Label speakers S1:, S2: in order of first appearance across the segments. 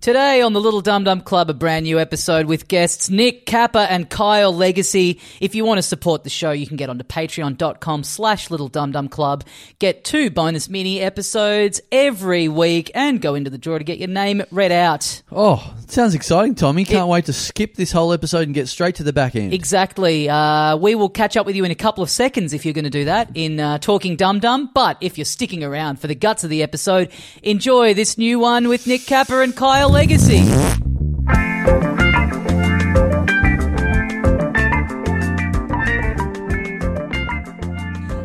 S1: Today on the Little Dum Dum Club, a brand new episode with guests Nick Kappa and Kyle Legacy. If you want to support the show, you can get onto patreon.com slash little dum dum club. Get two bonus mini episodes every week and go into the draw to get your name read out.
S2: Oh, sounds exciting, Tommy. Can't wait to skip this whole episode and get straight to the back end.
S1: Exactly. Uh, we will catch up with you in a couple of seconds if you're going to do that in uh, Talking Dum Dum. But if you're sticking around for the guts of the episode, enjoy this new one with Nick Capper and Kyle Legacy.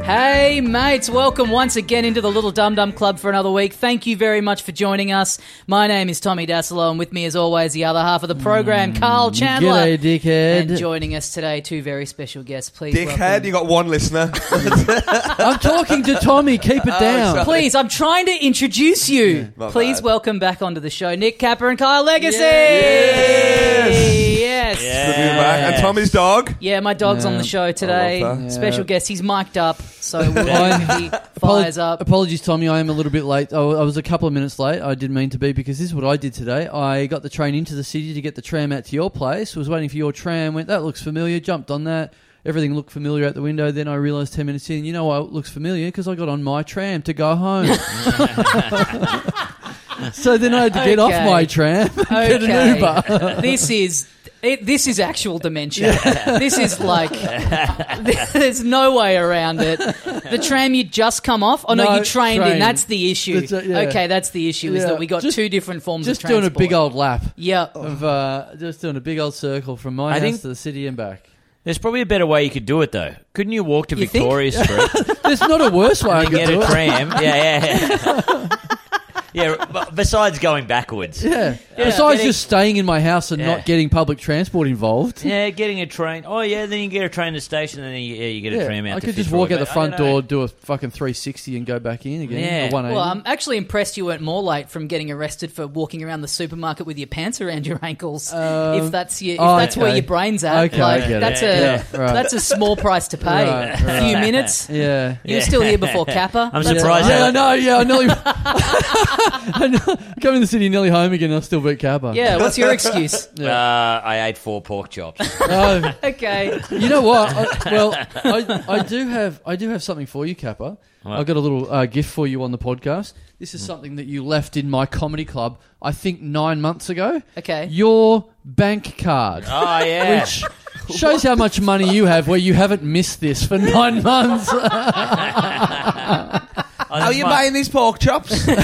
S1: Hey, mates, welcome once again into the Little Dum Dum Club for another week. Thank you very much for joining us. My name is Tommy Dasilo, and with me, as always, the other half of the program, Carl Chandler.
S2: Mm, G'day, dickhead.
S1: And joining us today, two very special guests. Please,
S3: Dickhead,
S1: welcome-
S3: you got one listener.
S2: I'm talking to Tommy. Keep
S1: Oh,
S2: it down.
S1: Please, I'm trying to introduce you.
S3: my
S1: Please
S3: bad.
S1: welcome back onto the show, Nick Capper and Kyle Legacy. Yes.
S3: Good to be back. And Tommy's dog.
S1: Yeah, my dog's on the show today.
S3: love that.
S1: Special guest. He's mic'd up, so we'll if he
S2: Apolo-
S1: fires up.
S2: Apologies, Tommy. I am a little bit late. I wa- I was a couple of minutes late. I didn't mean to be because this is what I did today. I got the train into the city to get the tram out to your place. Was waiting for your tram. Went that looks familiar. Jumped on that. Everything looked familiar out the window. Then I realised ten minutes in. You know why it looks familiar? Because I got on my tram to go home. so then I had to get
S1: Okay.
S2: off my tram. Get an
S1: Uber. this is it, this is actual dementia. This is like there's no way around it. The tram you just come off. Oh no,
S2: No,
S1: you trained in.
S2: train.
S1: That's the issue.
S2: That's it, yeah.
S1: Okay, that's the issue. Is
S2: Yeah.
S1: that we got
S2: Just-
S1: two different forms
S2: Just
S1: of
S2: doing a
S1: transport.
S2: big old lap.
S1: Yeah.
S2: of uh, just doing a big old circle from my
S4: I
S2: house
S4: think-
S2: to the city and back.
S4: There's probably a better way you could do it though. Couldn't you walk to
S1: You think?
S4: Victoria Street
S2: There's not a worse way I
S4: and
S2: could
S4: get a
S2: do it.
S4: tram? Yeah, yeah. yeah, Yeah, but besides going backwards.
S2: Yeah. Besides
S4: Getting-
S2: just staying in my house and
S4: Yeah.
S2: not getting public transport involved.
S4: Yeah, getting a train. Oh yeah, then you get a train to the station and then you, yeah, you get a
S2: Yeah,
S4: tram out
S2: I
S4: to
S2: could just
S4: Fitzroy,
S2: walk out the
S4: but I
S2: front
S4: don't know.
S2: door, do a fucking 360 and go back in again.
S4: Yeah.
S2: a 180.
S1: Well, I'm actually impressed you weren't more late from getting arrested for walking around the supermarket with your pants around your ankles.
S2: Um,
S1: if that's your, if
S2: oh,
S1: that's where
S2: okay.
S1: your brain's at,
S2: Okay,
S1: like
S2: I get it.
S1: that's a
S2: Yeah, right.
S1: that's a small price to pay.
S2: Right,
S1: A few minutes.
S2: yeah.
S1: You were still here before Kappa.
S4: I'm
S1: That's
S4: surprised
S1: all right.
S2: Yeah,
S4: that-
S2: I know. Yeah, I nearly. I know, come in the city, nearly home again. I still beat Cabba.
S1: Yeah, what's your excuse?
S4: Uh, I ate four pork chops.
S2: Oh,
S1: okay.
S2: you know what? I, well, I, I do have I do have something for you, Kappa. I've got a little uh, gift for you on the podcast. This is something that you left in my comedy club. I think nine months ago.
S1: Okay.
S2: Your bank card,
S4: oh yeah.
S2: which shows how much money you have, where you haven't missed this for nine months.
S3: Are you buying these pork chops?
S4: cash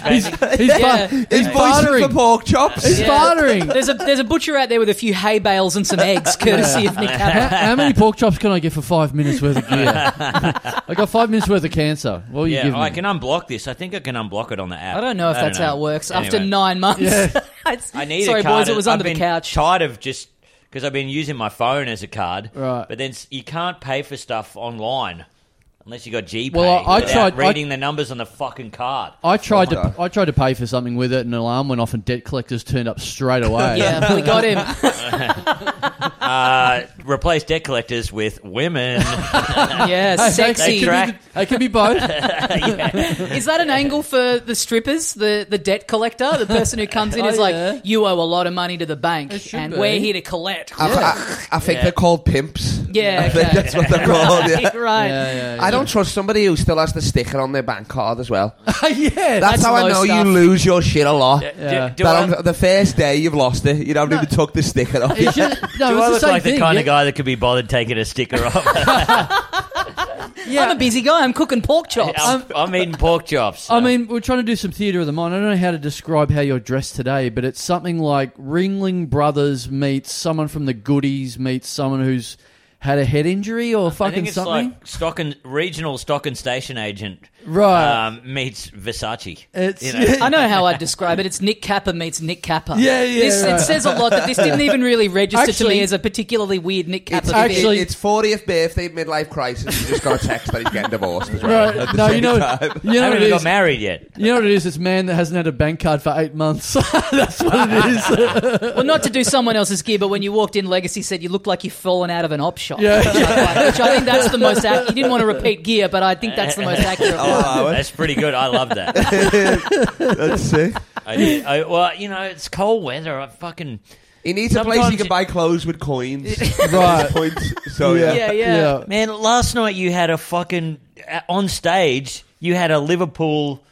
S2: he's
S4: baby?
S2: he's,
S1: Yeah.
S2: bar- he's
S3: Is voicing for
S2: bartering.
S3: pork chops?
S2: He's bartering.
S1: There's a there's a butcher out there with a few hay bales and some eggs, courtesy of Nick Kappa.
S2: How, how many pork chops can I get for five minutes worth of gear? I got five minutes worth of cancer. What will you
S4: Yeah,
S2: give
S4: oh,
S2: me?
S4: I can unblock this. I think I can unblock it on the app.
S1: I don't know if that's
S4: know.
S1: how it works. After
S4: Anyway.
S1: nine months,
S2: Yeah.
S1: It's-
S4: I need
S1: sorry,
S4: a card.
S1: boys. It was
S4: I've
S1: under the
S4: been
S1: couch.
S4: Tired of just because I've been using my phone as a card,
S2: Right.
S4: But then s- you can't pay for stuff online unless you got GPay.
S2: Well, I- I
S4: without
S2: tried- I-
S4: reading the numbers on the fucking card.
S2: I tried
S3: Okay.
S2: to I tried to pay for something with it, and an alarm went off, and debt collectors turned up straight away.
S1: Yeah, we got him.
S4: Uh, replace debt collectors with women.
S1: Yeah,
S2: It
S1: sexy.
S2: could, be, the- it could be both.
S1: Is that an angle for the strippers, the, the debt collector, the person who comes in is
S2: Oh,
S1: like,
S2: yeah.
S1: you owe a lot of money to the bank,
S2: It should
S1: and
S2: be.
S1: we're here to collect.
S3: I, I, I think they're called pimps.
S1: Yeah,
S3: I think
S1: okay.
S3: that's what they're called. Yeah.
S1: right. right.
S3: I don't trust somebody who still has the sticker on their bank card as well. That's,
S2: yeah.
S1: That's
S3: how I
S1: low
S3: know
S1: stuff.
S3: you lose your shit a lot.
S4: Do-
S2: Yeah.
S4: do
S3: That
S4: I-
S3: on the first day you've lost it, you haven't even took the sticker off.
S2: It's just- no,
S4: do
S2: it's
S4: I
S2: the
S4: look
S2: same
S4: like the
S2: thing,
S4: kind
S2: yeah.
S4: of guy that could be bothered taking a sticker off?
S1: I'm a busy guy. I'm cooking pork chops.
S4: I'm, I'm eating pork chops.
S2: I mean, we're trying to do some theatre of the mind. I don't know how to describe how you're dressed today, but it's something like Ringling Brothers meets someone from the Goodies meets someone who's had a head injury or
S4: I
S2: fucking
S4: think it's
S2: something.
S4: like stock and regional stock and station agent
S2: Right.
S4: um, meets Versace.
S2: it's
S4: you know.
S1: I know how I'd describe it. It's Nick Kappa meets Nick Kappa.
S2: Yeah, yeah,
S1: This, It
S2: right.
S1: says a lot that this didn't even really register to me
S2: Actually-
S1: as a particularly weird Nick Kappa.
S3: It's,
S1: bit.
S2: actually-
S3: it's 40th birthday, midlife crisis. You just got a text that he's getting divorced as well.
S2: Right. No, you know, you know
S4: I
S2: what
S4: haven't
S2: it
S4: even
S2: is.
S4: got married yet.
S2: You know what it is? It's man that hasn't had a bank card for eight months. That's what it is.
S1: well, not to do someone else's gear, but when you walked in, Legacy said you looked like you've fallen out of an op shop.
S2: Yeah.
S1: Which I think that's the most. Ac- you didn't want to repeat gear, but I think that's the most accurate.
S3: Oh, Howard.
S4: That's pretty good. I love that.
S3: Let's see.
S4: I, did. I, well, you know, it's cold weather. I fucking
S3: He needs a place he
S4: Sometimes
S3: can
S4: you-
S3: buy clothes with coins.
S2: Right.
S3: Points. So yeah.
S1: yeah, yeah.
S4: man. Last night you had a fucking uh, on stage. You had a Liverpool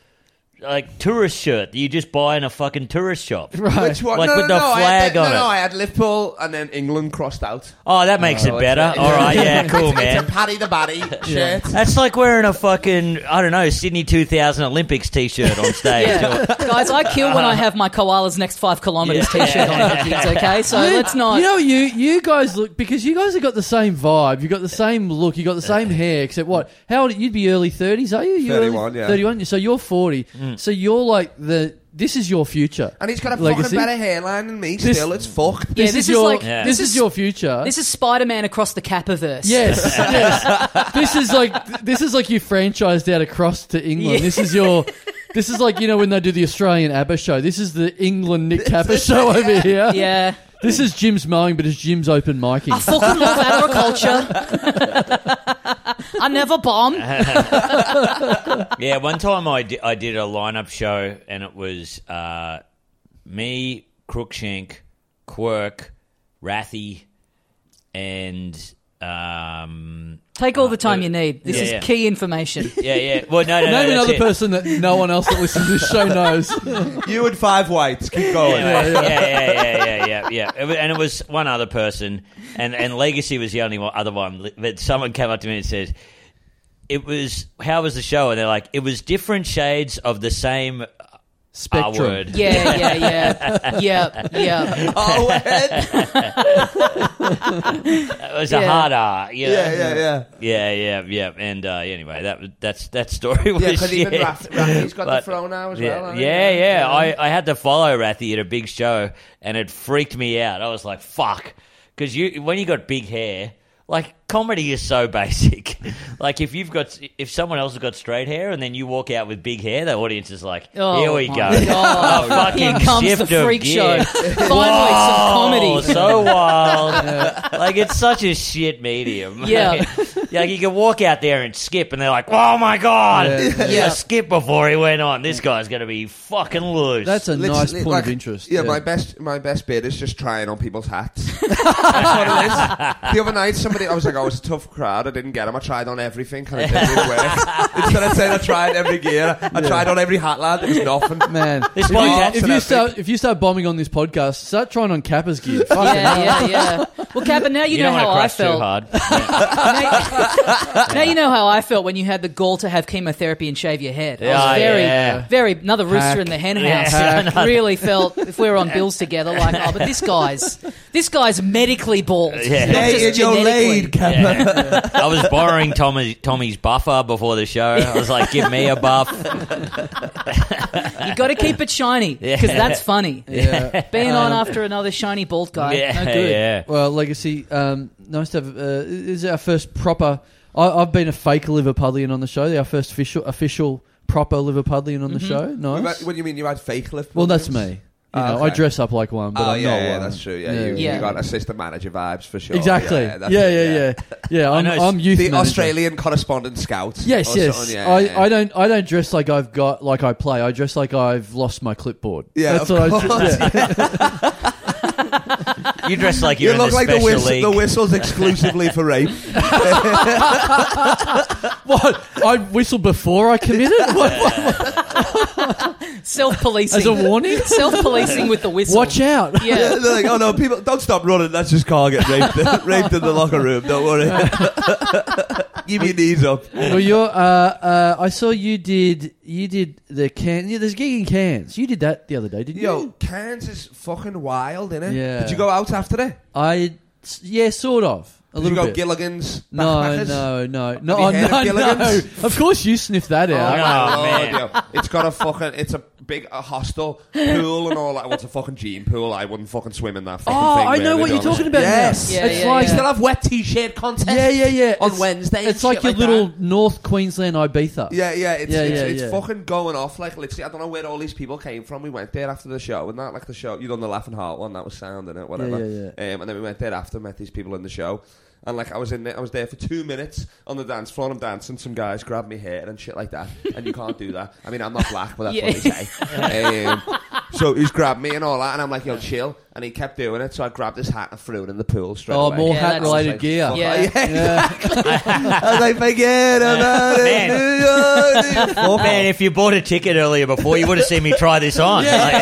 S4: like tourist shirt that you just buy in a fucking tourist shop.
S2: Right.
S3: Which one?
S4: Like
S3: no,
S4: with
S3: no,
S4: the
S3: no, I
S4: flag
S3: had the-
S4: on
S3: no,
S4: it.
S3: No, I had Liverpool and then England crossed out.
S4: Oh, that makes
S3: Oh,
S4: it
S3: it's
S4: better.
S3: a-
S4: All right, yeah, cool,
S3: It's
S4: man.
S3: a Paddy the Baddy shirt.
S4: That's like wearing a fucking I don't know Sydney 2000 Olympics T-shirt on stage.
S1: Yeah. Guys, I kill when I have my koala's next five kilometers
S4: Yeah.
S1: t-shirt on. Hickeys, okay, so Uh, let's not.
S2: You know, you you guys look because you guys have got the same vibe. You got the same look. You got the same hair. Except what? How old? You'd be early thirties, are you? You're early-
S3: 31, yeah.
S2: Thirty-one. So you're forty.
S1: Mm.
S2: So you're like the. This is your future.
S3: And he's got a
S2: Legacy.
S3: fucking better hairline than me.
S2: This-
S3: Still, it's fucked.
S1: Yeah, this
S2: is
S1: is
S2: your,
S1: like-
S4: Yeah.
S2: this,
S1: this
S2: is
S1: is-
S2: your future.
S1: This is Spider-Man across the Kappaverse.
S2: Yes, yes. This is like this is like you franchised out across to England.
S1: Yeah.
S2: This is your. This is like you know when they do the Australian ABBA show. This is the England Nick Capper show over here.
S1: Yeah.
S2: This is Jim's mowing, but it's Jim's open
S1: I
S2: micing.
S1: fucking love agriculture. I never bomb.
S4: yeah, one time I di- I did a lineup show and it was uh, me, Crookshank, Quirk, Rathy, and um,
S1: Take all the time you need. This
S4: Yeah,
S1: is
S4: yeah.
S1: key information.
S4: yeah, yeah. Well, no, no, no
S2: Name
S4: that's
S2: another
S4: it.
S2: person that no one else that listens to this show knows.
S3: You and five whites. Keep going.
S4: Yeah, yeah, yeah, yeah, yeah, yeah, yeah. It wa- And it was one other person, and and Legacy was the only one, other one. But someone came up to me and said, "It was how was the show?" And they're like, "It was different shades of the same R
S2: Spectrum.
S4: word."
S1: Yeah, yeah, yeah. Yeah, yeah.
S3: Oh, Ed.
S4: it was
S1: Yeah.
S4: a hard R. Uh, You know?
S3: yeah, yeah, yeah.
S4: Yeah, yeah, yeah, and uh, anyway, that was- that's that story was
S3: Yeah, because
S4: shit.
S3: even Rath- Rathy's got
S4: But-
S3: the throw now as
S4: yeah,
S3: well. hasn't he?
S4: yeah, yeah. I, I had to follow Rathy at a big show, and it freaked me out. I was like, "Fuck," because you when you got big hair, like comedy is so basic. like if you've got if someone else has got straight hair, and then you walk out with big hair, the audience is like,
S1: Oh,
S4: "Here we
S1: my
S4: go,
S1: God.
S4: a fucking
S1: Here comes
S4: shift
S1: the freak
S4: of gear.
S1: show. Finally, some
S4: Oh,
S1: comedy.
S4: so wild. Like it's such a shit medium.
S1: Yeah.
S4: yeah, like you can walk out there and skip, and they're like, "Oh my god,
S2: Yeah.
S4: yeah,
S1: Yeah.
S4: skip before he went on. This guy's gonna be fucking loose."
S2: That's a
S3: Literally,
S2: nice point
S3: like,
S2: of interest.
S3: Yeah, my best my best bit is just trying on people's hats. That's what it is. The other night, somebody I was like, "Oh, it's a tough crowd. I didn't get him. I tried on everything, and it didn't work." Instead of saying I tried every gear, I tried on every hat, lad. It was nothing.
S2: man.
S4: This
S2: if, you, if
S4: podcast-
S2: you
S3: Epic.
S2: start if you start bombing on this podcast, start trying on Kappa's gear. Fucking hell.
S1: Yeah, yeah, yeah. Well, Kappa, now you,
S4: you
S1: know
S4: don't want
S1: how I
S4: to crush too
S1: felt.
S4: hard.
S1: now, now you know how I felt when you had the gall to have chemotherapy and shave your head. I
S4: Yeah,
S1: was very,
S4: Oh, yeah.
S1: very another rooster
S2: Hack.
S1: in the hen
S4: Yeah,
S1: house.
S4: I know.
S1: really felt if we were on bills together, like, oh, but this guy's this guy's medically bald.
S4: Yeah.
S1: Not
S3: Stay
S1: just
S3: in your
S1: genetically.
S3: lane, Cap.
S4: Yeah. I was borrowing Tommy, Tommy's buffer before the show. I was like, "Give me a buff."
S1: You got to keep it shiny because
S4: Yeah. Um,
S1: that's funny.
S2: Yeah.
S1: Being on after another shiny bald guy,
S4: yeah,
S1: no good.
S4: yeah.
S2: Well, legacy. Um, nice to have. Uh, this is our first proper. I, I've been a fake Liverpudlian on the show. Our first official, official proper Liverpudlian on the
S4: Mm-hmm.
S2: show. Nice.
S3: What do you mean you had fake lift?
S2: Well, that's
S3: movements?
S2: me. You
S3: Ah,
S2: know, I
S3: okay.
S2: dress up like one, but
S3: oh
S2: I'm
S3: yeah,
S2: not
S3: yeah,
S2: one.
S3: that's true. Yeah, You,
S1: Yeah.
S3: you got assistant manager vibes for sure.
S2: Exactly. Yeah,
S3: that's
S2: yeah,
S3: it,
S2: yeah, yeah.
S4: I
S2: I'm,
S4: know,
S2: I'm youth.
S3: The
S2: manager.
S3: Australian correspondent scout.
S2: Yes,
S3: or
S2: yes.
S3: something,
S2: I, I don't. I don't dress like I've got like I play. I dress like I've lost my clipboard.
S3: Yeah,
S2: that's
S3: of
S2: what
S3: course.
S2: I. Yeah.
S4: You dress like
S3: You
S4: you're in
S3: look
S4: the
S3: like the,
S4: special
S3: whist-
S4: league.
S3: the whistles exclusively for rape.
S2: what? I whistled before I committed What- what-
S1: Self policing
S2: as a warning.
S1: Self policing with the whistle.
S2: Watch out.
S1: Yeah.
S3: They're like, oh no, people, don't stop running. That's just car getting raped, raped in the locker room. Don't worry. Give your knees up.
S2: well, you're. Uh, uh, I saw you did. You did the can. Yeah, there's a gig in Cairns. You did that the other day, didn't
S3: Yo,
S2: you?
S3: Cairns is fucking wild, innit?
S2: Yeah.
S3: Did you go out after it?
S2: I. Yeah, sort of. A
S3: Did
S2: little
S3: you go
S2: bit.
S3: Gilligan's?
S2: no,
S3: Backpackers?
S2: no, no, no,
S3: Have
S2: oh,
S3: you heard of
S2: no, no.
S3: Gilligan's?
S2: Of course, you sniffed that
S3: Oh,
S2: out.
S4: Oh,
S3: my
S4: man.
S3: Lord, yo. It's got a fucking. It's a big a hostel pool and all that. What's a fucking gene pool? I wouldn't fucking swim in that fucking
S2: Oh,
S3: thing.
S2: I know what
S3: really,
S2: you're
S3: to be honest.
S2: talking about now.
S3: Yes.
S1: Yeah,
S2: it's
S1: yeah,
S2: like
S1: yeah.
S3: Still have wet t-shirt contest.
S2: Yeah, yeah, yeah.
S3: On
S2: It's-
S3: Wednesday and
S2: it's like
S3: shit
S2: your
S3: like
S2: little
S3: that.
S2: North Queensland Ibiza.
S3: Yeah, yeah, it's
S2: Yeah,
S3: it's,
S2: yeah,
S3: it's
S2: yeah.
S3: fucking going off. Like literally, I don't know where all these people came from. We went there after the show and that, like the show you done the Laughing Heart one that was sound in it, whatever.
S2: yeah,
S3: Um, and then we went there after, met these people in the show, and like I was in there, I was there for two minutes on the dance floor. and I'm dancing. Some guys grabbed me hair and shit like that, and you can't do that. I mean, I'm not black, but that's what they say. um, so he's grabbed me and all that, and I'm like, yo, chill. And he kept doing it, so I grabbed his hat and threw it in the pool straight
S2: Oh,
S3: away.
S2: more
S3: I was
S2: hat-related
S3: like,
S2: gear.
S3: fuck
S1: Yeah.
S3: it. I was like, forget about
S4: Man.
S3: it.
S4: Well, man, if you bought a ticket earlier before, you would have seen me try this on. Like,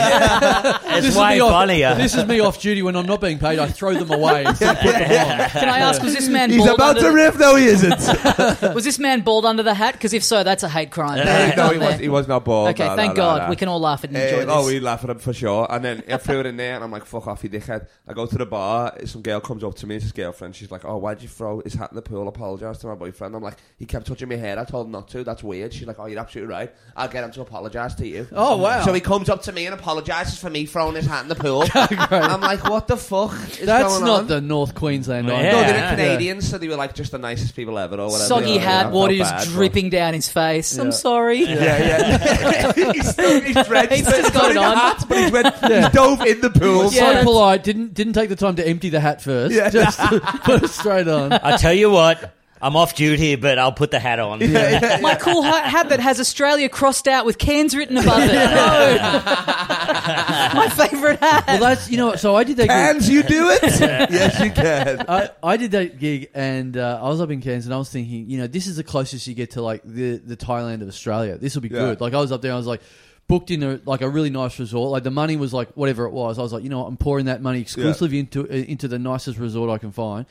S4: it's
S2: This is
S4: way
S2: me off-
S4: funnier.
S2: This is me off duty when I'm not being paid. I throw them away. Instead of put them on.
S1: Can I ask, was this man
S3: He's
S1: bald
S3: about
S1: under
S3: to riff, though he isn't.
S1: the, was this man bald under the hat? Because if so, that's a hate crime.
S4: Yeah.
S3: no, he was, he was not bored.
S1: Okay,
S3: No,
S1: thank
S3: no, no,
S1: God.
S3: no.
S1: We can all laugh and
S3: Uh,
S1: enjoy
S3: oh,
S1: this.
S3: we laugh at him for sure. And then I threw it in there, and I'm like, "Fuck off, you dickhead!" I go to the bar. Some girl comes up to me, it's his girlfriend. She's like, "Oh, why'd you throw his hat in the pool?" Apologise to my boyfriend. I'm like, "He kept touching my hair. I told him not to. That's weird." She's like, "Oh, you're absolutely right. I'll get him to apologise to you."
S2: Oh, wow.
S3: So he comes up to me and apologises for me throwing his hat in the pool. I'm like, "What the fuck is
S2: That's
S3: going
S2: not
S3: on?"
S2: the North Queensland.
S4: Yeah.
S2: I
S3: no,
S2: know.
S3: they're
S4: Yeah.
S3: Canadians, so they were like just the nicest people ever, or whatever.
S1: Soggy
S3: you know, I
S1: hat,
S3: felt
S1: water
S3: uh, bad,
S1: just
S3: but-
S1: dripping down his face.
S2: Yeah.
S1: I'm sorry.
S3: Yeah, yeah. he's still, he's drenched.
S1: He's just
S3: Not
S1: got
S3: in
S1: it
S3: the
S1: on.
S3: hat, but he's went, he dove in the pool.
S2: So
S1: Yeah.
S2: polite. Didn't didn't take the time to empty the hat first.
S3: Yeah.
S2: Just put it straight on.
S4: I tell you what, I'm off duty, but I'll put the hat on.
S1: My cool ha- hat that has Australia crossed out with Cairns written above it. No. My favourite hat.
S2: Well, that's you know. what, So I did that. gig-
S3: Hands, you do it? yes, you can.
S2: I, I did that gig and uh, I was up in Cairns and I was thinking, you know, this is the closest you get to like the, the Thailand of Australia. This will be
S3: Yeah.
S2: good. Like I was up there, I was like booked in a like a really nice resort. Like the money was like whatever it was. I was like, you know, what, I'm pouring that money exclusively into uh, into the nicest resort I can find.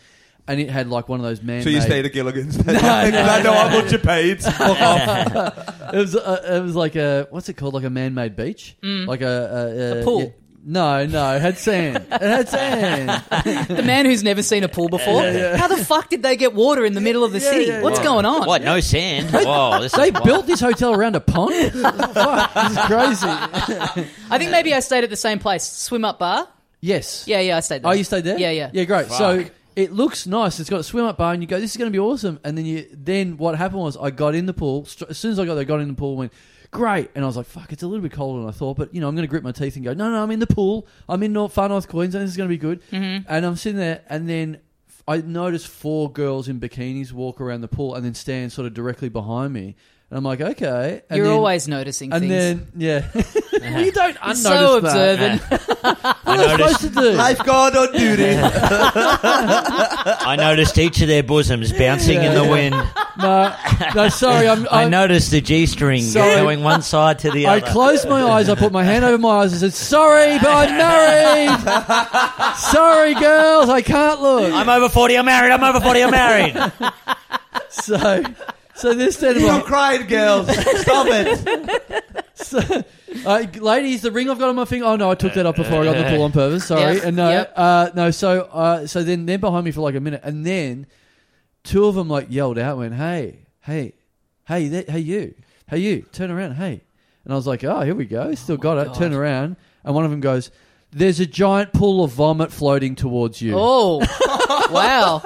S2: And it had like one of those man.
S3: So you stayed at Gilligan's then? I know how much you paid. Fuck off.
S2: It was uh, it was like a what's it called? Like a man-made beach, like a, a,
S1: A pool.
S2: yeah. no, no, it had sand. It had sand.
S1: The man who's never seen a pool before. How the fuck did they get water in the middle of the city?
S2: yeah,
S1: What's
S2: yeah.
S1: going on?
S4: What? No sand? Whoa, this
S2: They
S4: is wild.
S2: built this hotel around a pond. Fuck, this is crazy.
S1: I think maybe I stayed at the same place. Swim up bar.
S2: Yes.
S1: Yeah, yeah, I stayed there.
S2: Oh, you stayed there?
S1: Yeah, yeah.
S2: Yeah, great. So
S4: Fuck.
S2: it looks nice. It's got a swim up bar, and you go, "This is going to be awesome." And then you, then what happened was, I got in the pool. Str- As soon as I got there, I got in the pool, and went great, and I was like, "Fuck, it's a little bit colder than I thought." But you know, I'm going to grit my teeth and go, "No, no, I'm in the pool. I'm in North, far North Queensland. This is going to be good."
S1: Mm-hmm.
S2: And I'm sitting there, and then. f- I noticed four girls in bikinis walk around the pool and then stand sort of directly behind me, and I'm like, okay. And
S1: You're
S2: then-
S1: always noticing
S2: and
S1: things.
S2: then yeah, you don't
S1: You're
S2: unnotice
S1: so
S2: that.
S1: observant.
S4: I
S2: What am I
S4: noticed,
S2: supposed to do?
S3: Lifeguard on duty.
S4: I noticed each of their bosoms bouncing in the
S2: Yeah.
S4: wind.
S2: No, no, sorry. I'm,
S4: I
S2: I'm-
S4: noticed the G string
S2: Sorry.
S4: going one side to the
S2: I
S4: other.
S2: closed my eyes. I put my hand over my eyes and said, "Sorry, but I'm married. Sorry, girls, I can't look."
S4: I'm over 40, I'm married, I'm over 40, I'm married.
S2: So, so this then,
S3: Stop crying, girls. Stop it.
S2: uh, ladies, the ring I've got on my finger. Oh no, I took that off before I got in the pool on purpose. Sorry,
S1: Yeah,
S2: and no,
S1: yeah.
S2: uh, no. So, uh, so then they're behind me for like a minute, and then two of them like yelled out, went, "Hey, hey, hey, that, hey, you, hey, you, turn around, hey." And I was like, "Oh, here we go, still got it." Turn around, and one of them goes, "There's a giant pool of vomit floating towards you."
S1: Oh, wow.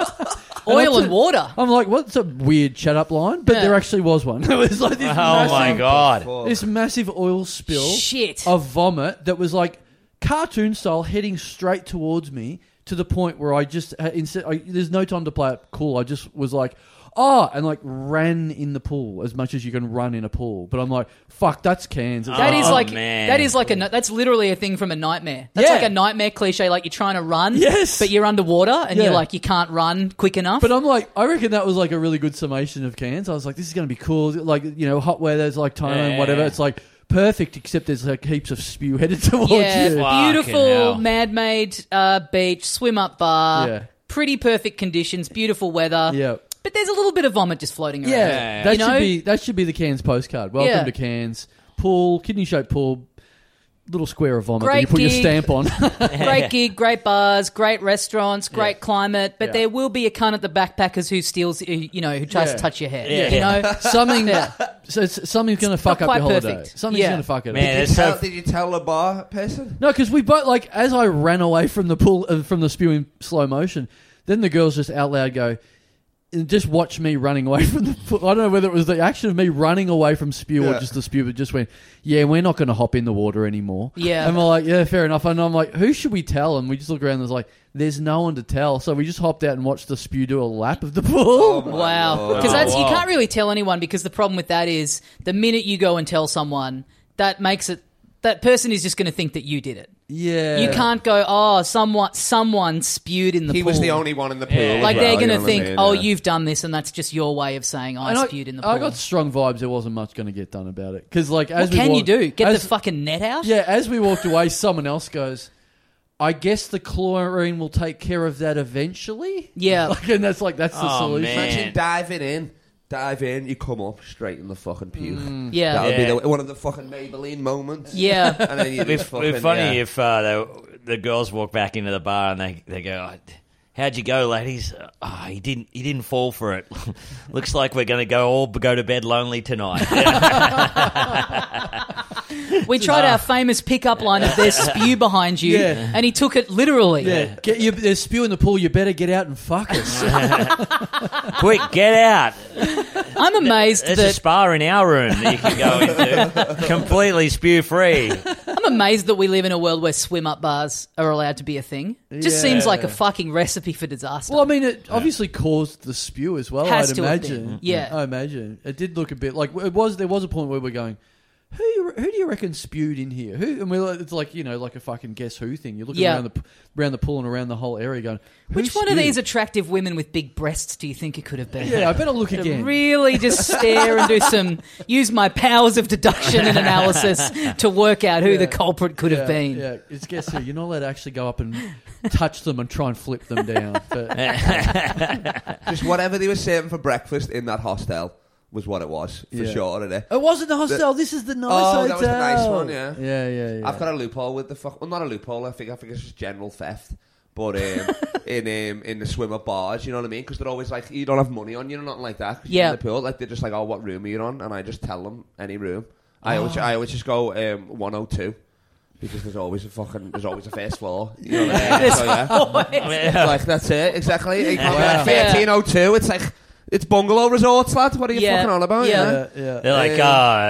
S1: Oil and water.
S2: I'm like, "What's a weird shut up line?" But
S1: Yeah.
S2: there actually was one. it was like this,
S4: Oh my
S2: massive,
S4: god.
S2: this massive oil spill
S1: Shit.
S2: of vomit that was like cartoon style heading straight towards me to the point where I just uh, instead I, there's no time to play it cool. I just was like, oh, and like ran in the pool as much as you can run in a pool. But I'm like, fuck, that's Cairns. Uh, It's
S1: That is
S4: Oh,
S1: like
S4: man.
S1: that is like a that's literally a thing from a nightmare. That's
S2: Yeah.
S1: like a nightmare cliche. Like you're trying to run,
S2: Yes.
S1: but you're underwater and
S2: Yeah.
S1: you're like you can't run quick enough.
S2: But I'm like, I reckon that was like a really good summation of Cairns. I was like, this is going to be cool. Like, you know, hot weather's like Thailand,
S4: Yeah.
S2: whatever. It's like perfect, except there's like heaps of spew headed towards
S1: yeah,
S2: you.
S4: Fucking hell.
S1: beautiful man-made uh, beach, swim up bar,
S2: Yeah.
S1: pretty perfect conditions, beautiful weather.
S2: Yeah.
S1: But there's a little bit of vomit just floating around.
S2: Yeah,
S4: Yeah.
S2: that
S1: You
S2: should
S1: know?
S2: be that should be the Cairns postcard. Welcome
S1: Yeah.
S2: to Cairns. Pool, kidney shaped pool, little square of vomit that
S1: Great
S2: you put your
S1: gig.
S2: stamp on.
S1: great gig, great bars, great restaurants, great climate. But
S2: Yeah.
S1: there will be a cunt at the backpackers who steals, who, you know, who tries
S2: Yeah.
S1: to touch your hair.
S4: Yeah.
S1: You know,
S2: something so it's, something's going to fuck up
S1: quite
S2: your holiday.
S1: perfect.
S2: Something's
S1: Yeah.
S2: going to fuck it. up.
S4: Man,
S3: Did you,
S4: it's
S3: tell,
S4: so.
S3: did you tell the bar person?
S2: No, because we both like as I ran away from the pool uh, from the spew in slow motion, then the girls just out loud go, just watch me running away from the. I don't know whether it was the action of me running away from spew or
S3: Yeah.
S2: just the spew that just went. Yeah, we're not going to hop in the water anymore.
S1: Yeah.
S2: and we're like, yeah, fair enough. And I'm like, who should we tell? And we just look around. and There's like, there's no one to tell. So we just hopped out and watched the spew do a lap of the pool.
S3: Oh, my
S1: Oh, Wow,
S3: lord.
S1: because that's you
S4: wow.
S1: can't really tell anyone because the problem with that is the minute you go and tell someone, that makes it that person is just going to think that you did it.
S2: yeah,
S1: You can't go, oh, someone someone spewed in the
S3: He
S1: pool.
S3: was the only one in the pool.
S4: Yeah.
S3: as
S1: Like
S3: well,
S1: they're
S3: you
S1: going
S3: know
S1: to
S3: what I
S1: think,
S3: mean?
S1: oh,
S3: Yeah.
S1: you've done this, and that's just your way of saying I
S2: And
S1: spewed in the pool.
S2: I got strong vibes. There wasn't much going to get done about it because, like, as
S1: what
S2: we
S1: can you
S2: walked-
S1: do? Get
S2: as,
S1: the fucking net out?
S2: Yeah, as we walked away, someone else goes, I guess the chlorine will take care of that eventually.
S1: Yeah.
S2: Like, and that's like, that's the
S4: Oh,
S2: solution.
S4: man.
S3: Imagine diving in. Dive in, you come up straight in the fucking puke. That
S1: Mm. yeah,
S3: would be
S4: Yeah.
S3: the, one of the fucking Maybelline moments.
S1: yeah.
S3: And then you
S4: It'd be,
S3: just
S4: it'd
S3: fucking.
S4: be funny
S3: yeah.
S4: if uh, the, the girls walk back into the bar and they, they go, "Oh, "How'd you go, ladies? Oh, he didn't. He didn't fall for it. Looks like we're going to go all go to bed lonely tonight."
S1: We tried our famous pickup line of "There's spew behind you,"
S2: Yeah.
S1: and he took it literally.
S2: Yeah. Get your, there's spew in the pool. You better get out and fuck us.
S4: Quick, get out!
S1: I'm amazed
S4: There's a
S1: that
S4: spa in our room that you can go into, completely spew free.
S1: I'm amazed that we live in a world where swim up bars are allowed to be a thing. It just
S2: Yeah.
S1: seems like a fucking recipe for disaster.
S2: well, I mean, it obviously caused the spew as well,
S1: Has
S2: I'd
S1: to have been.
S2: imagine.
S1: Yeah.
S2: I imagine. It did look a bit like, it was, there was a point where we're going, who, you- who do you reckon spewed in here? Who? And we're like, it's like you know, like a fucking guess who thing. You're looking
S1: Yeah.
S2: around the p- around the pool and around the whole area, going, who
S1: Which one of
S2: spewed?
S1: these attractive women with big breasts do you think it could have been?
S2: Yeah, I better look
S1: To
S2: again.
S1: Really, just stare and do some. Use my powers of deduction and analysis to work out who the culprit could have
S2: yeah,
S1: been.
S2: Yeah, it's guess who. You're not allowed to actually go up and touch them and try and flip them down. But
S3: Just whatever they were serving for breakfast in that hostel was what it was, for
S2: Yeah.
S3: sure, innit?
S2: it wasn't the hostel. this is the nice
S3: Oh,
S2: hotel.
S3: that was the nice one, yeah.
S2: yeah, yeah, yeah.
S3: I've got a loophole with the fuck. Well, not a loophole. I think I think it's just general theft. But um, in um, in the swimmer bars, you know what I mean? Because they're always like, you don't have money on you, nothing like that. 'cause you're
S1: Yeah.
S3: in the pool, like they're just like, oh, what room are you on? And I just tell them any room. I always I always just go um, 102 because there's always a fucking there's always a first floor. You know what I mean? So, yeah. It's like that's it exactly. It can't
S2: Wow.
S3: be like 1302. It's like it's bungalow resorts, lad. What are you
S1: Yeah.
S3: fucking on about?
S1: Yeah.
S3: you know?
S2: yeah, Uh, yeah.
S4: They're like,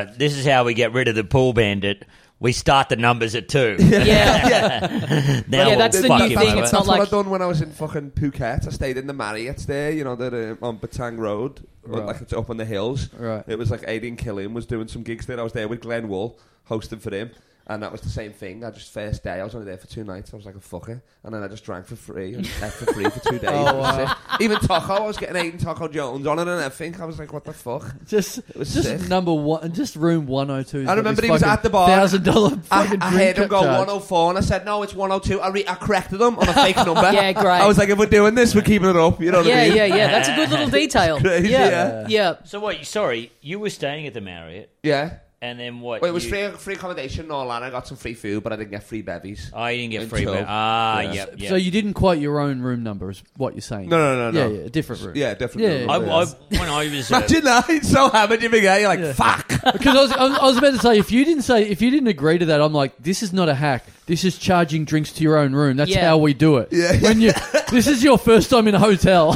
S4: "Oh, this is how we get rid of the pool bandit. We start the numbers at two. now
S1: Yeah. Yeah,
S4: we'll
S1: that's the
S4: fuck
S1: new
S4: him
S1: thing.
S4: over."
S1: It's not
S3: That's what
S1: like-
S3: I done when I was in fucking Phuket. I stayed in the Marriott there, you know, that uh, on Batang Road, or,
S2: Right.
S3: like it's up on the hills.
S2: Right.
S3: It was like Aidan Killian was doing some gigs there. I was there with Glenn Wool hosting for him. And that was the same thing. I just first day, I was only there for two nights. I was like a fucker, and then I just drank for free and ate for free for two days.
S2: Oh,
S3: It was
S2: wow.
S3: sick. Even taco, I was getting Aidan Taco Jones on it, and I think I was like, what the fuck?
S2: Just,
S3: was
S2: just
S3: sick.
S2: number one, just room one hundred two.
S3: I remember he was at the bar.
S2: Thousand dollar
S3: I,
S2: fucking
S3: I
S2: drink
S3: heard him go oh-
S2: charge.
S3: 104, and I said, no, it's 102. I, re- I corrected him on a fake number.
S1: Yeah, great.
S3: I was like, if we're doing this, we're keeping it up. You know what
S1: yeah,
S3: I mean?
S1: yeah, yeah. That's a good little detail.
S3: crazy,
S1: yeah,
S3: yeah.
S1: yeah.
S4: So what? you- Sorry, you were staying at the Marriott,
S3: Yeah.
S4: and then what?
S3: Well, it was
S4: you-
S3: free, free accommodation and all that. I got some free food, but I didn't get free bevies.
S4: Oh, you didn't get
S3: And
S4: free.
S3: twelve.
S4: but- Ah,
S3: Yeah.
S4: yep, yep.
S2: So you didn't quote your own room number, is what you're saying?
S3: No, no, no, no.
S2: Yeah, yeah, a different room.
S3: Yeah, definitely.
S2: Yeah, yeah,
S4: I,
S2: yeah.
S4: I, when I was uh,
S3: Imagine that. It's so hammered you begin. You're like, fuck.
S2: Because I was, I was- I was about to say, if you didn't say, if you didn't agree to that, I'm like, this is not a hack. This is charging drinks to your own room. That's
S1: Yeah.
S2: how we do it.
S3: Yeah.
S2: When you, this is your first time in a hotel.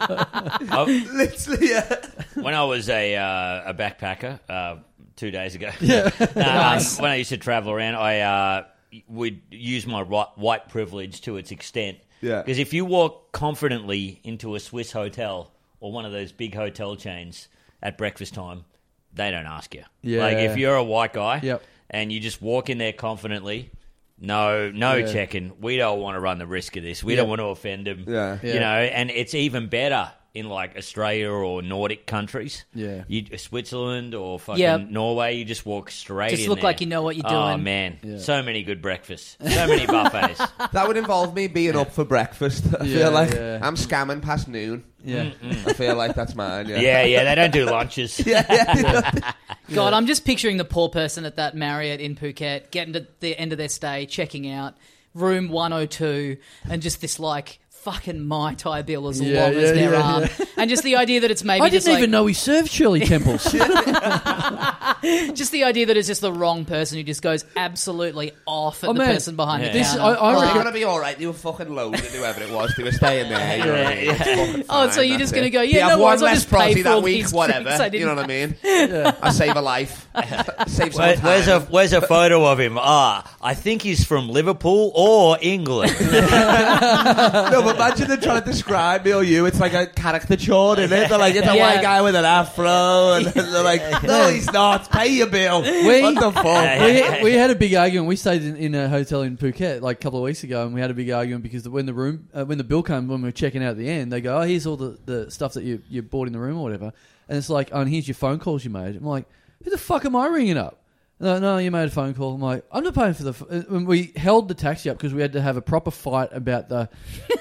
S4: I-
S3: Literally, yeah.
S4: when I was a uh, a backpacker uh, two days ago.
S2: Yeah.
S4: No, um, when I used to travel around, I uh, would use my right, white privilege to its extent.
S3: Yeah.
S4: Because if you walk confidently into a Swiss hotel or one of those big hotel chains at breakfast time, they don't ask you.
S2: Yeah.
S4: Like if you're a white guy
S2: Yep.
S4: and you just walk in there confidently. No, no
S2: Yeah.
S4: checking. We don't want to run the risk of this. We
S2: Yeah.
S4: don't want to offend them.
S3: Yeah.
S2: Yeah.
S4: You know, and it's even better in like Australia or Nordic countries.
S2: Yeah.
S4: You, Switzerland or fucking
S1: Yeah.
S4: Norway, you just walk straight
S1: Just
S4: in
S1: look
S4: there.
S1: like you know what you're
S4: Oh,
S1: doing.
S4: man.
S2: Yeah.
S4: So many good breakfasts. So many buffets.
S3: That would involve me being up for breakfast. I
S2: Yeah,
S3: feel like
S2: yeah.
S3: I'm scamming past noon.
S2: yeah.
S3: I feel like that's mine, yeah.
S4: yeah, yeah, they don't do lunches.
S3: Yeah, yeah.
S1: God, I'm just picturing the poor person at that Marriott in Phuket getting to the end of their stay, checking out room 102, and oh just this like fucking Mai Tai bill as
S2: Yeah,
S1: long as
S2: yeah,
S1: their
S2: yeah,
S1: arm.
S2: yeah.
S1: And just the idea that it's maybe
S2: I
S1: just
S2: didn't
S1: like,
S2: even know he served Shirley Temples.
S1: just the idea that it's just the wrong person who just goes absolutely off at
S2: Oh,
S1: the
S2: man.
S1: person behind
S4: Yeah.
S1: the
S4: This-
S1: counter.
S2: I- I
S1: Like,
S3: You're gonna be all right. You were fucking loaded, whoever it was. They were staying there. You know what I mean? It's fucking
S1: Oh, so
S3: fine,
S1: you're
S3: that's
S1: just gonna
S3: it.
S1: go,
S3: They
S1: yeah,
S3: have
S1: no
S3: one
S1: worries, I'll
S3: less
S1: just pay
S3: prosy
S1: for
S3: that
S1: all
S3: week,
S1: these drinks I
S3: whatever. You
S1: didn't
S3: know what I mean? I save a life. save some
S4: Where,
S3: time.
S4: where's a where's a photo of him? Ah, I think he's from Liverpool or England.
S3: No, but imagine them trying to describe me or you. It's like a caricature, isn't it? They're like, it's a
S1: Yeah.
S3: white guy with an afro, and they're like, no, he's not. Pay your bill.
S2: We-
S3: what the fuck?
S2: we, we had a big argument. We stayed in, in a hotel in Phuket like a couple of weeks ago, and we had a big argument because when the room, uh, when the bill came, when we were checking out at the end, they go, "Oh, here's all the, the stuff that you you bought in the room or whatever," and it's like, "Oh, and here's your phone calls you made." I'm like, "Who the fuck am I ringing up?" No, no, you made a phone call. I'm like, I'm not paying for the. F-. uh, When we held the taxi up because we had to have a proper fight about the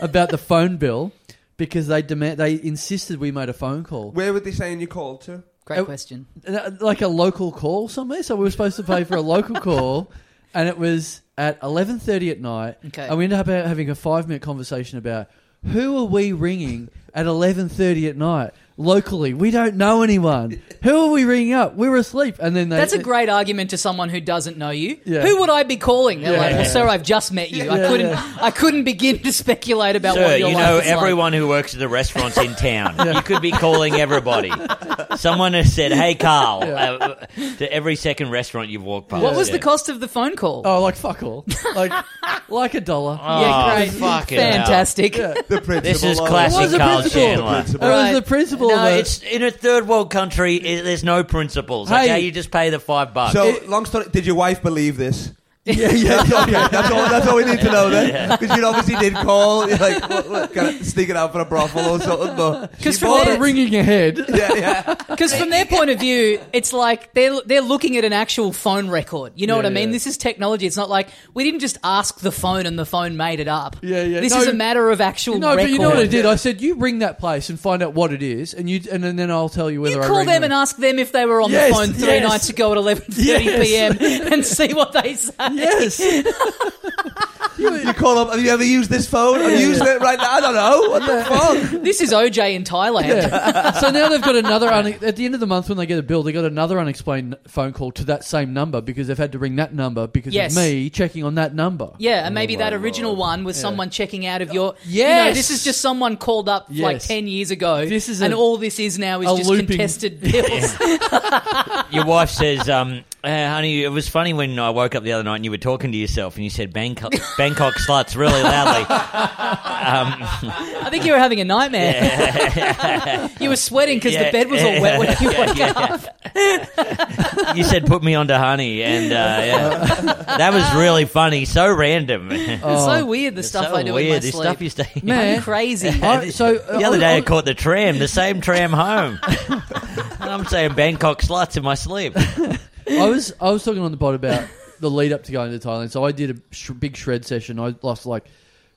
S2: about the phone bill because they demand they insisted we made a phone call.
S3: Where were they saying you called to?
S1: Great
S2: Uh,
S1: question.
S2: Uh, like a local call somewhere. So we were supposed to pay for a local call, and it was at eleven thirty at night.
S1: Okay.
S2: and we ended up ha- having a five minute conversation about who are we ringing at eleven thirty at night locally. We don't know anyone. Who are we ringing up? We were asleep, and then they,
S1: That's a great argument to someone who doesn't know you.
S2: Yeah.
S1: Who would I be calling? They're
S2: Yeah.
S1: like, "Well, sir, I've just met you. I
S2: Yeah,
S1: couldn't.
S2: yeah.
S1: I couldn't begin to speculate about
S4: Sir,
S1: what your
S4: you
S1: life
S4: know
S1: is like."
S4: everyone who works at the restaurants in town. You could be calling everybody. Someone has said, "Hey, Carl," uh, to every second restaurant you've walked past.
S1: What was the
S4: Yeah.
S1: cost of the phone call?
S2: Oh, like fuck all, like like a dollar.
S4: Oh,
S1: yeah, great,
S4: fucking hell.
S1: fantastic.
S2: Yeah.
S3: The principal.
S4: This is
S3: of-
S2: It was
S4: classic
S2: the
S4: Carl
S2: principal.
S4: Chandler.
S2: It
S1: Right.
S2: was the principle.
S4: No,
S2: of it.
S4: it's in a third world country. i there's no principles.
S2: Hey.
S4: Okay, you just pay the five bucks.
S3: So,
S2: It-
S3: Uh, long story, did your wife believe this?
S2: yeah, yeah.
S3: That's, okay, that's, all, that's all we need to know then. Because you obviously did call, you're like, what, what, kind of sneaking out for a brothel or something. But
S1: 'Cause
S3: She
S1: from
S3: bought
S1: there-
S3: it.
S2: ringing ahead.
S3: Yeah, yeah.
S1: Because from their point of view, it's like they're they're looking at an actual phone record. You know
S2: Yeah,
S1: what I mean?
S2: yeah.
S1: This is technology. It's not like we didn't just ask the phone and the phone made it up.
S2: Yeah, yeah.
S1: This
S2: No,
S1: is a matter of actual.
S2: No, but you know what I
S1: record.
S2: did? I said you ring that place and find out what it is, and you and, then I'll tell you whether
S1: You
S2: I
S1: call
S2: ring
S1: them and ask them if they were on
S2: Yes,
S1: the phone three
S2: yes.
S1: nights ago at eleven thirty
S2: Yes.
S1: p.m. and see what they say.
S2: Yes,
S3: You call up, have you ever used this phone? I'm using it right now. I don't know. What the fuck?
S1: This is OJ in Thailand.
S2: yeah. uh, So now they've got another. Un- at the end of the month, when they get a bill, they got another unexplained phone call to that same number because they've had to ring that number because
S1: Yes.
S2: of me checking on that number.
S1: Yeah, and
S2: Oh
S1: maybe that original one was someone checking out of your. Yeah,
S2: Yes.
S1: this is just someone called up like
S2: Yes.
S1: ten years ago.
S2: This is
S1: and
S2: a-
S1: all this is now is
S2: a
S1: just
S2: looping-
S1: contested bills.
S4: Your wife says, um, uh, "Honey, it was funny when I woke up the other night and you were talking to yourself and you said Bangkok, Bangkok sluts really loudly." Um,
S1: I think you were having a nightmare. you were sweating because the
S4: Yeah.
S1: bed was all wet when you woke
S4: Yeah.
S1: up.
S4: you said, "Put me onto honey," and uh, yeah. that was really funny. So random.
S1: It's
S2: Oh.
S1: so weird the
S4: It's
S1: stuff
S4: so
S1: I do
S4: weird.
S1: in my
S4: this
S1: sleep.
S4: stuff you stay.
S2: Man.
S1: I'm crazy.
S2: I, so
S1: uh,
S4: the other day, I caught the tram, the same tram home. and I'm saying Bangkok sluts in my sleep.
S2: I was I was talking on the pod about the lead up to going to Thailand. So I did a sh- big shred session. I lost like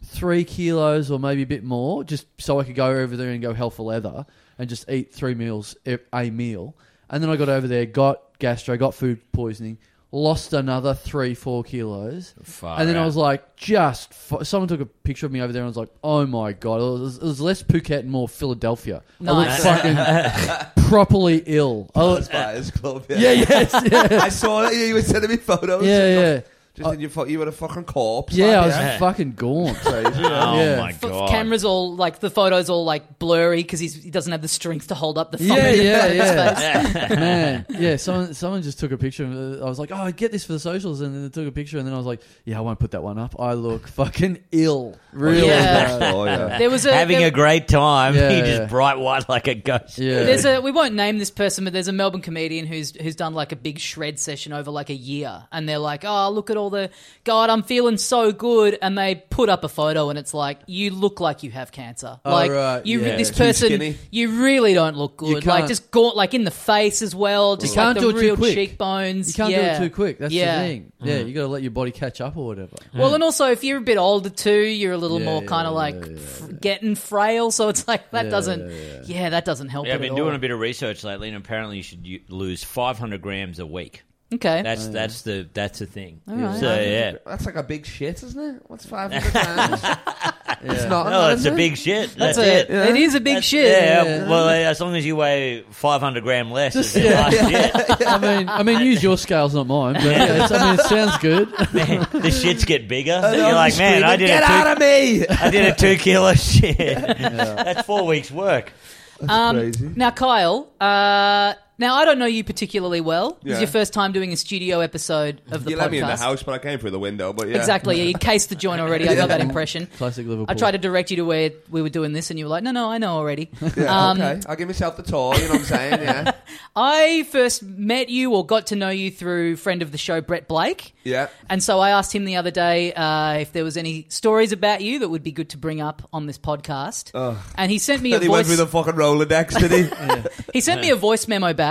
S2: three kilos or maybe a bit more, just so I could go over there and go hell for leather and just eat three meals e- a meal. And then I got over there, got gastro, got food poisoning, lost another three four kilos,
S4: Far
S2: and then I
S4: out.
S2: was like, just f- someone took a picture of me over there, and I was like, oh my god, it was, it was less Phuket and more Philadelphia.
S1: Nice.
S2: I looked fucking properly ill. I
S3: Oh,
S2: was,
S3: Spires Club.
S2: yeah, yes, yeah,
S3: I saw it. You were sending me photos.
S2: yeah, yeah.
S3: Just in your, fo- you were a fucking corpse.
S2: Yeah, I
S3: like,
S2: was
S4: Yeah.
S2: fucking gaunt.
S3: Crazy.
S4: Oh
S2: Yeah.
S4: my
S1: F-
S4: god!
S1: cameras all like the photos all like blurry because he doesn't have the strength to hold up the phone.
S2: Yeah,
S1: in
S2: yeah,
S1: front of his
S2: yeah.
S1: face.
S2: Man, yeah. Someone, someone just took a picture. Of, I was like, "Oh, I get this for the socials," and then they took a picture, and then I was like, "Yeah, I won't put that one up. I look fucking ill, really
S1: Yeah.
S2: bad."
S3: Oh, yeah.
S1: There was a
S4: Having
S1: there-
S4: a great time.
S2: Yeah,
S4: he
S2: yeah.
S4: just bright white like a ghost.
S2: Yeah.
S1: There's a we won't name this person, but there's a Melbourne comedian who's who's done like a big shred session over like a year, and they're like, "Oh, look at all the God, I'm feeling so good," and they put up a photo, and it's like, "You look like you have cancer.
S2: Oh,
S1: like
S2: right.
S1: you,
S2: Yeah.
S1: this
S3: Too
S1: person,
S3: skinny.
S1: you really don't look
S2: You
S1: good. Like
S2: can't-
S1: just gaunt, like in the face as well. Just
S2: can't
S1: like
S2: do
S1: the
S2: it too
S1: real
S2: quick.
S1: cheekbones.
S2: you can't
S1: Yeah.
S2: do it too quick. That's
S1: Yeah.
S2: the thing. Yeah, you got to let your body catch up or whatever.
S1: Well, and also if you're a bit older too, you're a little
S2: Mm. Yeah,
S1: more
S2: yeah,
S1: kind of
S2: yeah,
S1: like
S2: yeah,
S1: fr- getting frail. So it's like that
S2: Yeah,
S1: doesn't,
S2: yeah,
S1: yeah, that doesn't help.
S4: Yeah,
S1: it
S4: I've been
S1: at
S4: doing
S1: all.
S4: a bit of research lately, and apparently you should u- lose 500 grams a week.
S1: Okay,
S3: Oh,
S4: That's that's the that's the thing.
S1: right.
S4: So yeah,
S3: That's like a big shit, isn't it? What's 500 pounds? It's not.
S4: No,
S3: that
S4: Oh, it's
S3: is
S4: a
S3: it?
S4: big shit. That's,
S1: That's a,
S4: it.
S1: It is a big
S4: That's-
S1: shit.
S4: Yeah, well, as long as you weigh 500 gram less,
S2: Just-
S4: it's a lot of
S2: I mean, I mean, use your scales, not mine. But yeah, it's, I mean, it sounds good.
S4: shit. the shits get bigger.
S3: And
S4: You're
S3: I'm
S4: like, man, I
S3: screaming,
S4: did,
S3: Get
S4: a
S3: out
S4: two,
S3: of me!
S4: I did a two kilo shit. That's four weeks' work.
S1: Um,
S3: crazy.
S1: Now, Kyle, uh, now I don't know you particularly well. This
S3: Yeah.
S1: is your first time doing a studio episode of the
S3: You
S1: podcast.
S3: let me in the house, but I came through the window. But yeah,
S1: Exactly. Yeah, you cased the joint already. I got that impression.
S2: Classic Liverpool.
S1: I tried to direct you to where we were doing this, and you were like, "No, no, I know already."
S3: Yeah,
S1: Um,
S3: okay. I'll give myself the tour. You know what I'm saying? Yeah,
S1: I first met you or got to know you through friend of the show Brett Blake,
S3: yeah.
S1: and so I asked him the other day uh, if there was any stories about you that would be good to bring up on this podcast, and he sent me a
S3: And he went through
S1: voice.
S3: the fucking Rolodex, did he? yeah.
S1: He sent me a voice memo back.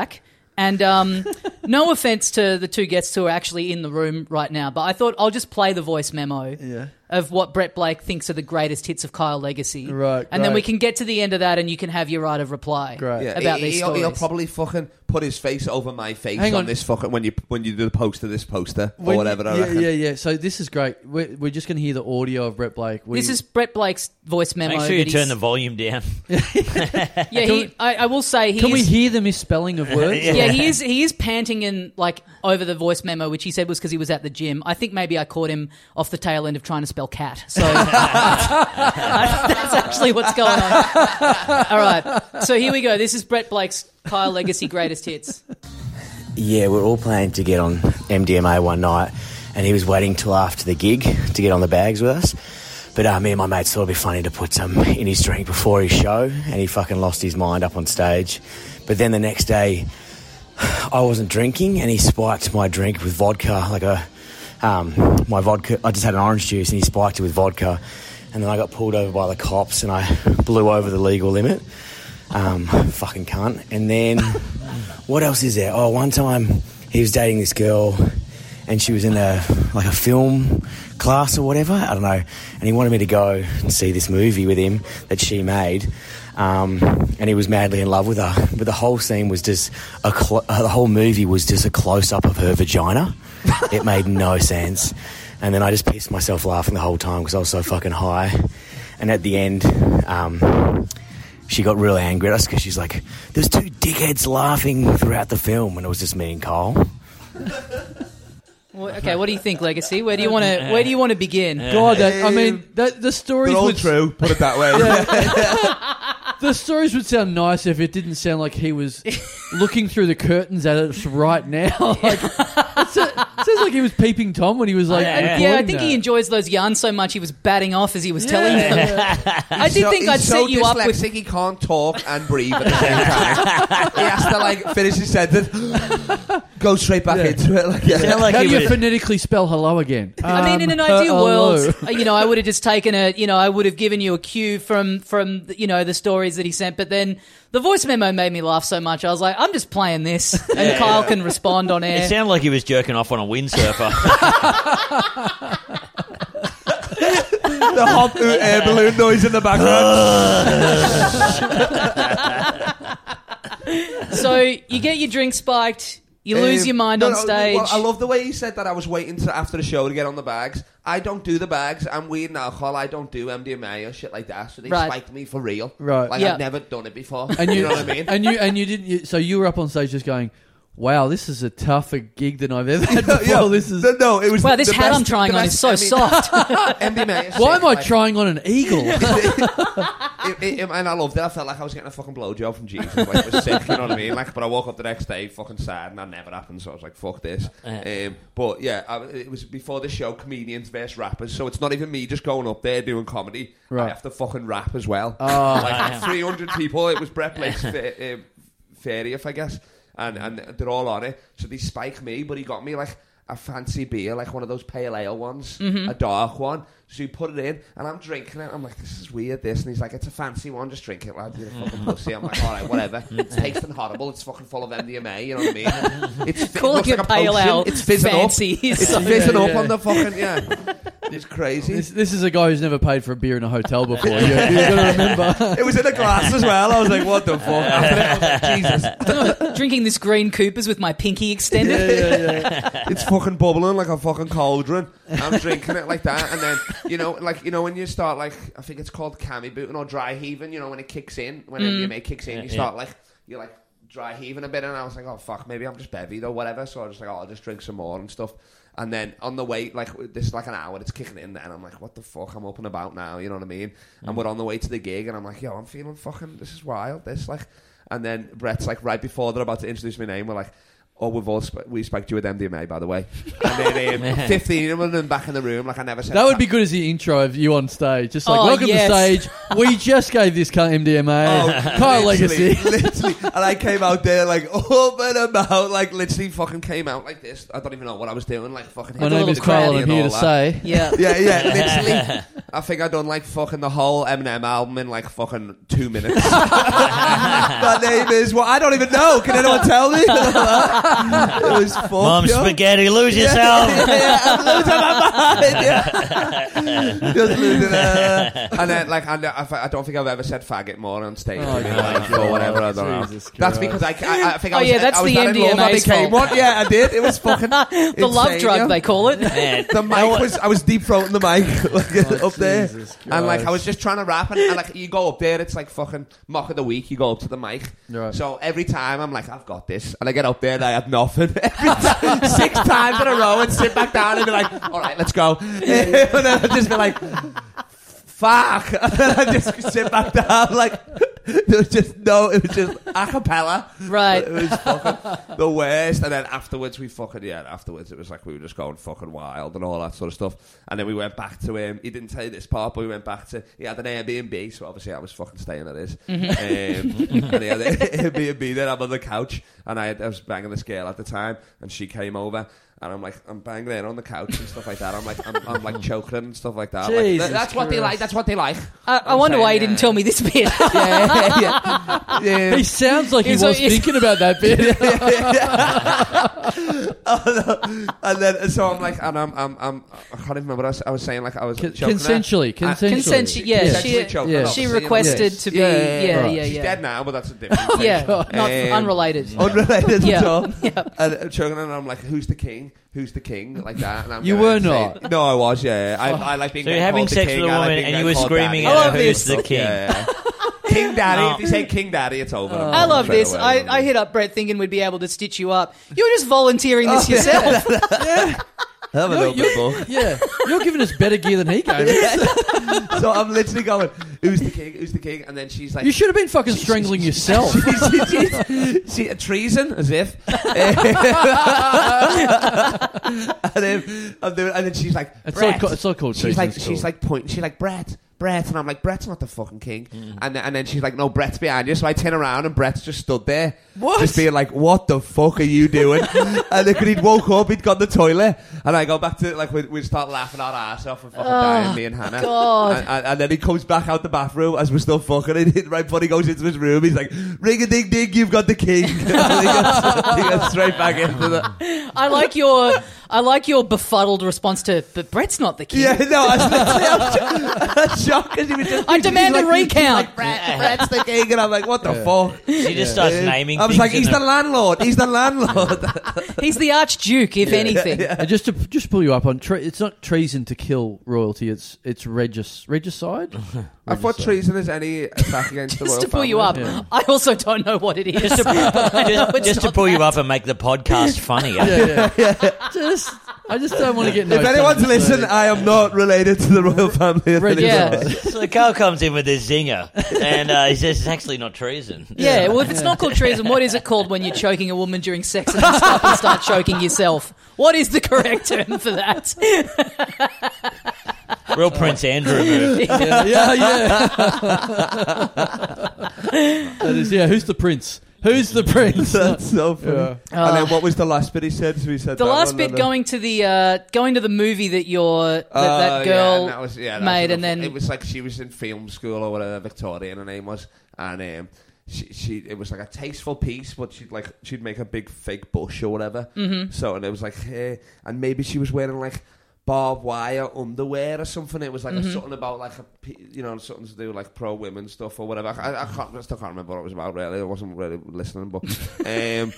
S1: And um, no offense to the two guests who are actually in the room right now, but I thought I'll just play the voice memo
S2: Yeah.
S1: of what Brett Blake thinks are the greatest hits of Kyle Legacy.
S2: Right,
S1: And then
S2: great.
S1: we can get to the end of that and you can have your right of reply.
S2: Great. Yeah,
S1: About
S3: he,
S1: these
S3: will
S1: stories.
S3: probably fucking put his face over my face
S2: Hang
S3: on,
S2: on.
S3: this fucking when you when you do the poster, this poster or
S2: When-
S3: whatever. I
S2: yeah,
S3: reckon.
S2: yeah, yeah. So this is great. We're, we're just going to hear the audio of Brett Blake. We,
S1: This is Brett Blake's voice memo.
S4: Make sure you
S1: that
S4: turn the
S1: he's-
S4: volume down.
S1: Yeah, he, I, I will say he
S2: Can we
S1: is-
S2: hear the misspelling of words?
S4: Yeah.
S1: yeah, he is he is panting and like over the voice memo, which he said was because he was at the gym. I think maybe I caught him off the tail end of trying to spell cat. So that's actually what's going on. All right, so here we go. This is Brett Blake's Kyle Legacy greatest hits.
S5: Yeah, we're all planning to get on MDMA one night, and he was waiting till after the gig to get on the bags with us. But uh, me and my mates thought it'd be funny to put some in his drink before his show, and he fucking lost his mind up on stage. But then the next day, I wasn't drinking, and he spiked my drink with vodka, like a um, my vodka. I just had an orange juice, and he spiked it with vodka. And then I got pulled over by the cops, and I blew over the legal limit. Um, fucking cunt. And then what else is there? Oh, one time he was dating this girl, and she was in a like a film class or whatever. I don't know. And he wanted me to go and see this movie with him that she made. Um, and he was madly in love with her, but the whole scene was just a clo- uh, the whole movie was just a close up of her vagina. it made no sense, and then I just pissed myself laughing the whole time because I was so fucking high. And at the end, um, she got really angry at us because she's like, "There's two dickheads laughing throughout the film," and it was just me and Cole.
S1: Well, okay, what do you think, Legacy? Where do you want to where do you want to begin?
S2: God, that, I mean, that, the stories
S3: They're all
S2: would
S3: true. Put it that way.
S2: the stories would sound nice if it didn't sound like he was looking through the curtains at us right now. like, it so- it sounds like he was peeping Tom when he was like,
S4: Yeah, yeah.
S1: Oh, Yeah, I
S2: recording
S1: think he
S2: that.
S1: enjoys those yarns so much he was batting off as he was telling
S2: Yeah.
S1: them. I did
S3: so,
S1: think
S3: he's
S1: I'd
S3: so
S1: set you up
S3: dyslexic,
S1: with
S3: He can't talk and breathe at the same time. he has to like finish his sentence, go straight back
S2: Yeah.
S3: into it. Like, yeah.
S4: Sound like
S2: How
S4: he
S2: do you
S4: would've-
S2: phonetically spell hello again?
S1: I mean, in an
S3: uh,
S2: Um,
S3: oh,
S1: ideal
S2: hello.
S1: world, uh, you know, I would have just taken a, you know, I would have given you a cue from from you know the stories that he sent, but then the voice memo made me laugh so much. I was like, I'm just playing this, and Kyle can respond on
S4: It
S1: air.
S4: sounded like he was jerking off on a windsurfer.
S3: the hot air balloon noise in the background.
S1: so you get your drink spiked, you lose
S3: Um,
S1: your mind
S3: no,
S1: on
S3: no,
S1: stage.
S3: well, I love the way he said that. I was waiting to, after the show to get on the bags. I don't do the bags. I'm weed and alcohol. I don't do MDMA or shit like that. So they
S1: Right.
S3: spiked me for real.
S2: Right.
S3: Like
S1: Yeah.
S3: I've never done it before.
S2: and you,
S3: know what I mean?
S2: And you and you didn't. You, so you were up on stage just going, "Wow, this is a tougher gig than I've ever had before.
S3: Yeah,
S2: this is
S3: no, no, it was.
S1: Wow, this
S3: the
S1: hat
S3: best-
S1: I'm trying
S3: the
S1: on
S3: best
S1: is so
S3: MD
S1: soft.
S3: MDMA. is
S2: why
S3: sick,
S2: am I
S3: like-
S2: trying on an eagle?
S3: It- it- it- and I loved it. I felt like I was getting a fucking blowjob from Jesus. Like, it was sick, you know what I mean? Like, but I woke up the next day fucking sad, and that never happened. So I was like, "Fuck this." Um, but yeah, I, it was before the show, comedians versus rappers. So it's not even me just going up there doing comedy. I
S2: Right.
S3: have to fucking rap as well.
S1: Oh,
S2: Oh,
S3: like three hundred people. It was Brett Blake's fa- um, fairy, I guess, and and they're all on it. So they spike me, but he got me like. A fancy beer, like one of those pale ale ones,
S1: Mm-hmm.
S3: a dark one. So you put it in, and I'm drinking it. I'm like, this is weird, this. And he's like, it's a fancy one, just drink it, lad. You're a fucking pussy. I'm like, all right, whatever. It's tasting horrible. It's fucking full of MDMA, you know what I mean? It's, it
S1: Calling
S3: looks
S1: it
S3: like a
S1: pale
S3: potion.
S1: ale
S3: It's fizzing up.
S1: fancy. is
S3: It's
S1: so-
S3: fizzing
S2: Yeah,
S3: up
S2: yeah.
S3: on the fucking, yeah. It's crazy.
S2: This, this is a guy who's never paid for a beer in a hotel before. you, have got to remember.
S3: It was in a glass as well. I was like, what the fuck? After that, I was like, Jesus.
S1: Drinking this green Coopers with my pinky extended.
S2: Yeah, yeah, yeah.
S3: It's fucking bubbling like a fucking cauldron. I'm drinking it like that, and then you know, like you know, when you start like I think it's called cami booting or dry heaving. You know, when it kicks in, when MDMA kicks in, you start like you're like dry heaving a bit, and I was like, oh fuck, maybe I'm just bevied or whatever. So I was just like, oh, I'll just drink some more and stuff. And then on the way, like this is like an hour, it's kicking in, and I'm like, what the fuck? I'm up and about now. You know what I mean? And
S2: Mm.
S3: we're on the way to the gig, and I'm like, yo, I'm feeling fucking. This is wild. This like. And then Brett's like, right before they're about to introduce my name, we're like, oh, we've all sp- we spoke to you with MDMA, by the way. And then um, 15 of them back in the room, like I never said
S2: That would be good as the intro of you on stage. Just like,
S1: Oh,
S2: welcome
S1: yes.
S2: to stage. We just gave this cunt MDMA. Kyle Oh,
S3: Oh, literally,
S2: Legacy.
S3: literally. And I came out there like up and about, like literally fucking came out like this. I don't even know what I was doing, like fucking.
S2: My
S1: Like a
S2: name
S1: little
S2: is Kyle, and I'm
S3: cranny
S2: here
S3: and
S2: to
S3: all
S2: say.
S1: Yeah.
S3: Yeah, yeah, literally. I think I done like fucking the whole Eminem album in like fucking two minutes. that name is what I don't even know. Can anyone tell me? it was fucked.
S4: Mom,
S3: yo.
S4: spaghetti, lose yourself.
S3: yeah, I'm losing my mind. Yeah. Just losing it. And then, like, and I, I don't think I've ever said faggot more on stage
S2: Oh,
S3: I mean,
S2: God.
S3: like, or whatever. I don't
S2: Jesus
S3: know. That's
S2: Christ.
S3: because I, I, I think
S1: Oh,
S3: I was,
S1: yeah, that's
S3: I was
S1: the
S3: that in love I
S1: MDMA's
S3: became
S1: fault.
S3: one. Yeah, I did. It was fucking
S1: the love drug, they call it.
S4: Man,
S3: the mic was I was deep throating the mic like,
S2: Oh,
S3: up there,
S2: Jesus
S3: and like I
S2: Christ.
S3: was just trying to rap, and, and like you go up there, it's like fucking mock of the week. You go up to the mic,
S2: Right.
S3: so every time I'm like, I've got this, and I get up there and I have nothing. Every time, six times in a row, and sit back down and be like, all right, let's go, and then I just be like. Fuck! And then I just sit back down like there was just no. It was just a cappella.
S1: Right.
S3: It was fucking the worst. And then afterwards, we fucking yeah. Afterwards, it was like we were just going fucking wild and all that sort of stuff. And then we went back to him. He didn't tell you this part, but we went back to he had an Airbnb, so obviously I was fucking staying at his. Um, and he had an Airbnb. Then I'm on the couch, and I, had, I was banging this girl at the time, and she came over. And I'm like, I'm banging her on the couch and stuff like that. I'm like, I'm, I'm like choking her and stuff like that. Like,
S2: Jesus
S3: that's what they
S2: Christ.
S3: like. That's what they like.
S1: I, I wonder
S3: saying,
S1: why you didn't
S3: yeah.
S1: tell me this bit.
S3: yeah, yeah. yeah.
S2: He sounds like he
S1: He's
S2: was
S1: like-
S2: thinking about that bit.
S3: Oh, no. and then so I'm like, and I'm, I'm, I'm I can't even remember what I was, I was saying. Like I was
S2: Con-
S3: choking her.
S2: consensually,
S3: I-
S2: consensually.
S1: Consensually, yeah,
S2: Yeah.
S1: she-
S3: Consensually choking
S2: yeah.
S3: her,
S1: She
S3: obviously,
S1: requested
S3: yes.
S1: to be. Oh Yeah, yeah, yeah.
S2: right.
S1: yeah,
S3: She's dead now, but that's a different thing.
S1: Yeah, not
S3: Um,
S1: unrelated.
S3: Unrelated
S1: Yeah.
S3: at all.
S1: Yeah.
S3: And I'm choking her, and I'm like, "Who's the king? Who's the king?" Like that. And I'm
S2: You
S3: going
S2: were
S3: insane.
S2: not.
S3: No, I was. Yeah, I, I like being.
S4: So you're
S3: called
S4: having
S3: the
S4: sex
S3: king,
S4: with a
S3: I like
S4: woman
S3: being
S4: and you were
S3: called
S4: screaming
S3: daddy.
S1: at
S3: I
S1: her,
S3: love
S1: "Who's
S3: this
S4: the
S3: stuff,
S4: king?"
S3: Yeah. king daddy.
S4: No.
S3: If you say king daddy, it's over.
S1: I love
S3: Straight
S1: this.
S3: away,
S1: I,
S3: you know.
S1: I hit up Brett thinking we'd be able to stitch you up. You're just volunteering this yourself.
S3: Have a
S2: You're,
S3: little bit more.
S2: you're, yeah, you're giving us better gear than he gave us.
S3: So I'm literally going, "Who's the king? Who's the king?" And then she's like,
S2: You should have been fucking strangling yourself.
S3: See, a treason, as if. and, then, I'm doing- and then she's like,
S2: It's
S3: Brett.
S2: not, called- it's not called
S3: she's
S2: treason,
S3: like,
S2: it's
S3: she's
S2: called-
S3: like pointing. She's like, Brett, Brett, and I'm like, Brett's not the fucking king. And then, and then she's like, no, Brett's behind you. So I turn around and Brett's just stood there,
S2: What?
S3: just being like, what the fuck are you doing? and then he'd woke up, he'd gone to the toilet, and I go back to like we we start laughing our ass off and fucking dying, me and Hannah.
S1: God.
S3: And, and, and then he comes back out the bathroom as we're still fucking. And right before he goes into his room, he's like, "Ring a ding ding, you've got the king." And he, goes, he goes straight back into the.
S1: I like your I like your befuddled response to but Brett's not the king.
S3: Yeah, no, I was literally I was shocked- I was shocked because he was just.
S1: I demand
S3: he's
S1: a
S3: like- he's
S1: recount.
S3: Like, Brett, Brett's the king, and I'm like, "What the fuck?"
S4: she just starts naming.
S3: I was
S4: things
S3: like,
S4: in
S3: "He's
S4: her-
S3: the landlord. He's the landlord."
S1: He's the archduke, if anything.
S2: And just to just pull you up on, tre- it's not treason to kill royalty. It's it's regis regicide.
S3: I thought treason is any attack against the royal
S1: Just to pull you
S3: family.
S1: up,
S2: Yeah.
S1: I also don't know what it is.
S4: Just to,
S1: No,
S4: just,
S1: it's
S4: just to
S1: not
S4: pull you
S1: that.
S4: up and make the podcast funny. eh?
S2: yeah, yeah. just I just don't want to get.
S3: If anyone's listening, I am not related to the royal family. at any
S1: Yeah.
S3: time.
S4: So Carl comes in with a zinger, and uh, he says it's actually not treason.
S1: Yeah, well, if it's not called treason, what is it called when you're choking a woman during sex and then stop and start choking yourself? What is the correct term for that?
S4: Real Prince Andrew move.
S2: yeah, yeah, yeah. that is, yeah. Who's the prince? Who's the prince?
S3: That's so funny.
S1: Oh.
S3: And then what was the last bit he said? So he said
S1: The
S3: that
S1: last
S3: one,
S1: bit
S3: and then-
S1: going to the uh, going to the movie that your that,
S3: Oh,
S1: that
S3: yeah,
S1: girl
S3: and that was- yeah, that was
S1: made,
S3: enough.
S1: and then
S3: it was like she was in film school or whatever. Victoria, her name was, and um, she, she it was like a tasteful piece, but she'd like
S1: Mm-hmm.
S3: she'd make a big fake bush or whatever. So and it was like, eh, and maybe she was wearing like. barbed wire underwear or something. It was like
S1: Mm-hmm.
S3: a, something about like a p- you know something to do with like pro women stuff or whatever. I, I can't, I still can't remember what it was about really. I wasn't really listening, but um,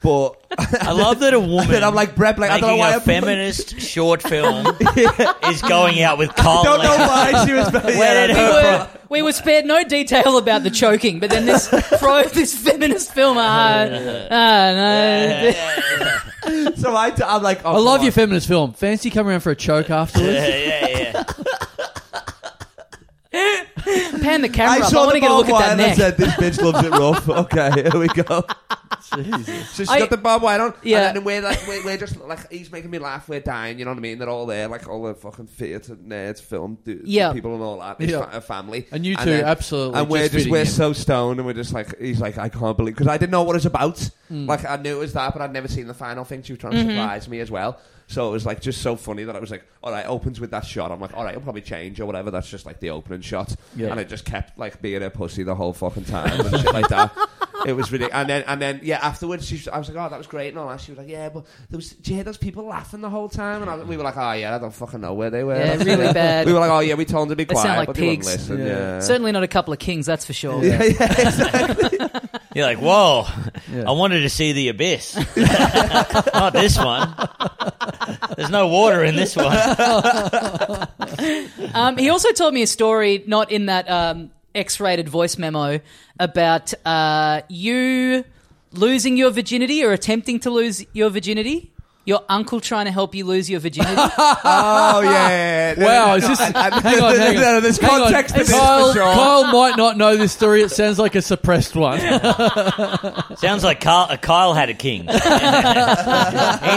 S3: but
S4: I love that a woman.
S3: I'm like, Brett, like, I
S4: making
S3: don't know why
S4: a
S3: I'm-
S4: feminist short film is going out with Carl.
S3: don't know
S4: Lentz.
S3: why she was. Very,
S4: Where
S3: yeah,
S4: did
S1: We
S4: he-
S3: no,
S1: were, we were spared no detail about the choking, but then this pro, this feminist film, uh, uh, no.
S4: Yeah,
S3: so I, t- I'm like, oh,
S2: I love
S3: come
S2: your
S3: on.
S2: feminist film. Fancy come around for a choke afterwards.
S4: yeah, yeah.
S1: Pan the camera
S3: I
S1: up. I
S3: saw
S1: want
S3: the
S1: to get a
S3: barbed
S1: look
S3: wire
S1: at that
S3: and I
S1: neck.
S3: said, "This bitch loves it rough." Okay, here we go. So she's
S1: I-
S3: got the barbed wire on,
S1: Yeah.
S3: and then we're like, we're, we're just like, he's making me laugh. We're dying, you know what I mean? They're all there, like all the fucking theatre nerds, film dudes,
S1: Yeah.
S3: people, and all that. His
S2: Yeah.
S3: fa- her family,
S2: And you two
S3: then-
S2: absolutely
S3: And we're
S2: just
S3: just,
S2: fitting
S3: we're
S2: in.
S3: so stoned, and we're just like, he's like, I can't believe because I didn't know what it was about.
S1: Mm.
S3: Like I knew it was that, but I'd never seen the final thing. She was trying
S1: Mm-hmm.
S3: to surprise me as well. So it was like just so funny that I was like, all right, opens with that shot. I'm like, all right, it'll probably change or whatever. That's just like the opening shot.
S2: Yeah.
S3: And it just kept like being a pussy the whole fucking time and shit like that. It was really, and then and then yeah. Afterwards, she, was- I was like, "Oh, that was great," and all that. She was like, "Yeah, but there was, did you hear those people laughing the whole time?" And I, we were like, "Oh yeah, I don't fucking know where they were."
S1: Yeah, really bad.
S3: We were like, "Oh yeah, we told them to be
S1: They
S3: quiet,
S1: sound like
S3: but they wouldn't
S1: pigs.
S3: listen."
S2: Yeah.
S3: Yeah.
S1: Certainly not a couple of kings, that's for sure.
S3: Yeah, yeah.
S4: You're like, whoa!
S2: Yeah.
S4: I wanted to see the abyss, not this one. There's no water in this one.
S1: Um, he also told me a story, not in that um, X-rated voice memo, about uh, you losing your virginity or attempting to lose your virginity. Your uncle trying to help you lose your virginity.
S3: Oh yeah. No,
S2: Wow,
S3: no,
S2: is this?
S3: I- I-
S2: hang on, hang on.
S3: No, there's
S2: Hang on.
S3: context to this
S2: Kyle,
S3: for sure.
S2: Kyle might not know this story. It sounds like a suppressed one.
S4: Sounds like Kyle, Kyle had a king. he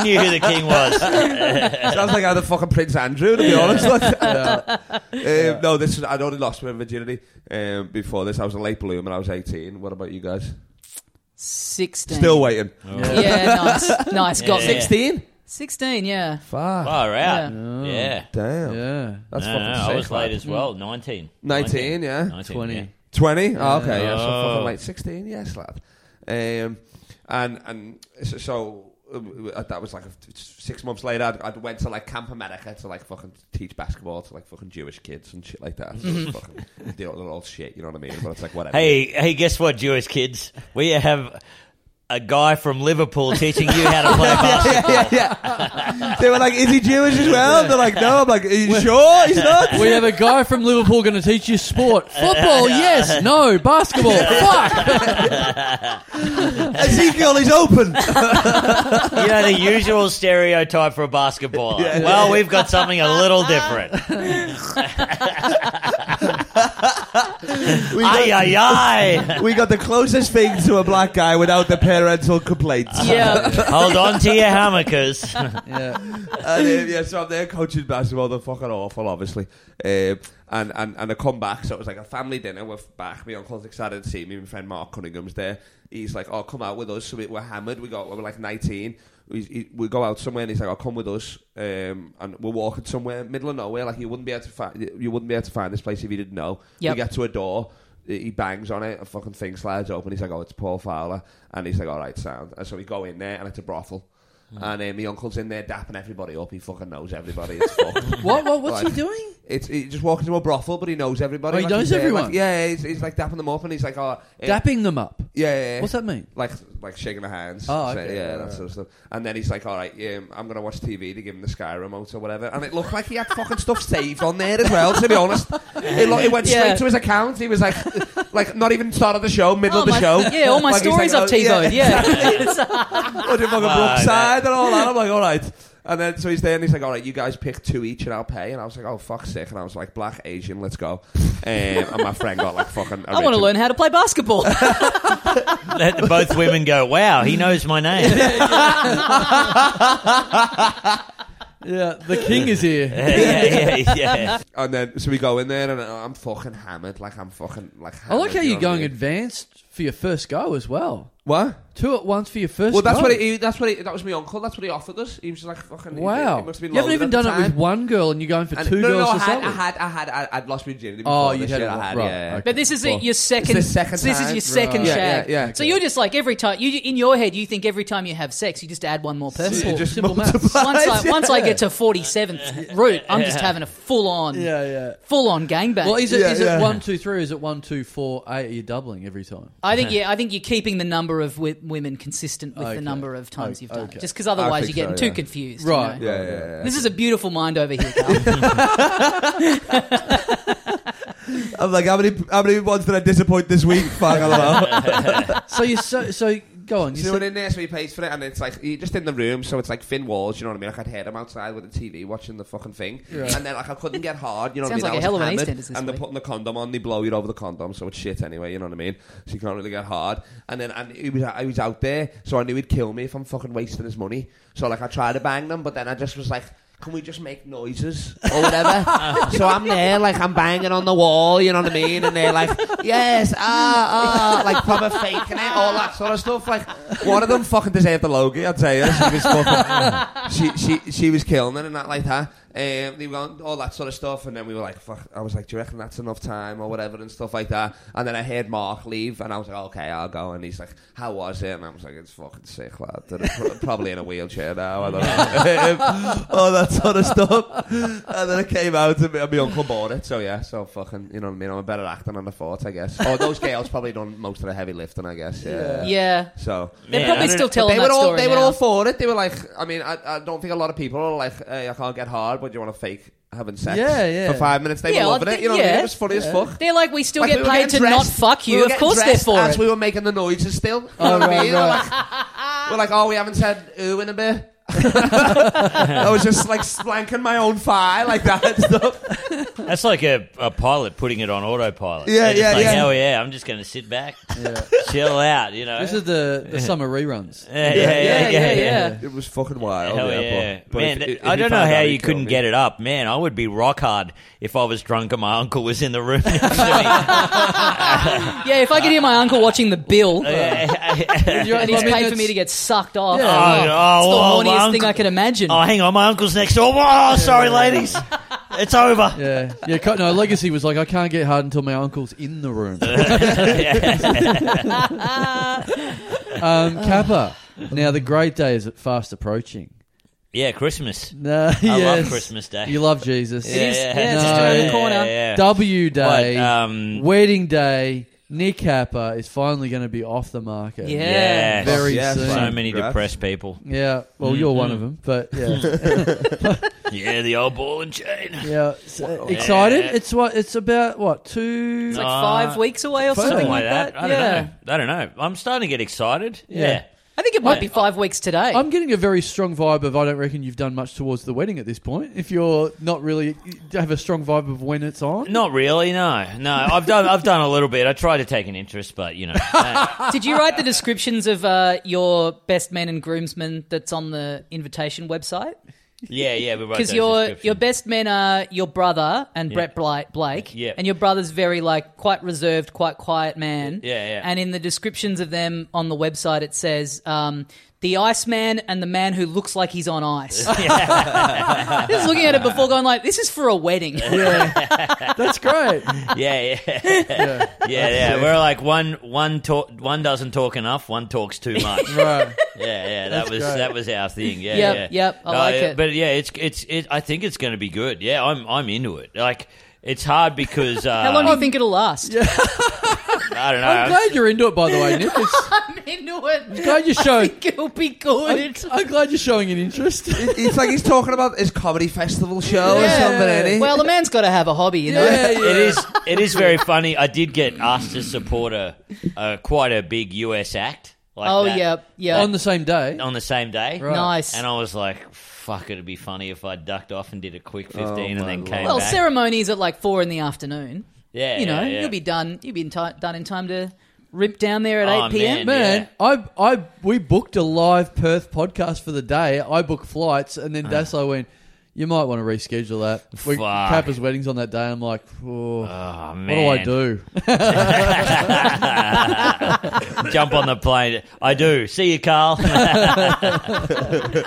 S4: knew who the king was.
S3: Sounds like how the fucking Prince Andrew, to be honest. um, no, this is, I'd already lost my virginity um, before this. I was a late bloomer. I was 18. What about you guys?
S1: Sixteen.
S3: Still waiting.
S1: Yeah, nice, nice. Got
S4: Yeah.
S1: me.
S3: 16?
S1: Sixteen. Yeah.
S3: Fuck.
S4: Far out.
S1: Yeah.
S4: Yeah.
S3: Damn.
S2: Yeah,
S3: That's
S4: No,
S3: fucking
S4: no,
S3: sick.
S4: I was late
S3: lad.
S4: as well. 19.
S3: 19, yeah.
S4: 19,
S2: twenty.
S4: yeah.
S3: 20? Oh, okay, yeah. So
S4: Oh.
S3: fucking late 16, yes, lad. Um, and and so, so uh, that was like a, six months later. I'd, I'd went to like Camp America to like fucking teach basketball to like fucking Jewish kids and shit like that. So it's fucking, they're all they're all shit, you know what I mean? But it's like whatever.
S4: Hey, hey, guess what, Jewish kids? We have a guy from Liverpool teaching you how to play basketball.
S3: yeah, yeah. They were like, "Is he Jewish as well?" They're like, "No." I'm like, "Are you sure he's not?"
S2: We have a guy from Liverpool going to teach you sport. Football, yes. No, basketball. Fuck.
S3: Ezekiel is open.
S4: You know, the usual stereotype for a basketballer.
S3: Yeah.
S4: well, we've got something a little different.
S3: We
S4: Ay,
S3: got,
S4: ay, ay.
S3: we got the closest thing to a black guy without the parental complaints.
S1: Yeah.
S4: Hold on to your hammockers.
S2: Yeah.
S3: and, uh, yeah, so I'm there coaching basketball. They're fucking awful, obviously. Um, and, and, and I come back, so it was like a family dinner. We're back. My uncle's excited to see me. My friend Mark Cunningham's there. He's like, oh, come out with us. So we, we're hammered. We got, we're like 19. We, he- we go out somewhere and he's like, "Oh, come with us." Um, and we're walking somewhere, middle of nowhere. Like you wouldn't be able to find, you wouldn't be able to find this place if you didn't know.
S1: Yep.
S3: We get to a door, he bangs on it, a fucking thing slides open. He's like, "Oh, it's Paul Fowler," and he's like, "All right, sound." And so we go in there, and it's a brothel.
S2: Hmm.
S3: And uh, my uncle's in there dapping everybody up. He fucking knows everybody. It's fucked.
S2: What? What? What's
S3: Like-
S2: he doing?
S3: It's he just walking into a brothel, but he knows everybody.
S2: Oh, he knows
S3: he's there,
S2: everyone?
S3: like- yeah, he's, he's like dapping them up, and he's like, "Oh, eh,
S2: Dapping them up.
S3: yeah, yeah, yeah."
S2: What's that mean?
S3: Like, like shaking the hands.
S2: Oh,
S3: So,
S2: okay.
S3: yeah, that sort of stuff. And then he's like, "All right, um, I'm gonna watch TV to give him the Sky remote or whatever." And it looked like he had fucking stuff saved on there as well. To be honest, it, lo- it went
S1: Yeah.
S3: straight to his account. He was like, like not even start of the show, middle
S1: Oh,
S3: of the
S1: my-
S3: show.
S1: yeah, all my
S3: Like, he's
S1: stories
S3: like,
S1: I've
S3: oh, yeah.
S1: T-boned. Yeah. uh,
S3: What fucking
S4: Fuck
S3: Brookside and all that? I'm like, all right. And then so he's there and he's like, all right, you guys pick two each and I'll pay. And I was like, oh fuck, sick. And I was like, black Asian, let's go. Um, and my friend got like fucking.
S1: I want to learn how to play basketball.
S4: Let the both women go, wow, he knows my name.
S2: Yeah. The king is here.
S4: yeah, yeah, yeah.
S3: And then so we go in there and uh, I'm fucking hammered, like I'm fucking like.
S2: I
S3: Hammered,
S2: like how
S3: you
S2: you're
S3: know what I
S2: going
S3: mean?
S2: advanced for your first go as well.
S3: What?
S2: Two at once for your first.
S3: Well, that's
S2: one.
S3: what he, that's what he, that was my uncle. That's what he offered us. He was like, "Fucking
S2: Wow.
S3: It must have been
S2: you haven't
S3: loaded
S2: even
S3: at
S2: done
S3: the
S2: it with
S3: time.
S2: one girl, and you're going for
S3: And-
S2: two
S3: no,
S2: girls
S3: no, I
S2: for
S3: had, I
S2: something.
S3: had, I had, I had, I'd lost my virginity.
S2: Oh,
S3: before
S2: you
S3: this
S2: had
S3: year.
S2: it
S3: I had,
S2: right,
S3: yeah.
S2: okay.
S1: But this is
S2: Well,
S1: your second.
S3: it's the second
S1: This is
S3: time,
S1: your second
S2: right.
S3: Yeah,
S1: shag.
S3: yeah, yeah,
S1: so
S3: okay.
S1: you're just like every time you in your head you think every time you have sex you just add one more person.
S2: Simple,
S3: It just
S2: simple maths.
S3: multiplies.
S1: Once I once I get to forty seventh route, I'm just having a full on
S2: Yeah, yeah.
S1: full on gangbang.
S2: Well, is it is
S3: Yeah, yeah.
S2: it one two three? Or is it one two four eight? Are you doubling every time?
S1: I think yeah, I think you're keeping the number of wi- women consistent with
S2: Okay.
S1: the number of times
S2: Oh,
S1: you've done
S2: okay.
S1: it. Just because
S3: I
S1: otherwise you're getting
S3: think so,
S1: too
S3: yeah.
S1: confused. you
S2: Right.
S1: know?
S3: Yeah, yeah, yeah.
S1: This is a beautiful mind over here. Carl.
S3: I'm like, how many, how many ones did I disappoint this week? Fuck, I don't know.
S2: So you so so go on. You
S3: so
S2: said-
S3: went in there, so he pays for it, and it's like, he- just in the room, so it's like thin walls, you know what I mean? Like, I'd hear him outside with the TV watching the fucking thing,
S2: Yeah.
S3: and then, like, I couldn't get hard, you know
S1: Sounds
S3: what I mean?
S1: like a
S3: I was
S1: hell of an
S3: hammered,
S1: EastEnders this
S3: And they're
S1: week.
S3: putting the condom on, they blow you over the condom, so it's shit anyway, you know what I mean? So you can't really get hard. And then and he, was, I was out there, so I knew he'd kill me if I'm fucking wasting his money. So, like, I tried to bang them, but then I just was like, can we just make noises or whatever? so I'm there, like I'm banging on the wall, you know what I mean? And they're like, yes, ah, ah, like proper faking it, all that sort of stuff. Like one of them fucking deserved the logie, I'll tell you. She was fucking, she, she, she was killing it and that like that. Um, they were going, all that sort of stuff, and then we were like, fuck, I was like, do you reckon that's enough time or whatever and stuff like that? And then I heard Mark leave, and I was like, okay, I'll go. And he's like, how was it? And I was like, it's fucking sick, lad. They're pro- probably in a wheelchair now. I don't know. all that sort of stuff. And then I came out, and my, my uncle bought it. So yeah, so fucking, you know what I mean? I'm a better actor than I thought, I guess. Or those girls probably done most of the heavy lifting, I guess. Yeah.
S1: yeah,
S3: So
S1: they're
S4: Man, I
S1: probably
S4: don't-
S1: still
S4: but
S1: telling
S3: they
S1: that
S3: were all
S1: story
S3: they were
S1: now.
S3: all for it. They were like, I mean, I, I don't think a lot of people are like, hey, I can't get hard, but do you want to fake having sex
S2: Yeah, yeah.
S3: for five minutes? They
S1: Yeah,
S3: were loving
S1: I
S3: it. You know
S1: think-
S3: what I mean?
S1: yeah.
S3: It was funny as fuck.
S1: They're like, we still
S3: Like,
S1: get
S3: we were
S1: paid to
S3: getting
S1: not
S3: dressed-
S1: fuck
S3: we
S1: you.
S3: were
S1: of
S3: getting
S1: course they're
S3: dressed
S1: for
S3: as
S1: it.
S3: we were making the noises still. You know
S2: Oh,
S3: what I
S2: right,
S3: mean? We're
S2: right.
S3: like- We're like, oh, we haven't said ooh in a bit. I was just like splanking my own thigh like that and stuff.
S4: That's like a, a pilot putting it on autopilot.
S3: Yeah,
S4: They're just
S3: yeah,
S4: like,
S3: yeah.
S4: Oh yeah, I'm just going to sit back, chill out. You know.
S2: This is the, the summer reruns.
S4: yeah, yeah, yeah,
S1: Yeah, yeah,
S4: yeah.
S1: yeah.
S3: It was fucking wild.
S4: Hell yeah,
S3: Oh, yeah, But, but
S4: man!
S3: if- if
S4: I
S3: you
S4: don't know
S3: found
S4: how
S3: out,
S4: you
S3: it'd kill
S4: couldn't
S3: me.
S4: get it up, man. I would be rock hard if I was drunk and my uncle was in the room. next to
S1: Yeah, if I could hear my uncle watching the bill.
S4: me. Yeah.
S2: You know,
S1: And he's paid
S2: I mean,
S1: for
S2: that's-
S1: me to get sucked off.
S2: Yeah.
S1: Oh,
S4: Oh,
S1: it's
S4: oh, well,
S1: the horniest
S4: my
S1: thing I
S4: uncle-
S1: could imagine.
S4: Oh, hang on, my uncle's next door. Oh, sorry, ladies, it's over.
S2: Yeah, yeah. co- No, legacy was like I can't get hard until my uncle's in the room. um, Kappa. Now the great day is fast approaching.
S4: Yeah, Christmas.
S2: No,
S4: I
S2: yes.
S4: love Christmas Day.
S2: You love Jesus.
S4: yeah,
S1: is-
S4: yeah,
S1: yeah, it's
S2: just around the
S1: corner.
S4: yeah, yeah.
S2: W Day,
S4: But, um,
S2: wedding day. Nick Kappa is finally going to be off the market.
S1: Yeah.
S4: yeah,
S2: Very
S3: Yes.
S2: soon.
S4: so many
S3: Congrats.
S4: depressed people.
S2: Yeah. Well, you're one
S4: Mm-hmm.
S2: of them, but yeah,
S4: Yeah, the old ball and chain.
S2: yeah. So, excited?
S4: Yeah.
S2: It's what? It's about what? Two.
S1: it's like
S4: Uh,
S1: five weeks away or
S2: something
S1: something,
S4: Something
S1: like that.
S4: I
S1: yeah.
S4: don't know. I don't know. I'm starting to get excited.
S2: Yeah.
S4: Yeah.
S1: I think it might
S4: Yeah.
S1: be five weeks today.
S2: I'm getting a very strong vibe of I don't reckon you've done much towards the wedding at this point. If you're not really have a strong vibe of when it's on.
S4: Not really, no. No. I've done I've done a little bit. I tried to take an interest, but you know.
S1: Did you write the descriptions of uh, your best men and groomsmen that's on the invitation website?
S4: yeah, yeah, we wrote
S1: Because
S4: those
S1: your
S4: descriptions.
S1: your best men are your brother and
S4: Yeah.
S1: Brett Blake, Blake
S4: Yeah.
S1: and your brother's very like quite reserved, quite quiet man.
S4: Yeah, yeah.
S1: And in the descriptions of them on the website, it says um, the Iceman and the man who looks like he's on ice. I was looking at it before, going like, "This is for a wedding."
S2: That's great.
S4: Yeah, yeah. yeah, yeah. We're like one one talk one doesn't talk enough, one talks too much.
S2: Right.
S4: Yeah, yeah, that was
S2: great.
S4: that was our thing. Yeah,
S1: Yep,
S4: yeah.
S1: yep, I
S4: No,
S1: like
S4: yeah,
S1: it.
S4: But yeah, it's it's it, I think it's going to be good. Yeah, I'm I'm into it. Like it's hard because uh,
S1: How long do you think it'll last?
S4: I don't know.
S2: I'm glad you're into it, by the way, Nick. It's
S1: I'm into it.
S2: glad you showed.
S1: It'll be good.
S2: I'm glad you're showing an interest.
S3: It's like he's talking about his comedy festival show
S2: Yeah.
S3: or something. Ain't he?
S1: Well, the man's got to have a hobby, you know.
S2: yeah,
S4: it is it is very funny. I did get asked to support a, a quite a big US act. Like
S1: Oh
S4: that,
S1: yeah, yeah.
S2: on the same day.
S4: On the same day.
S2: Right.
S1: nice.
S4: And I was like, fuck, it'd be funny if I ducked off and did a quick 15 and then came
S1: well,
S4: back.
S1: ceremonies at like four in the afternoon.
S4: yeah,
S1: you know,
S4: yeah, yeah.
S1: you'll be done. You'll be in ti done in time to rip down there at
S4: Oh,
S1: eight p.m.
S2: Man,
S4: man.
S2: I, I, we booked a live Perth podcast for the day. I booked flights, and then Dasso went. you might want to reschedule that. We,
S4: Ah. Fuck.
S2: Kappa's wedding's on that day. I'm like, oh,
S4: Oh
S2: what
S4: man,
S2: do I do?
S4: Jump on the plane. I do. See you, Carl.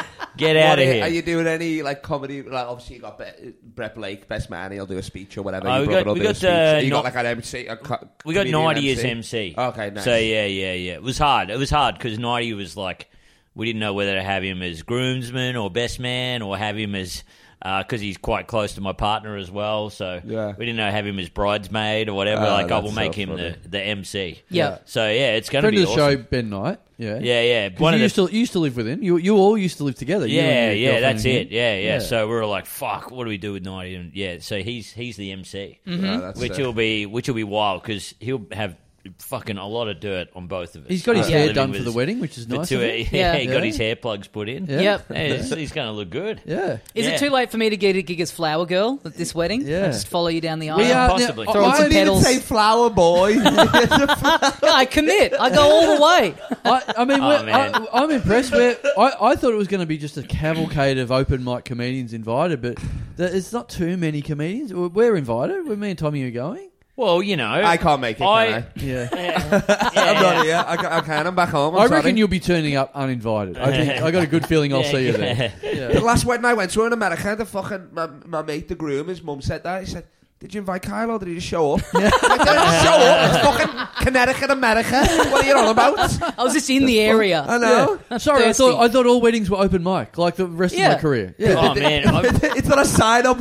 S4: Get out of
S3: What are-
S4: here.
S3: Are you doing any like comedy? Like obviously you got Be- Brett Blake, best man. He'll do a speech or whatever.
S4: Oh,
S3: Your
S4: we
S3: brother
S4: got-
S3: will
S4: we
S3: do a
S4: got,
S3: speech.
S4: uh,
S3: you
S4: no-
S3: got like an MC. A co-
S4: We got
S3: comedian
S4: Nighty as MC.
S3: Okay, nice.
S4: So yeah, yeah, yeah. It was hard. It was hard because Nighty was like, we didn't know whether to have him as groomsman or best man or have him as because he's quite close to my partner as well. So
S3: Yeah.
S4: we didn't know have him as bridesmaid or whatever.
S3: Ah,
S4: like, I
S3: that's
S4: will
S3: so
S4: make him
S3: funny.
S4: the, the MC.
S1: Yeah.
S4: So yeah, it's going to
S2: Friend
S4: be
S2: of the
S4: awesome.
S2: show, Ben Knight. Yeah,
S4: Yeah, yeah.
S2: 'Cause
S4: One
S2: you
S4: of the
S2: used to you used to live with him. You you all used to live together. you
S4: yeah,
S2: and your
S4: yeah,
S2: girlfriend
S4: that's
S2: and
S4: it.
S2: him.
S4: Yeah, yeah,
S2: Yeah.
S4: So we were like, "Fuck, what do we do with Nighty?" And yeah, so he's he's the MC,
S3: Yeah, Mm-hmm.
S2: Mm-hmm.
S3: that's
S4: which
S3: it.
S4: will be which will be wild because he'll have fucking a lot of dirt on both of us.
S2: He's got his
S4: Us
S2: hair
S4: living
S2: done
S4: with
S2: for the
S4: us
S2: wedding, which is
S4: for
S2: nice.
S4: two-
S2: of him.
S4: yeah,
S1: Yeah.
S4: he got
S2: Yeah.
S4: his hair plugs put in.
S2: Yeah.
S1: Yep.
S4: Yeah, he's, he's going to look good.
S2: yeah.
S1: Is
S4: Yeah.
S1: it too late for me to get a gig as Flower Girl at this wedding?
S2: Yeah.
S1: I'll just follow you down the aisle.
S4: are- Possibly.
S2: Now,
S1: Throw in
S2: I-
S1: some
S3: Didn't even
S1: Petals.
S3: say flower boy.
S1: No, I commit. I go all the way.
S2: I, I mean,
S4: Oh,
S2: we're-
S4: man.
S2: I, I'm impressed. Where I, I thought it was going to be just a cavalcade of open mic comedians invited, but there- it's not too many comedians. We're- We're invited. We're me and Tommy are going.
S4: Well, you know,
S3: I can't make it.
S4: I-
S3: Can I?
S2: Yeah,
S3: I'm not here. I, ca- I can. I'm back home. I'm
S2: I
S3: sorry.
S2: reckon you'll be turning up uninvited. I think I got a good feeling I'll
S4: Yeah,
S2: see you
S4: yeah.
S2: there.
S3: The
S2: Yeah.
S3: last wedding I went to in America, the fucking my, my mate, the groom, his mum said that. He said, "Did you invite Kyle or did he just show up?" like, "They didn't show up. It's fucking Connecticut, America. What are you on about?
S1: I was just in the
S3: I
S1: area.
S3: know.
S2: Yeah. Sorry, I
S1: thirsty.
S2: thought I thought all weddings were open mic, like the rest of
S1: Yeah.
S2: my career. Yeah,
S4: Oh man, I,
S3: it's not a sign-up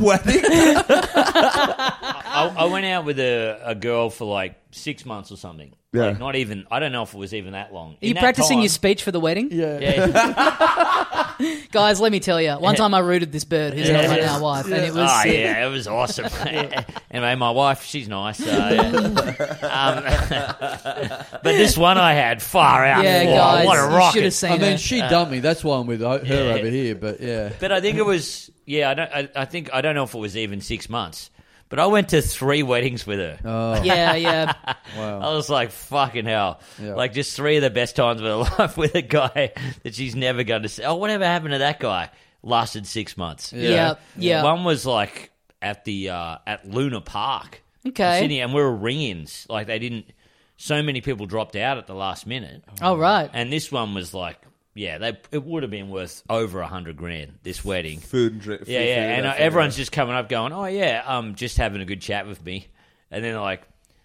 S3: wedding.
S4: I, I went out with a, a girl for like six months or something.
S3: Yeah.
S4: Like, not even. I don't know if it was even that long.
S1: Are you practicing your speech for the wedding?
S2: yeah.
S4: Yeah,
S1: Guys, let me tell you. One time I rooted this bird who's
S4: Yeah.
S1: not my now wife, and it was
S4: oh,
S1: sick.
S4: yeah, it was awesome. anyway, my wife, she's nice. So, yeah. um, but this one I had far out.
S1: Yeah,
S4: Whoa,
S1: guys,
S4: what a
S1: you should
S4: rocket!
S1: have seen
S2: I mean,
S1: it.
S2: she dumped me. That's why I'm with her
S4: Yeah.
S2: over here. But yeah,
S4: But I think it was. Yeah, I don't. I, I think I don't know if it was even six months. But I went to three weddings with her.
S1: yeah, yeah.
S2: wow.
S4: I was like, fucking hell.
S2: Yeah.
S4: Like, just three of the best times of her life with a guy that she's never going to see. Oh, whatever happened to that guy? Lasted six months. you
S1: Yeah.
S4: know?
S1: Yeah.
S4: One was like at the, uh, at Luna Park. in
S1: Okay.
S4: Sydney, and we were ring-ins. Like, they didn't, so many people dropped out at the last minute.
S1: All right.
S4: And this one was like, yeah, they, it would have been worth over a hundred grand, this wedding.
S3: Food and drink.
S4: Yeah, yeah, and uh, everyone's just coming up, going, "Oh yeah, um, just having a good chat with me," and then they're like,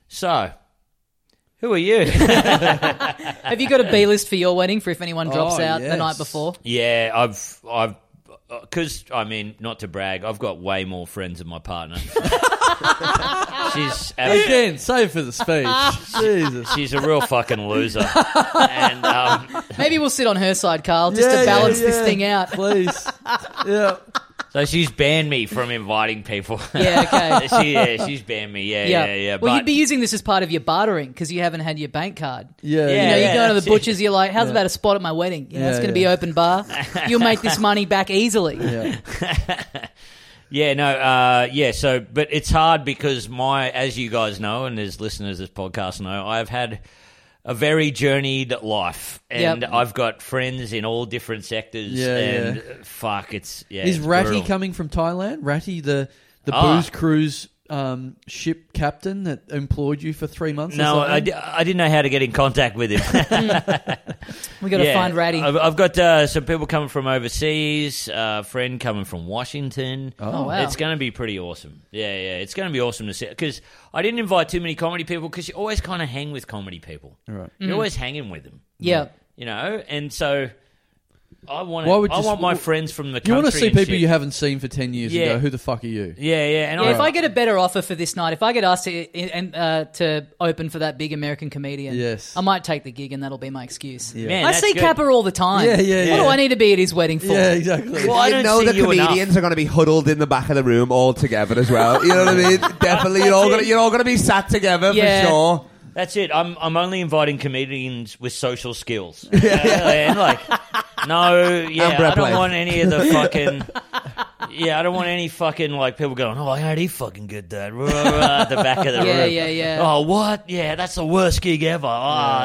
S4: "So, who are you?"
S1: Have you got a B list for your wedding for if anyone drops
S2: Oh,
S1: out the
S2: yes.
S1: night before?
S4: yeah, I've, I've, because I mean, not to brag, I've got way more friends than my partner. she's a,
S2: Again, save for the speech. Jesus.
S4: she's a real fucking loser, and um,
S1: Maybe we'll sit on her side, Carl, just
S2: Yeah,
S1: to balance
S2: yeah,
S1: this
S2: yeah.
S1: thing out.
S2: Please. Yeah.
S4: so she's banned me from inviting people.
S1: Yeah, okay.
S4: she, yeah, she's banned me. Yeah, yeah, yeah.
S1: Well,
S4: but
S1: you'd be using this as part of your bartering because you haven't had your bank card. You
S2: Yeah.
S1: know,
S4: Yeah,
S1: you go to
S4: that's
S1: the
S4: it.
S1: butcher's, you're like, how's about a spot at my wedding? You know,
S2: Yeah,
S1: it's going to
S2: yeah.
S1: be open bar. You'll make this money back easily.
S2: yeah.
S4: Yeah, no, uh, yeah. So, but it's hard because my, as you guys know, and as listeners of this podcast know, I've had a very journeyed life, and
S1: Yep.
S4: I've got friends in all different sectors.
S2: Yeah,
S4: and uh,
S2: yeah.
S4: fuck, it's yeah.
S2: Is
S4: it's
S2: Ratty
S4: brutal.
S2: coming from Thailand? Ratty, the the
S4: Ah.
S2: booze cruise um, ship captain that employed you for three months. or
S4: No, I,
S2: something?
S4: di- I didn't know how to get in contact with him.
S1: we got to
S4: Yeah.
S1: find Ratty.
S2: Um,
S4: I've, I've got uh, some people coming from overseas, uh, a friend coming from Washington.
S1: Oh, wow.
S4: It's going to be pretty awesome. Yeah, yeah. It's going to be awesome to see. Because I didn't invite too many comedy people because you always kind of hang with comedy people.
S2: Right.
S1: Mm.
S4: You're always hanging with them.
S1: yeah.
S4: You know? And so I want
S2: Why would
S4: I
S2: you-
S4: want my friends from the country.
S2: You want to see
S4: and
S2: people
S4: shit.
S2: you haven't seen for ten years
S4: Yeah.
S2: and go, who the fuck are you?
S4: Yeah, yeah. And
S1: Yeah,
S4: I,
S1: if I get a better offer for this night, if I get asked to and uh, to open for that big American comedian,
S2: Yes.
S1: I might take the gig, and that'll be my excuse.
S4: Man,
S1: I
S4: that's
S1: see
S4: good.
S1: Kappa all the time.
S2: Yeah, yeah,
S1: What do
S2: yeah.
S1: I need to be at his wedding for?
S2: Yeah, exactly.
S4: Well, I
S3: you
S4: don't
S3: know
S4: see
S3: the
S4: you
S3: comedians are going to be huddled in the back of the room all together as well. You know what I mean? Definitely, you're all going to, you're all going to be sat together
S1: Yeah.
S3: for sure.
S4: That's it. I'm I'm only inviting comedians with social skills. You know, and like, no, yeah,
S3: And Brett
S4: I don't
S3: Blake.
S4: want any of the fucking. Yeah, I don't want any fucking like people going. Oh, I heard he fucking good that at the back of the
S1: Yeah,
S4: room.
S1: yeah, yeah.
S4: Oh, what? Yeah, that's the worst gig ever. Oh,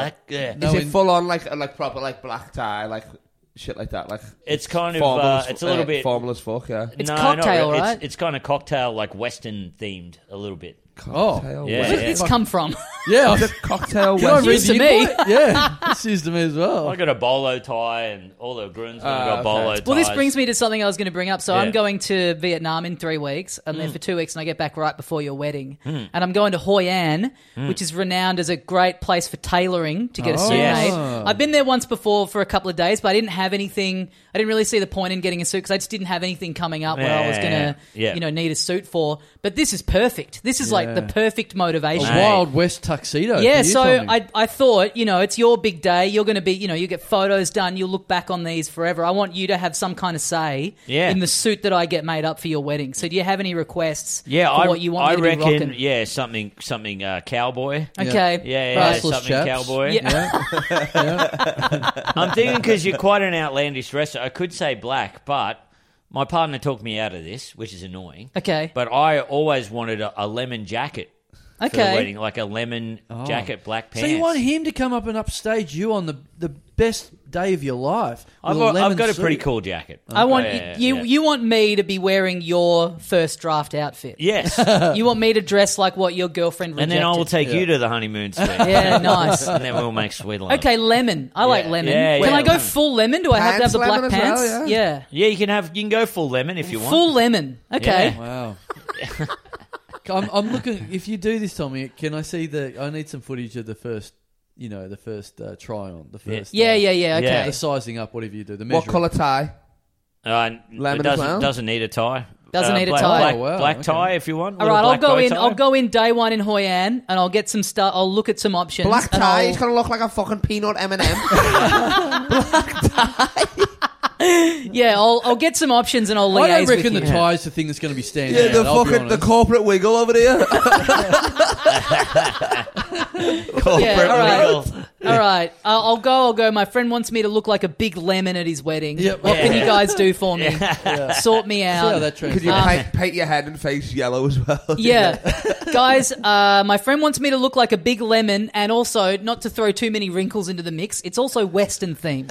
S4: that- yeah.
S2: No,
S3: Is it
S2: in-
S3: uh, full on like like proper like black tie like shit like that. Like
S4: It's kind of,
S3: formal
S4: uh,
S3: as fu-
S4: it's a little bit-
S3: formal as fuck. Yeah,
S1: It's
S4: no,
S1: cocktail,
S4: not really.
S1: right?
S4: It's, it's kind of cocktail, like Western themed, a little bit.
S2: Cocktail
S4: Yeah,
S1: Where
S4: yeah.
S1: did this come from?
S2: Oh, Yeah, I
S3: It's a cocktail.
S2: Can I
S3: West-
S2: read
S1: News
S2: the
S1: to me.
S2: invite? Yeah, this is to me as well.
S4: I got a bolo tie, and all the groomsmen
S3: Ah,
S4: got
S3: okay.
S4: bolo ties.
S1: Well, this brings me to something I was going to bring up. So I'm
S4: Yeah. Mm.
S1: going to Vietnam in three weeks. I'm there for two weeks, and I get back right before your wedding. And I'm going to Hoi An,
S4: Mm.
S1: which is renowned as a great place for tailoring to get a
S2: Oh.
S1: suit
S4: Yes.
S1: made. I've been there once before for a couple of days, but I didn't have anything. I didn't really see the point in getting a suit because I just didn't have anything coming up where I was
S4: Yeah,
S1: going to,
S4: yeah, yeah.
S1: you know, need a suit for. But this is perfect. This is like the
S2: Yeah.
S1: perfect motivation.
S4: Mate.
S2: Wild West tuxedo.
S1: Yeah,
S2: for you,
S1: so
S2: Tommy.
S1: I, I thought, you know, it's your big day. You're going to be, you know, you get photos done. You'll look back on these forever. I want you to have some kind of say
S4: Yeah.
S1: in the suit that I get made up for your wedding. So do you have any requests
S4: yeah,
S1: for
S4: I,
S1: what you want
S4: I
S1: me to
S4: reckon,
S1: be rocking?
S4: yeah, something, something uh, cowboy.
S1: Okay.
S4: Yeah, yeah,
S2: Priceless
S4: something
S2: chaps.
S4: cowboy.
S1: Yeah.
S2: Yeah.
S4: I'm thinking because you're quite an outlandish dresser. I could say black, but my partner talked me out of this, which is annoying.
S1: Okay.
S4: But I always wanted a, a lemon jacket for the
S1: Okay. Oh.
S4: wedding, like a lemon jacket, black
S2: So
S4: pants.
S2: you want him to come up and upstage you on the the best day of your life? with
S4: I've
S2: a
S4: got, I've
S2: lemon
S4: got a
S2: suit.
S4: pretty cool jacket.
S1: I want
S4: Yeah,
S1: you.
S4: yeah.
S1: You want me to be wearing your first draft outfit.
S4: Yes,
S1: You want me to dress like what your girlfriend
S4: and
S1: rejected.
S4: then I will take you to the honeymoon suite.
S1: Yeah, nice.
S4: and then we'll make sweet love.
S1: Okay, lemon. I like lemon.
S4: yeah,
S1: Can
S4: yeah.
S1: I go full lemon? Do I have to have
S3: Pants
S1: the black
S3: lemon as
S1: pants?
S3: well, yeah.
S4: Yeah, you can have. You can go full lemon if you want.
S1: Full lemon. Okay.
S4: Yeah.
S2: Wow. I'm, I'm looking. If you do this, Tommy, can I see the? I need some footage of the first. You know, the first uh, try on, the
S4: Yeah.
S2: first.
S1: Yeah,
S2: uh,
S1: yeah, yeah. Okay.
S4: Yeah.
S2: The sizing up, whatever you do, the
S3: what
S2: measuring.
S3: color tie?
S4: Uh,
S3: Lemon
S4: it
S3: as
S4: doesn't,
S3: well?
S4: doesn't need a tie.
S1: Doesn't
S4: Uh,
S1: need a
S4: black,
S1: tie.
S4: Black,
S2: Oh, wow,
S4: black
S2: okay.
S4: tie if you want.
S1: All
S4: little
S1: right, I'll
S4: black
S1: go
S4: bow
S1: in.
S4: tie.
S1: I'll go in day one in Hoi An, and I'll get some stuff. I'll look at some options.
S3: Black
S1: and
S3: tie.
S1: I'll-
S3: He's gonna look like a fucking peanut M and m
S1: yeah, I'll, I'll get some options, and I'll liaise
S2: I don't reckon the
S1: with you.
S2: tie's the thing that's going to be standing
S3: Yeah, the
S2: out. I'll be
S3: fucking the
S2: honest.
S3: corporate wiggle over there.
S4: Corporate
S1: Yeah, all right.
S4: legal.
S1: All right, I'll, I'll go. I'll go. My friend wants me to look like a big lemon at his wedding.
S2: Yeah,
S1: What can
S4: yeah.
S1: you guys do for me? Sort me
S2: See how
S1: out.
S2: that
S3: Could you
S1: Um,
S2: translates.
S3: paint, paint your head and face yellow as well?
S1: yeah, guys. Uh, my friend wants me to look like a big lemon, and also not to throw too many wrinkles into the mix. It's also Western themed,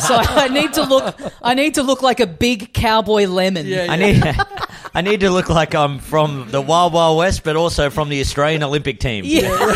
S1: so I need to look. I need to look like a big cowboy lemon.
S2: Yeah, yeah.
S4: I need. I need to look like I'm from the Wild Wild West, but also from the Australian Olympic team.
S1: yeah.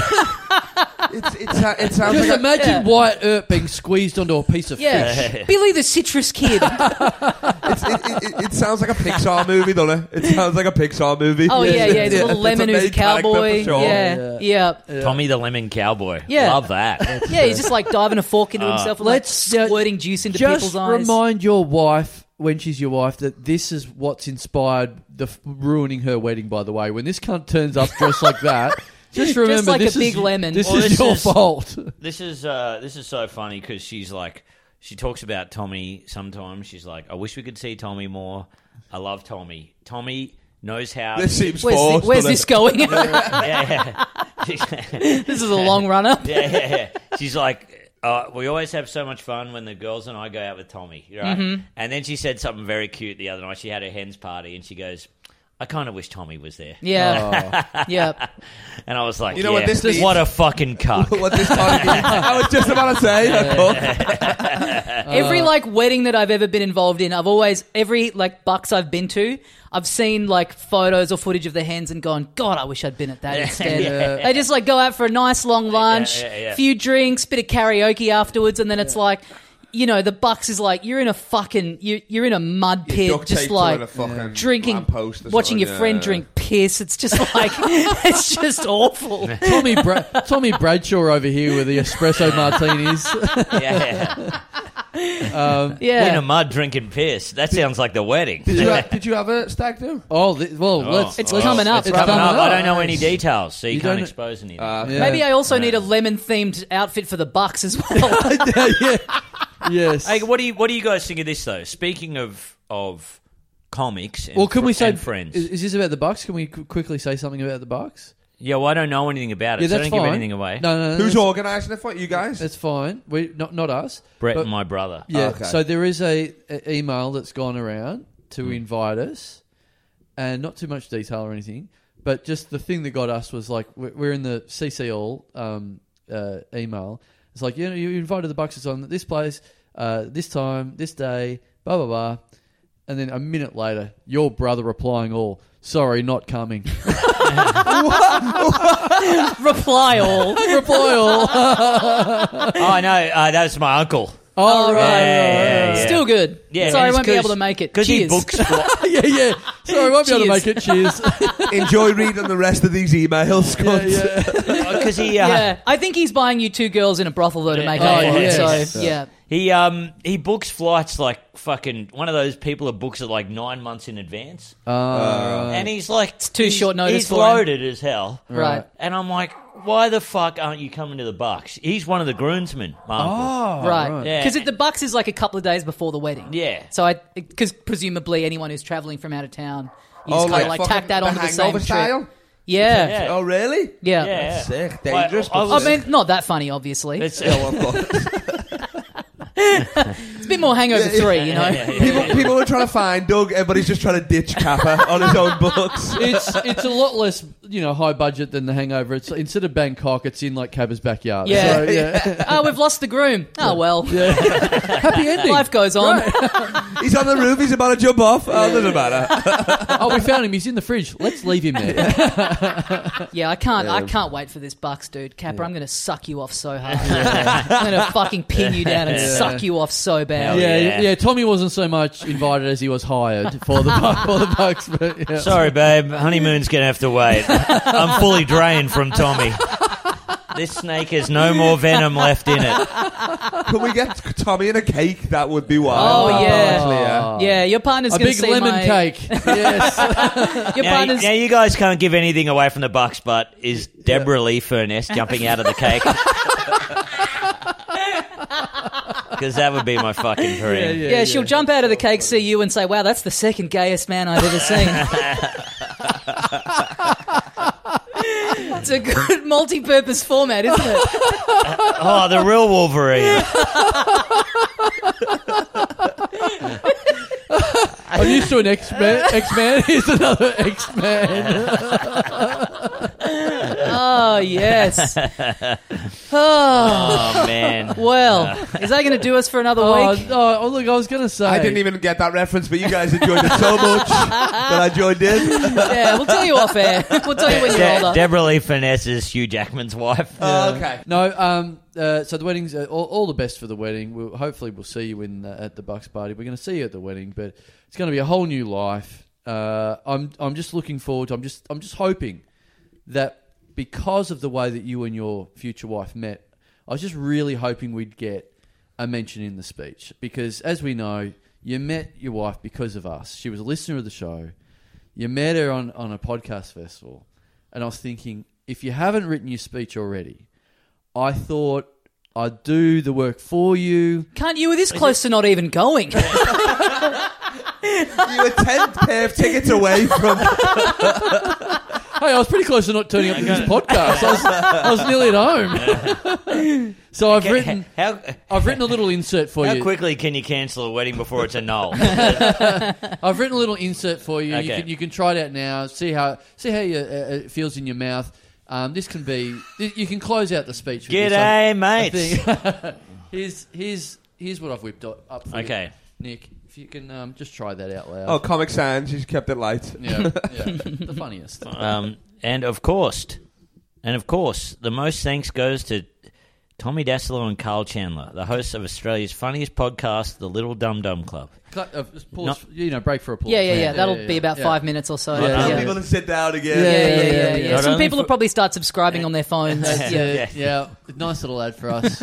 S3: It's, it's, uh, it sounds
S2: Just
S3: like a,
S2: imagine
S1: Yeah.
S2: white Earp being squeezed onto a piece of fish.
S1: Yeah. Billy the Citrus Kid.
S3: it's, it, it, it sounds like a Pixar movie, doesn't it? It sounds like a Pixar movie.
S1: Oh, yeah, yeah. It's a little lemon who's a
S3: main character
S1: cowboy.
S3: for sure.
S1: Yeah,
S2: Yeah.
S1: yeah.
S4: Tommy the Lemon Cowboy.
S1: Yeah.
S4: Love that.
S1: Yeah, he's just like diving a fork into himself and like
S2: let's, uh,
S1: squirting juice into
S2: Just
S1: people's eyes.
S2: remind your wife when she's your wife that this is what's inspired the f- ruining her wedding. By the way, when this cunt turns up dressed like that, just remember
S1: like a
S2: this is-
S1: big lemon.
S2: This
S4: Well,
S2: is
S4: this
S2: your
S4: is-
S2: fault.
S4: this is uh, this is so funny because she's like, she talks about Tommy sometimes. She's like, I wish we could see Tommy more. I love Tommy. Tommy knows how.
S3: This seems
S1: Where's, thi-
S3: forced.
S1: where's
S3: doesn't
S1: this
S3: it?
S1: going?
S4: yeah, yeah.
S1: this is a long run up.
S4: yeah, yeah, yeah. She's like, uh, we always have so much fun when the girls and I go out with Tommy, right?
S1: Mm-hmm.
S4: And then she said something very cute the other night. She had a hen's party, and she goes, "I kind of wish Tommy was there."
S1: Yeah.
S4: Oh.
S1: Yeah.
S4: And I was like,
S3: You know what
S4: "Yeah,
S3: this means?
S4: What a fucking cuck!"
S3: What this time is- I was just about to say. I thought. Uh,
S1: every like wedding that I've ever been involved in, I've always every like bucks I've been to, I've seen like photos or footage of the hens and gone, God, I wish I'd been at that instead. They just like go out for a nice long lunch,
S4: yeah, yeah.
S1: few drinks, bit of karaoke afterwards, and then it's like. You know, the bucks is like you're in a fucking you you're in a mud pit,
S3: Duct taped
S1: just
S3: to
S1: like
S3: a fucking
S1: drinking,
S3: lamppost or
S1: watching
S3: something,
S1: your friend
S3: yeah.
S1: drink piss. It's just like it's just awful.
S2: Tommy, Bra- Tommy Bradshaw over here with the espresso martinis.
S4: yeah, in a
S1: Yeah,
S4: mud drinking piss. That sounds like the wedding.
S3: Did you, have, did you have a stag do?
S2: Oh, th- well,
S4: Oh,
S2: let's.
S1: It's coming up.
S4: It's
S1: It's
S4: coming
S1: coming
S4: up.
S2: up.
S4: I don't know any details, so you,
S2: You
S4: can't
S2: don't-
S4: expose anything.
S3: Uh,
S2: Yeah.
S1: maybe I also need a lemon themed outfit for the bucks as well.
S2: yeah. Yes.
S4: hey, what do you What do you guys think of this though? Speaking of of comics, and
S2: well, can
S4: fr-
S2: we say
S4: and friends?
S2: Is, is this about the Bucks? Can we qu- quickly say something about the Bucks?
S4: yeah, well, I don't know anything about it.
S2: Yeah,
S4: so
S2: that's
S4: don't
S2: fine.
S4: give anything away.
S2: No, no, no
S3: Who's
S2: that's,
S3: organising it for you guys?
S2: That's fine. We not not us.
S4: Brett
S2: But-
S4: and my brother.
S1: Oh,
S2: Yeah.
S3: Okay.
S2: So there is a, a email that's gone around to
S1: Hmm.
S2: invite us, and not too much detail or anything, but just the thing that got us was like we're, we're in the CC all um, uh, email. It's like you know you invited the Bucks. It's on at this place. uh, this time, this day, blah blah blah, and then a minute later, your brother replying all, "Sorry, not coming."
S1: Reply all.
S2: Reply all.
S4: oh no, uh, that was my uncle.
S1: all right.
S4: yeah, yeah.
S1: Still good.
S4: Yeah,
S1: Sorry, I
S4: it's
S1: won't be
S4: 'cause-
S1: able to make it.
S4: Because he
S1: Cheers.
S4: books. fli-
S2: yeah, yeah. Sorry, won't be able to
S1: Cheers.
S2: make it. Cheers.
S3: Enjoy reading the rest of these emails,
S2: yeah,
S3: Scott.
S2: yeah.
S4: Because he, uh,
S1: Yeah, I think he's buying you two girls in a brothel though to make
S4: Oh,
S1: up for
S4: yes.
S1: it. So yeah,
S4: he, um, he books flights like fucking one of those people that books it like nine months in advance,
S2: Uh,
S4: and he's like, it's
S1: too short notice
S4: He's
S1: for him.
S4: loaded as hell,
S1: right,
S4: and I'm like, why the fuck aren't you coming to the Bucks? He's one of the groomsmen, my uncle.
S2: oh,
S1: right.
S4: Yeah.
S1: Because the Bucks is like a couple of days before the wedding.
S4: Yeah.
S1: So I, because presumably anyone who's traveling from out of town, you
S3: Oh,
S1: just kind of
S3: like
S1: like tack
S3: fucking
S1: that
S3: The
S1: onto the same
S3: Hangover
S1: trip.
S3: style?
S1: Yeah.
S4: Yeah.
S3: Oh, really?
S1: Yeah.
S4: Yeah.
S3: Sick, dangerous,
S4: Well,
S3: but
S1: I
S4: was-
S1: mean, not that funny, obviously. It's,
S4: It's-
S3: Yeah, Oh, well, of course.
S1: a bit more Hangover
S3: Yeah, yeah.
S1: Three, you know.
S3: people, people were trying to find Doug. Everybody's just trying to ditch Kappa on his own books.
S2: it's it's a lot less you know high budget than The Hangover. It's instead of Bangkok, it's in like Cabba's backyard.
S1: Yeah.
S2: So, yeah.
S1: oh, we've lost the groom. Oh well,
S2: Happy ending.
S1: life goes on.
S3: He's on the roof. He's about to jump off. Oh, doesn't matter.
S2: Oh, we found him. He's in the fridge. Let's leave him there.
S1: Yeah, I can't. I can't wait for this Bucks, dude. Capper, I'm going to suck you off so hard. I'm going to fucking pin you down and
S2: Yeah.
S1: suck you off so bad.
S4: Hell
S2: yeah,
S4: yeah.
S2: yeah, Tommy wasn't so much invited as he was hired for the bu- for the Bucks. But yeah.
S4: Sorry, babe. Honeymoon's gonna have to wait. I'm fully drained from Tommy. This snake has no more venom left in it.
S3: Could we get Tommy in a cake? That would be wild.
S1: Oh, yeah.
S3: Actually, yeah.
S1: Yeah, your partner's
S2: a
S1: going to
S2: big
S1: see
S2: lemon
S1: my,
S2: cake. yes,
S1: Your
S4: Now,
S1: partner's
S4: now you guys can't give anything away from the Bucks, but is Deborah Lee Furness jumping out of the cake? Because that would be my fucking dream.
S1: yeah, she'll jump out of the cake, see you, and say, "Wow, that's the second gayest man I've ever seen." it's a good multi-purpose format, isn't it?
S4: Oh, the real Wolverine.
S2: I'm used to an X man. X man. Here's another X man.
S1: Oh yes. Oh
S4: Oh man.
S1: well, is that going to do us for another
S2: Oh,
S1: week?
S2: no, oh, look, I was gonna say.
S3: I didn't even get that reference, but you guys enjoyed it so much that I joined in.
S1: Yeah, we'll tell you off air. We'll tell you when you're
S4: De-
S1: older.
S4: Deborah Lee Furness is Hugh Jackman's wife.
S2: Uh,
S3: Oh, okay.
S2: Oh, No, um, uh, so the wedding's uh, all, all the best for the wedding. We'll, hopefully, we'll see you in uh, at the Bucks party. We're going to see you at the wedding, but it's going to be a whole new life. Uh, I'm I'm just looking forward. To, I'm just I'm just hoping that because of the way that you and your future wife met, I was just really hoping we'd get a mention in the speech because, as we know, you met your wife because of us. She was a listener of the show. You met her on, on a podcast festival, and I was thinking, if you haven't written your speech already, I thought I'd do the work for you.
S1: Can't you? We're this close to not even going.
S3: You were 10 pair of tickets away from.
S2: Hey, I was pretty close to not turning up to this podcast. I was, I was nearly at home. so I've written,
S4: How,
S2: I've written a little insert for
S4: how
S2: you.
S4: quickly can you cancel a wedding before it's a null?
S2: I've written a little insert for you. You
S4: Okay.
S2: can you can try it out now. See how see how you, uh, uh, it feels in your mouth. Um, this can be. th- You can close out the speech. With this. I-
S4: G'day,
S2: I
S4: mates.
S2: think- here's here's here's what I've whipped up up for you,
S4: Okay.
S2: Nick. If you can um, just try that out loud.
S3: Oh, Comic Sans. She's kept it light.
S2: Yeah, yeah. the funniest.
S4: Um, and of course, and of course, the most thanks goes to Tommy Dasilo and Carl Chandler, the hosts of Australia's funniest podcast, The Little Dum Dum Club.
S2: Cla- uh, just pause,
S4: Not-
S2: for- you know, break for applause.
S1: Yeah, yeah, yeah. That'll
S2: yeah,
S1: be about
S2: yeah.
S1: five minutes or so.
S2: Yeah,
S3: Some
S1: Yeah.
S3: people to sit down again.
S2: Yeah,
S1: Yeah, yeah, yeah,
S2: yeah.
S1: yeah.
S4: Not
S1: Some
S4: only
S1: people
S4: for-
S1: will probably start subscribing on their phones.
S2: That's
S1: yeah.
S2: it. yeah. nice little ad for us.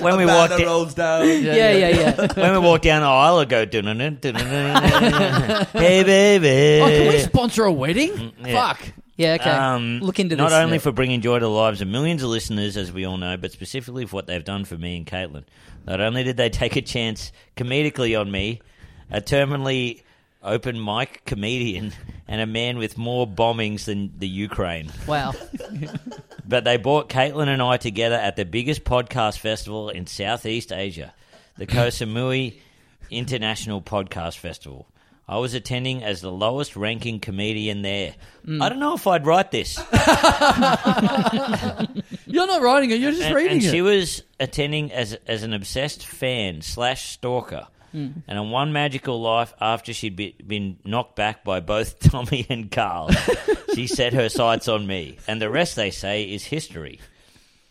S4: When we
S3: Banner
S4: walked, in,
S3: rolls down.
S1: Yeah, yeah, yeah.
S4: when we walked down the aisle, I go, "Dun-dun-dun, dun-dun-dun." hey baby.
S2: Oh, can we sponsor a wedding?
S4: Mm, yeah.
S2: Fuck.
S1: Yeah, okay.
S4: Um,
S1: Look into
S4: not
S1: this.
S4: only for bringing joy to the lives of millions of listeners, as we all know, but specifically for what they've done for me and Caitlin. Not only did they take a chance comedically on me, a terminally open mic comedian, and a man with more bombings than the Ukraine,
S1: Wow.
S4: but they brought Caitlin and I together at the biggest podcast festival in Southeast Asia, the Koh Samui International Podcast Festival. I was attending as the lowest ranking comedian there.
S1: Mm.
S4: I don't know if I'd write this.
S2: You're not writing it. You're just
S4: and,
S2: reading
S4: and
S2: it.
S4: she was attending as as an obsessed fan slash stalker.
S2: Hmm.
S4: And on one magical life, after she'd be, been knocked back by both Tommy and Carl, she set her sights on me. And the rest, they say, is history.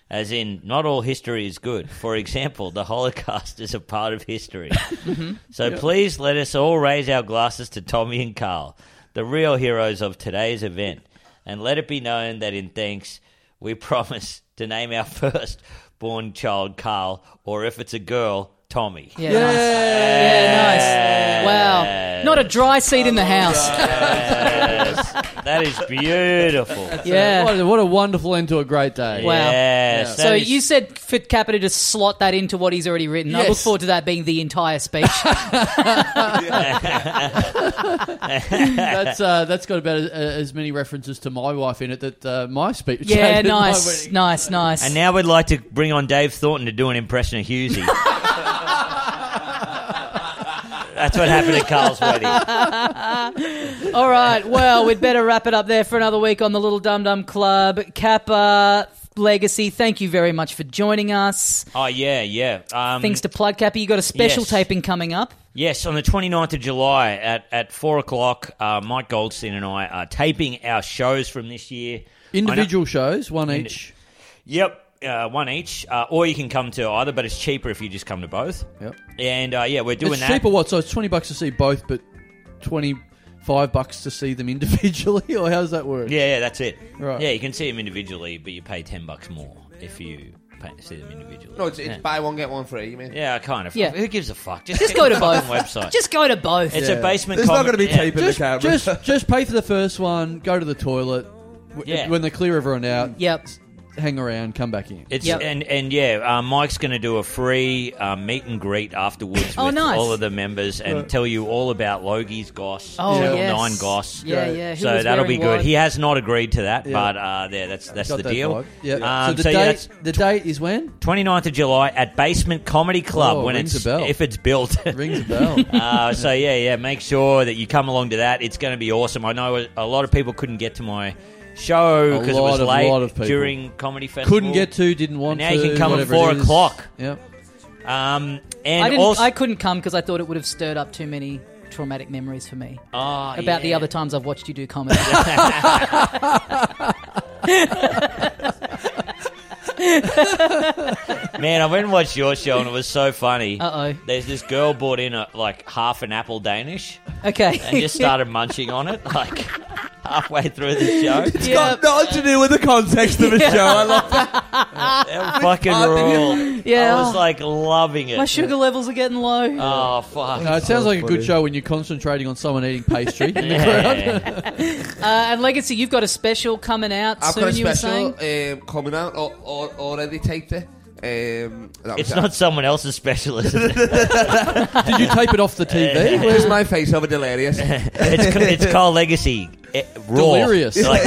S4: As in, not all history is good. For example, the Holocaust is a part of history.
S1: Mm-hmm.
S4: So please let us all raise our glasses to Tommy and Carl, the real heroes of today's event. And let it be known that in thanks, we promise to name our first born child Carl, or if it's a girl, Tommy.
S1: Yeah, nice. Yeah, nice. Wow. Not a dry seat in the house.
S4: That is beautiful.
S1: Yeah.
S2: What, a, what a wonderful end to a great day.
S1: Wow.
S4: Yes, that
S1: So
S4: is-
S1: you said for Capita to slot that into what he's already written. I look
S2: Yes.
S1: forward to that being the entire speech.
S2: That's uh, that's got about a, as many references to my wife in it that uh, my speech.
S1: yeah,
S2: had at my
S1: nice,
S2: wedding.
S1: nice, nice.
S4: and now we'd like to bring on Dave Thornton to do an impression of Husey. That's what happened at Carl's wedding.
S1: All right. Well, we'd better wrap it up there for another week on the Little Dum Dum Club. Kappa Legacy, thank you very much for joining us.
S4: Oh yeah, yeah. Um,
S1: Things to plug, Kappa. You got a special
S4: yes.
S1: taping coming up.
S4: Yes, on the 29th of July at, at 4 o'clock, uh, Mike Goldstein and I are taping our shows from this year.
S2: Individual shows, one
S4: Indi-
S2: each.
S4: I know- yep, uh, one each. Uh, or you can come to either, but it's cheaper if you just come to both.
S2: Yep.
S4: And uh, yeah, we're doing
S2: it's
S4: that.
S2: cheaper. What? So it's twenty bucks to see both, but twenty five bucks to see them individually, or how does that work?
S4: Yeah, yeah, that's it.
S2: Right.
S4: Yeah, you can see them individually, but you pay 10 bucks more if you pay, see them individually.
S3: No, it's, it's
S4: yeah.
S3: buy one get one free. You mean?
S4: yeah, I kind of.
S1: Yeah.
S4: Who gives a fuck? Just,
S1: Just
S4: check
S1: go
S4: the
S1: to both.
S4: fucking website.
S1: Just go to both.
S4: it's
S2: Yeah.
S4: a basement.
S3: There's not
S4: comic-
S3: going to be
S4: yeah.
S3: tape in
S2: Just,
S3: the camera.
S2: just, just pay for the first one. Go to the toilet. W-
S4: Yeah.
S2: When they clear everyone out,
S1: Yep.
S2: hang around, come back in.
S4: It's
S1: Yep.
S4: and and yeah, uh, Mike's going to do a free uh, meet and greet afterwards
S1: Oh,
S4: with
S1: nice.
S4: all of the members and tell you all about Logie's Goss,
S1: Oh,
S4: Channel
S1: yes.
S4: Nine Goss.
S1: Yeah,
S2: Great.
S1: yeah. Who
S4: so
S1: was
S4: that'll
S1: wearing
S4: be good.
S1: what?
S4: He has not agreed to that,
S2: Yeah.
S4: but uh, there, that's that's
S2: Got
S4: the
S2: that
S4: deal.
S2: vibe. Yeah.
S4: Um,
S2: so the
S4: so yeah,
S2: date,
S4: that's
S2: the date is when?
S4: 29th of July at Basement Comedy Club
S2: Oh,
S4: when
S2: rings
S4: it's
S2: a bell.
S4: if it's built.
S2: Rings a bell.
S4: uh, so yeah, yeah. Make sure that you come along to that. It's going to be awesome. I know a lot of people couldn't get to my show
S2: A
S4: because it
S2: lot
S4: was
S2: of-
S4: late
S2: lot of people.
S4: during comedy festival.
S2: Couldn't get to, didn't want
S4: now
S2: to.
S4: you can come at
S2: whatever
S4: four
S2: it is.
S4: o'clock.
S2: Yep.
S4: Um, and
S1: I didn't.
S4: also,
S1: I couldn't come because I thought it would have stirred up too many traumatic memories for me
S4: Oh,
S1: about the
S4: yeah.
S1: other times I've watched you do comedy.
S4: Man, I went and watched your show and it was so funny.
S1: Uh-oh.
S4: There's this girl brought in a, like half an apple Danish
S1: okay.
S4: and just started munching on it like halfway through the show.
S1: Yeah.
S3: nothing to do with the context of a show. I love that.
S4: That fucking rule.
S1: Yeah.
S4: I was like loving it.
S1: My sugar levels are getting low.
S4: oh fuck.
S2: No, it sounds like a
S3: funny.
S2: good show when you're concentrating on someone eating pastry.
S4: Yeah.
S1: Uh, and Legacy, you've got a special coming out
S3: I've
S1: soon,
S3: got a
S1: you were saying?
S3: special um, coming out or, or, already taped it. Um, that
S4: It's
S3: was-
S4: not someone else's specialist. it's,
S2: Did you tape it off the TV?
S3: Where's my face over delirious? um,
S4: it's called Legacy. Eh, raw.
S2: Delirious.
S4: Like,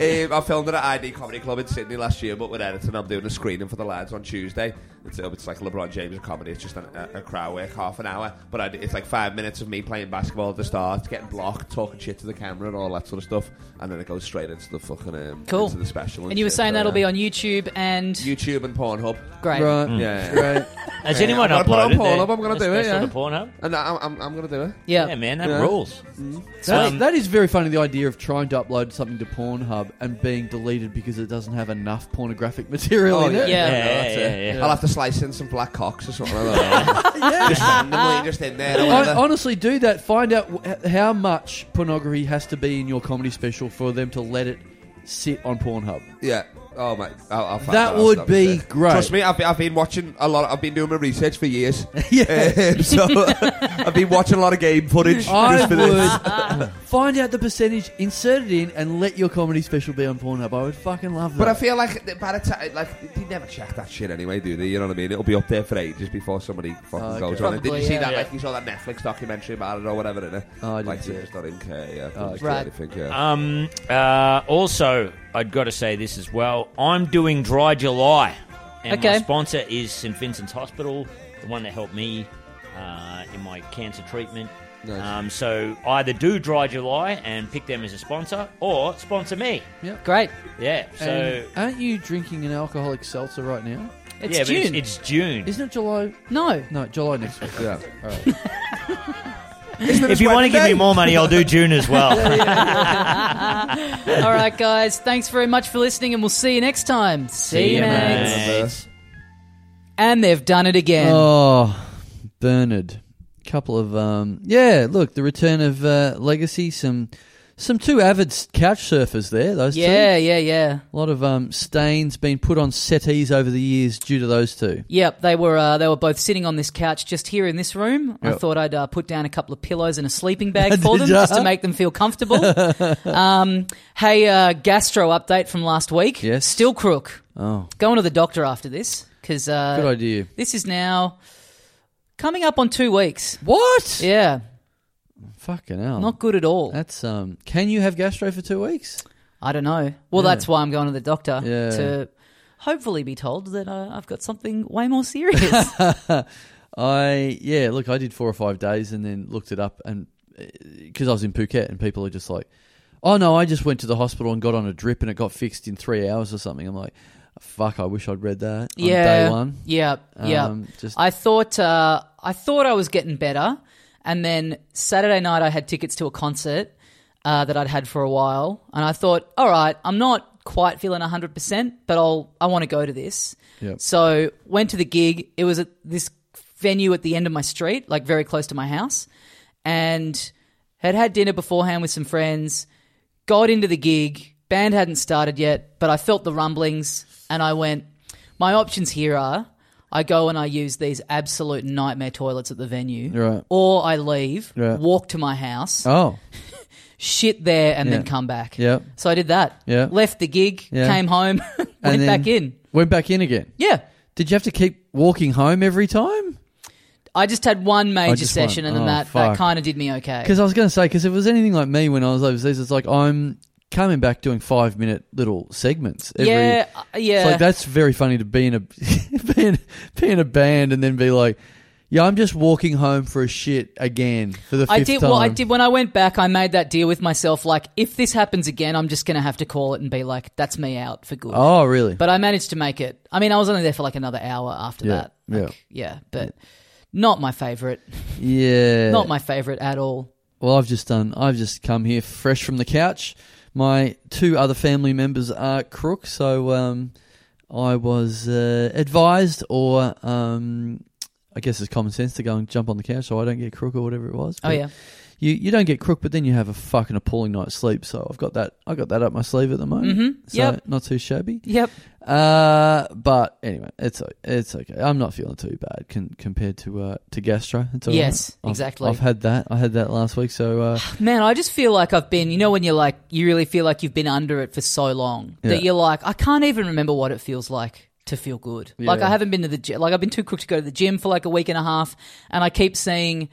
S3: Um, I filmed it at ID Comedy Club in Sydney last year, but we're editing. I'm doing a screening for the lads on Tuesday. It's, uh, it's like LeBron James of comedy. It's just an, a, a crowd work, half an hour. But I, d- it's like five minutes of me playing basketball at the start, getting blocked, talking shit to the camera, and all that sort of stuff. And then it goes straight into the fucking um,
S1: Cool.
S3: into the special.
S1: And you were
S3: shit,
S1: saying
S3: so,
S1: that'll
S3: yeah.
S1: be on YouTube and
S3: YouTube and Pornhub.
S1: great.
S2: Right.
S4: Mm.
S3: Yeah.
S2: Right.
S4: has anyone
S3: I'm gonna put it
S4: uploaded
S3: on Pornhub,
S4: their-
S3: I'm gonna
S4: their
S3: do it,
S4: special
S3: yeah.
S4: to Pornhub?
S3: And I, I'm, I'm going to do it.
S1: Yeah.
S4: Yeah, man, that
S3: Yeah. Mm-hmm.
S4: rules.
S2: That,
S4: Um,
S2: that is very funny. The idea of trying to upload something to Pornhub and being deleted because it doesn't have enough pornographic material
S3: Oh,
S2: in it.
S1: Yeah.
S4: Yeah,
S3: No,
S4: yeah,
S3: that's
S4: yeah,
S3: it.
S4: yeah.
S2: yeah.
S3: I'll have to slice in some black cocks or something like that. Just randomly, just in there. or
S2: Hon-
S3: whatever.
S2: honestly, do that. Find out wh- h- how much pornography has to be in your comedy special for them to let it sit on Pornhub.
S3: Yeah. Oh my! I'll, I'll find
S2: That
S3: out.
S2: would
S3: That'd
S2: be
S3: sick.
S2: great.
S3: Trust me, I've been, I've been watching a lot. I've been doing my research for years.
S2: Yeah.
S3: Um, so I've been watching a lot of game footage.
S2: I
S3: just for this.
S2: would find out the percentage, insert it in, and let your comedy special be on Pornhub. I would fucking love that.
S3: But I feel like th- by the time, like they never check that shit anyway, do they? You know what I mean? It'll be up there for ages before somebody fucking
S2: Oh, okay.
S3: goes on it. Did
S1: Probably,
S3: you see
S1: yeah.
S3: that?
S4: Yeah.
S3: Like you saw that Netflix documentary about it or whatever in it.
S2: Oh, I didn't
S3: like
S2: see
S3: they
S2: it.
S3: just not in care. Yeah,
S2: Oh,
S3: oh,
S1: okay. Right.
S3: anything, yeah.
S4: Um, uh, also, I've got to say this as well. I'm doing Dry July, and
S1: Okay.
S4: my sponsor is St Vincent's Hospital, the one that helped me uh, in my cancer treatment.
S3: Nice.
S4: Um, so either do Dry July and pick them as a sponsor, or sponsor me.
S1: Great.
S4: Yeah. So
S2: And aren't you drinking an alcoholic seltzer right now?
S1: It's
S4: yeah, but
S1: June.
S4: It's, it's June.
S2: Isn't it July?
S1: no.
S2: No, July next week.
S3: Yeah.
S2: All right.
S4: if you want to give me
S3: Wednesday.
S4: more money, I'll do June as well.
S1: All right, guys. Thanks very much for listening, and we'll see you next time. See, you, mates.
S3: mates.
S1: And they've done it again.
S2: Oh, Bernard. Couple of um, yeah. Look, the return of uh, Legacy. Some some two avid s- couch surfers there. Those
S1: yeah,
S2: two.
S1: yeah, yeah.
S2: A lot of um, stains been put on settees over the years due to those two.
S1: Yep, they were uh, they were both sitting on this couch just here in this room. I
S2: Yep.
S1: thought I'd uh, put down a couple of pillows and a sleeping bag
S2: Did
S1: for them
S2: ya?
S1: just to make them feel comfortable. um, hey, uh, gastro update from last week.
S2: Yes.
S1: still crook.
S2: Oh,
S1: Going to the doctor after this because uh,
S2: good idea.
S1: this is now coming up on two weeks.
S2: What?
S1: Yeah,
S2: Fucking hell.
S1: not good at all.
S2: That's um. Can you have gastro for two weeks?
S1: I don't know. Well, that's why I'm going to the doctor
S2: Yeah.
S1: to hopefully be told that uh, I've got something way more serious.
S2: I yeah. Look, I did four or five days and then looked it up and because I was in Phuket and people are just like, oh no, I just went to the hospital and got on a drip and it got fixed in three hours or something. I'm like, fuck, I wish I'd read that.
S1: yeah.
S2: On day one.
S1: Yeah. Yeah.
S2: Um, just
S1: I thought uh, I thought I was getting better, and then Saturday night I had tickets to a concert uh, that I'd had for a while, and I thought, all right, I'm not quite feeling 100, percent but I'll I want to go to this.
S2: Yep.
S1: So went to the gig. It was at this venue at the end of my street, like very close to my house, and had had dinner beforehand with some friends. Got into the gig. Band hadn't started yet, but I felt the rumblings, and I went. My options here are: I go and I use these absolute nightmare toilets at the venue,
S2: Right.
S1: or I leave,
S2: Right.
S1: walk to my house,
S2: oh
S1: shit there, and then
S2: Yeah.
S1: come back.
S2: Yep.
S1: So I did that.
S2: Yeah.
S1: Left the gig,
S2: Yeah.
S1: came home, went
S2: And then
S1: back in.
S2: Went back in again.
S1: Yeah.
S2: Did you have to keep walking home every time?
S1: I just had one major
S2: just one.
S1: session, and then
S2: Oh,
S1: that,
S2: fuck.
S1: that kind of did me okay.
S2: Because I was going to say, because if it was anything like me when I was overseas, it's like I'm coming back doing five minute little segments. Every,
S1: yeah, uh, yeah.
S2: It's like that's very funny to be in a be in, be in a band and then be like, yeah, I'm just walking home for a shit again for the fifth
S1: I did.
S2: time.
S1: Well, I did when I went back. I made that deal with myself. Like, if this happens again, I'm just going to have to call it and be like, "That's me out for good."
S2: Oh, really?
S1: But I managed to make it. I mean, I was only there for like another hour after
S2: Yeah,
S1: that. Like, yeah. But not my favorite.
S2: yeah.
S1: Not my favorite at all.
S2: Well, I've just done. I've just come here fresh from the couch. My two other family members are crook, so um, I was uh, advised, or um, I guess it's common sense to go and jump on the couch, so I don't get crook or whatever it was.
S1: Oh
S2: But
S1: yeah.
S2: you you don't get crook, but then you have a fucking appalling night's sleep. So I've got that. I got that up my sleeve at the moment.
S1: Mhm.
S2: So
S1: Yep.
S2: not too shabby.
S1: Yep.
S2: Uh, but anyway, it's o- it's okay. I'm not feeling too bad con- compared to uh, to gastro. It's all
S1: Yes,
S2: right. I've-
S1: exactly.
S2: I've had that. I had that last week. So uh,
S1: Man, I just feel like I've been. You know, when you're like, you really feel like you've been under it for so long
S2: Yeah.
S1: that you're like, I can't even remember what it feels like to feel good. Like
S2: Yeah.
S1: I haven't been to the gym. Like I've been too crook to go to the gym for like a week and a half, and I keep seeing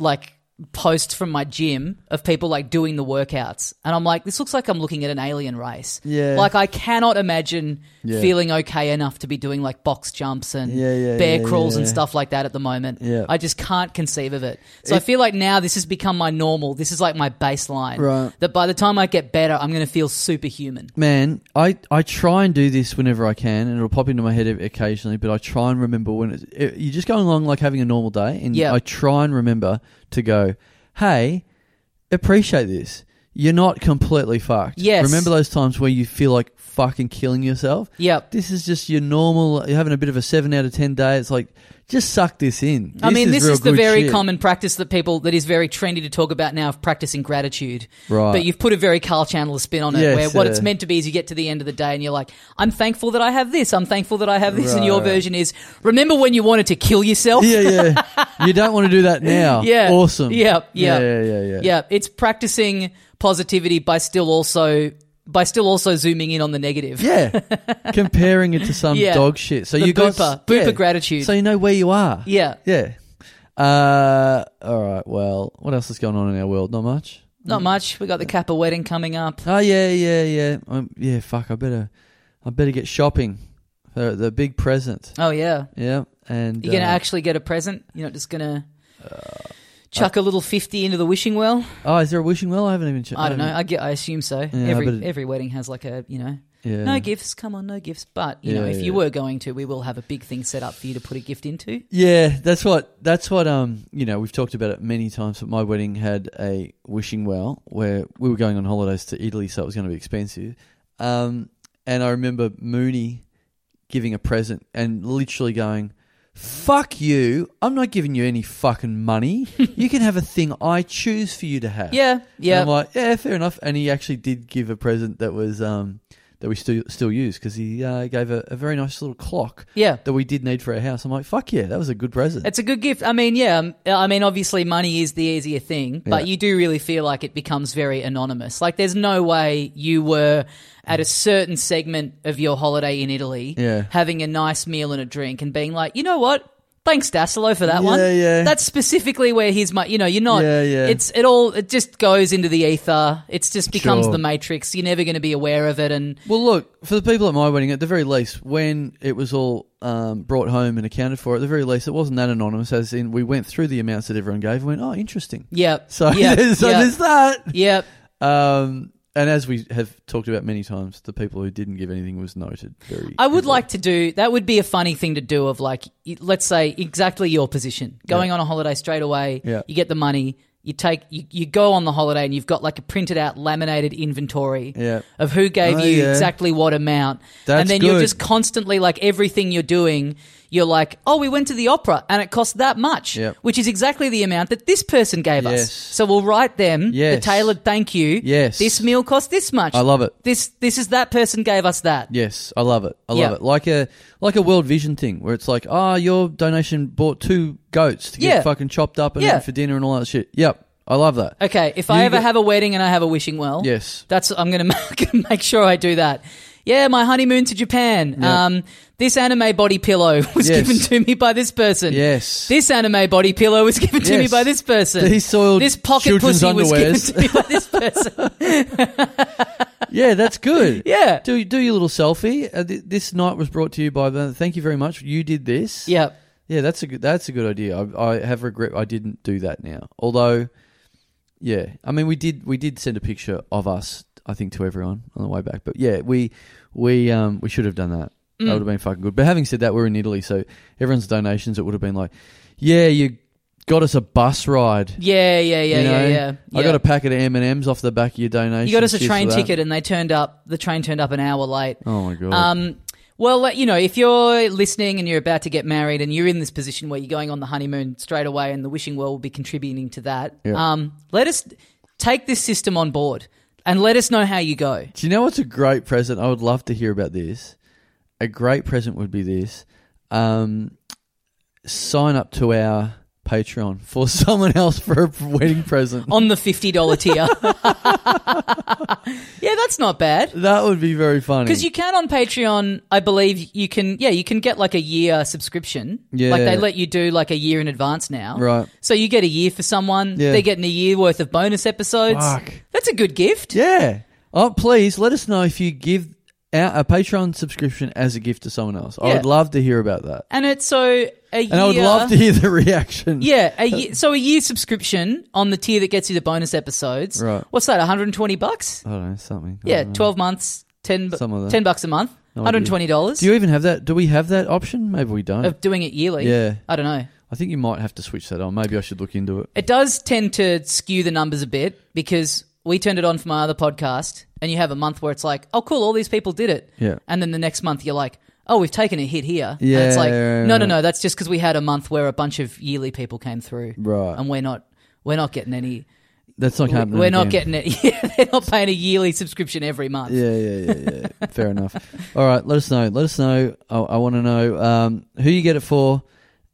S1: like posts from my gym of people like doing the workouts, and I'm like, this looks like I'm looking at an alien race.
S2: Yeah.
S1: Like I cannot imagine
S2: Yeah.
S1: feeling okay enough to be doing like box jumps and
S2: Yeah, yeah,
S1: bear
S2: yeah,
S1: crawls and
S2: yeah.
S1: stuff like that at the moment.
S2: Yeah.
S1: I just can't conceive of it. So I feel like now this has become my normal. This is like my baseline.
S2: Right.
S1: That by the time I get better, I'm going to feel superhuman.
S2: man, I, I try and do this whenever I can, and it'll pop into my head occasionally. But I try and remember when it's, it, you're just going along like having a normal day, and
S1: Yeah.
S2: I try and remember to go, hey, appreciate this. You're not completely fucked.
S1: Yes.
S2: Remember those times where you feel like fucking killing yourself.
S1: Yep.
S2: This is just your normal. You're having a bit of a seven out of ten day. It's like just suck this in.
S1: I mean, this
S2: real
S1: is the
S2: good
S1: very
S2: shit.
S1: common practice that people that is very trendy to talk about now of practicing gratitude.
S2: Right.
S1: But you've put a very Carl Chandler spin on it,
S2: Yes,
S1: where what it's
S2: yeah.
S1: meant to be is you get to the end of the day and you're like, I'm thankful that I have this. I'm thankful that I have this. and your
S2: Right.
S1: version is, remember when you wanted to kill yourself?
S2: Yeah, yeah. you don't want to do that now.
S1: Yeah.
S2: Awesome.
S1: Yep, yep.
S2: Yeah, yeah, yeah.
S1: yeah it's practicing positivity by still also by still also zooming in on the negative
S2: Yeah, comparing it to some
S1: Yeah.
S2: dog shit. So
S1: The
S2: you got
S1: booper.
S2: yeah.
S1: Booper gratitude.
S2: So you know where you are.
S1: yeah
S2: yeah. Uh, all right. Well, what else is going on in our world? Not much.
S1: not much we got the kappa wedding coming up
S2: Oh yeah, yeah, yeah. Um, yeah. Fuck. I better. I better get shopping for the big present.
S1: oh yeah
S2: Yeah. And
S1: you're gonna
S2: uh,
S1: actually get a present you're not just gonna chuck a little fifty into the wishing well.
S2: Oh, is there a wishing well? I haven't even checked.
S1: I don't know. I, get, I assume so.
S2: I
S1: every
S2: bet it-
S1: every wedding has like a you know
S2: yeah.
S1: no gifts. Come on, no gifts. But you know,
S2: Yeah,
S1: if
S2: yeah.
S1: you were going to, we will have a big thing set up for you to put a gift into.
S2: Yeah, that's what that's what um you know we've talked about it many times. But my wedding had a wishing well where we were going on holidays to Italy, so it was going to be expensive. Um, and I remember Mooney giving a present and literally going, "Fuck you! I'm not giving you any fucking money. you can have a thing I choose for you to have."
S1: Yeah,
S2: And
S1: yeah.
S2: I'm like, yeah, fair enough. And he actually did give a present that was um that we still still use because he uh, gave a, a very nice little clock
S1: yeah.
S2: that we did need for our house. I'm like, fuck yeah, that was a good present.
S1: It's a good gift. I mean, yeah. um, I mean, obviously, money is the easier thing, but
S2: Yeah.
S1: you do really feel like it becomes very anonymous. Like, there's no way you were at a certain segment of your holiday in Italy,
S2: Yeah.
S1: having a nice meal and a drink, and being like, you know what? Thanks, Dassolo, for that
S2: Yeah,
S1: one.
S2: yeah.
S1: That's specifically where he's my. You know, you're not.
S2: Yeah, yeah.
S1: It's it all. It just goes into the ether. It's just becomes
S2: Sure.
S1: the matrix. You're never going to be aware of it, and
S2: well, look for the people at my wedding. At the very least, when it was all um, brought home and accounted for, at the very least, it wasn't that anonymous. As in, we went through the amounts that everyone gave. and Went, oh, interesting.
S1: yeah.
S2: So,
S1: yeah,
S2: so
S1: yeah,
S2: there's that.
S1: yeah.
S2: Um, and as we have talked about many times, the people who didn't give anything was noted. Very.
S1: I would
S2: heavily.
S1: like to do that. Would be a funny thing to do. Of like, y- let's say exactly your position, going on a holiday straight away.
S2: Yeah.
S1: You get the money. You take. You, you go on the holiday, and you've got like a printed out, laminated inventory.
S2: Yeah.
S1: Of who gave
S2: Oh,
S1: you
S2: yeah.
S1: exactly what amount,
S2: That's
S1: and then you're
S2: good.
S1: just constantly like everything you're doing. You're like, oh, we went to the opera, and it cost that much,
S2: Yep.
S1: which is exactly the amount that this person gave us.
S2: Yes.
S1: So we'll write them
S2: Yes.
S1: the tailored thank you.
S2: Yes.
S1: This meal cost this much.
S2: I love it.
S1: This this is that person gave us that.
S2: Yes, I love it. I
S1: Yeah.
S2: love it. Like a like a world vision thing where it's like, ah, your donation bought two goats to get
S1: Yeah.
S2: fucking chopped up and
S1: Yeah.
S2: eaten for dinner and all that shit. Yep, I love that.
S1: Okay, if I
S2: You
S1: ever
S2: get-
S1: have a wedding and I have a wishing well,
S2: Yes.
S1: that's I'm gonna make, make sure I do that. Yeah, my honeymoon to Japan.
S2: Yeah.
S1: Um, this anime body pillow was
S2: Yes.
S1: given to me by this person.
S2: Yes.
S1: This anime body pillow was given to me
S2: Yes.
S1: by this person.
S2: These soiled
S1: this pocket
S2: children's
S1: pussy was given
S2: underwears.
S1: to me by this person.
S2: yeah, that's good.
S1: yeah.
S2: Do do your little selfie. Uh, th- this night was brought to you by the. Thank you very much. You did this.
S1: Yeah.
S2: yeah. That's a good. That's a good idea. I, I have regret I didn't do that now. Although, yeah, I mean we did we did send a picture of us. I think to everyone on the way back. But yeah, we we um we should have done that.
S1: Mm.
S2: That would have been fucking good. But having said that, we're in Italy, so everyone's donations. It would have been like, yeah, you got us a bus ride.
S1: Yeah, yeah, yeah,
S2: you know?
S1: yeah, yeah.
S2: I
S1: Yeah.
S2: got a packet of M and M's off the back of your donation.
S1: You got us a
S2: Cheers
S1: train
S2: for that.
S1: ticket and they turned up the train turned up an hour late.
S2: Oh my god.
S1: Um, well, like, you know, if you're listening and you're about to get married and you're in this position where you're going on the honeymoon straight away and the wishing well will be contributing to that,
S2: Yeah.
S1: um, let us take this system on board and let us know how you go.
S2: Do you know what's a great present? I would love to hear about this. A great present would be this. Um, sign up to our Patreon for someone else for a wedding present.
S1: On the $50 tier. yeah, that's not bad.
S2: That would be very funny.
S1: Because you can on Patreon, I believe you can. Yeah, you can get like a year subscription.
S2: Yeah.
S1: like they let you do like a year in advance now.
S2: Right.
S1: So you get a year for someone.
S2: Yeah.
S1: They're getting a year worth of bonus episodes.
S2: Fuck.
S1: That's a good gift.
S2: yeah. Oh, please let us know if you give out a Patreon subscription as a gift to someone else. I
S1: Yeah.
S2: would love to hear about that,
S1: And it's so a year.
S2: and I would love to hear the reaction.
S1: Yeah, a year, so a year subscription on the tier that gets you the bonus episodes.
S2: Right.
S1: What's that? One hundred and twenty bucks.
S2: I don't know something. I
S1: Yeah,
S2: don't know.
S1: twelve months, 10, bu-
S2: Some of that.
S1: 10 bucks a month,
S2: No
S1: one hundred and twenty dollars
S2: Do you even have that? Do we have that option? Maybe we don't.
S1: of doing it yearly.
S2: Yeah.
S1: I don't know.
S2: I think you might have to switch that on. Maybe I should look into it.
S1: It does tend to skew the numbers a bit because we turned it on for my other podcast, and you have a month where it's like, oh, cool, all these people did it.
S2: Yeah.
S1: And then the next month, you're like, oh, we've taken a hit here.
S2: Yeah,
S1: And it's like,
S2: right,
S1: no, no,
S2: right.
S1: no, that's just because we had a month where a bunch of yearly people came through.
S2: Right.
S1: And we're not. We're not getting any.
S2: That's not happening.
S1: We're not
S2: again.
S1: getting it. Yeah, they're not paying a yearly subscription every month.
S2: Yeah, yeah, yeah, yeah. Fair enough. All right, let us know. Let us know. I, I want to know um, who you get it for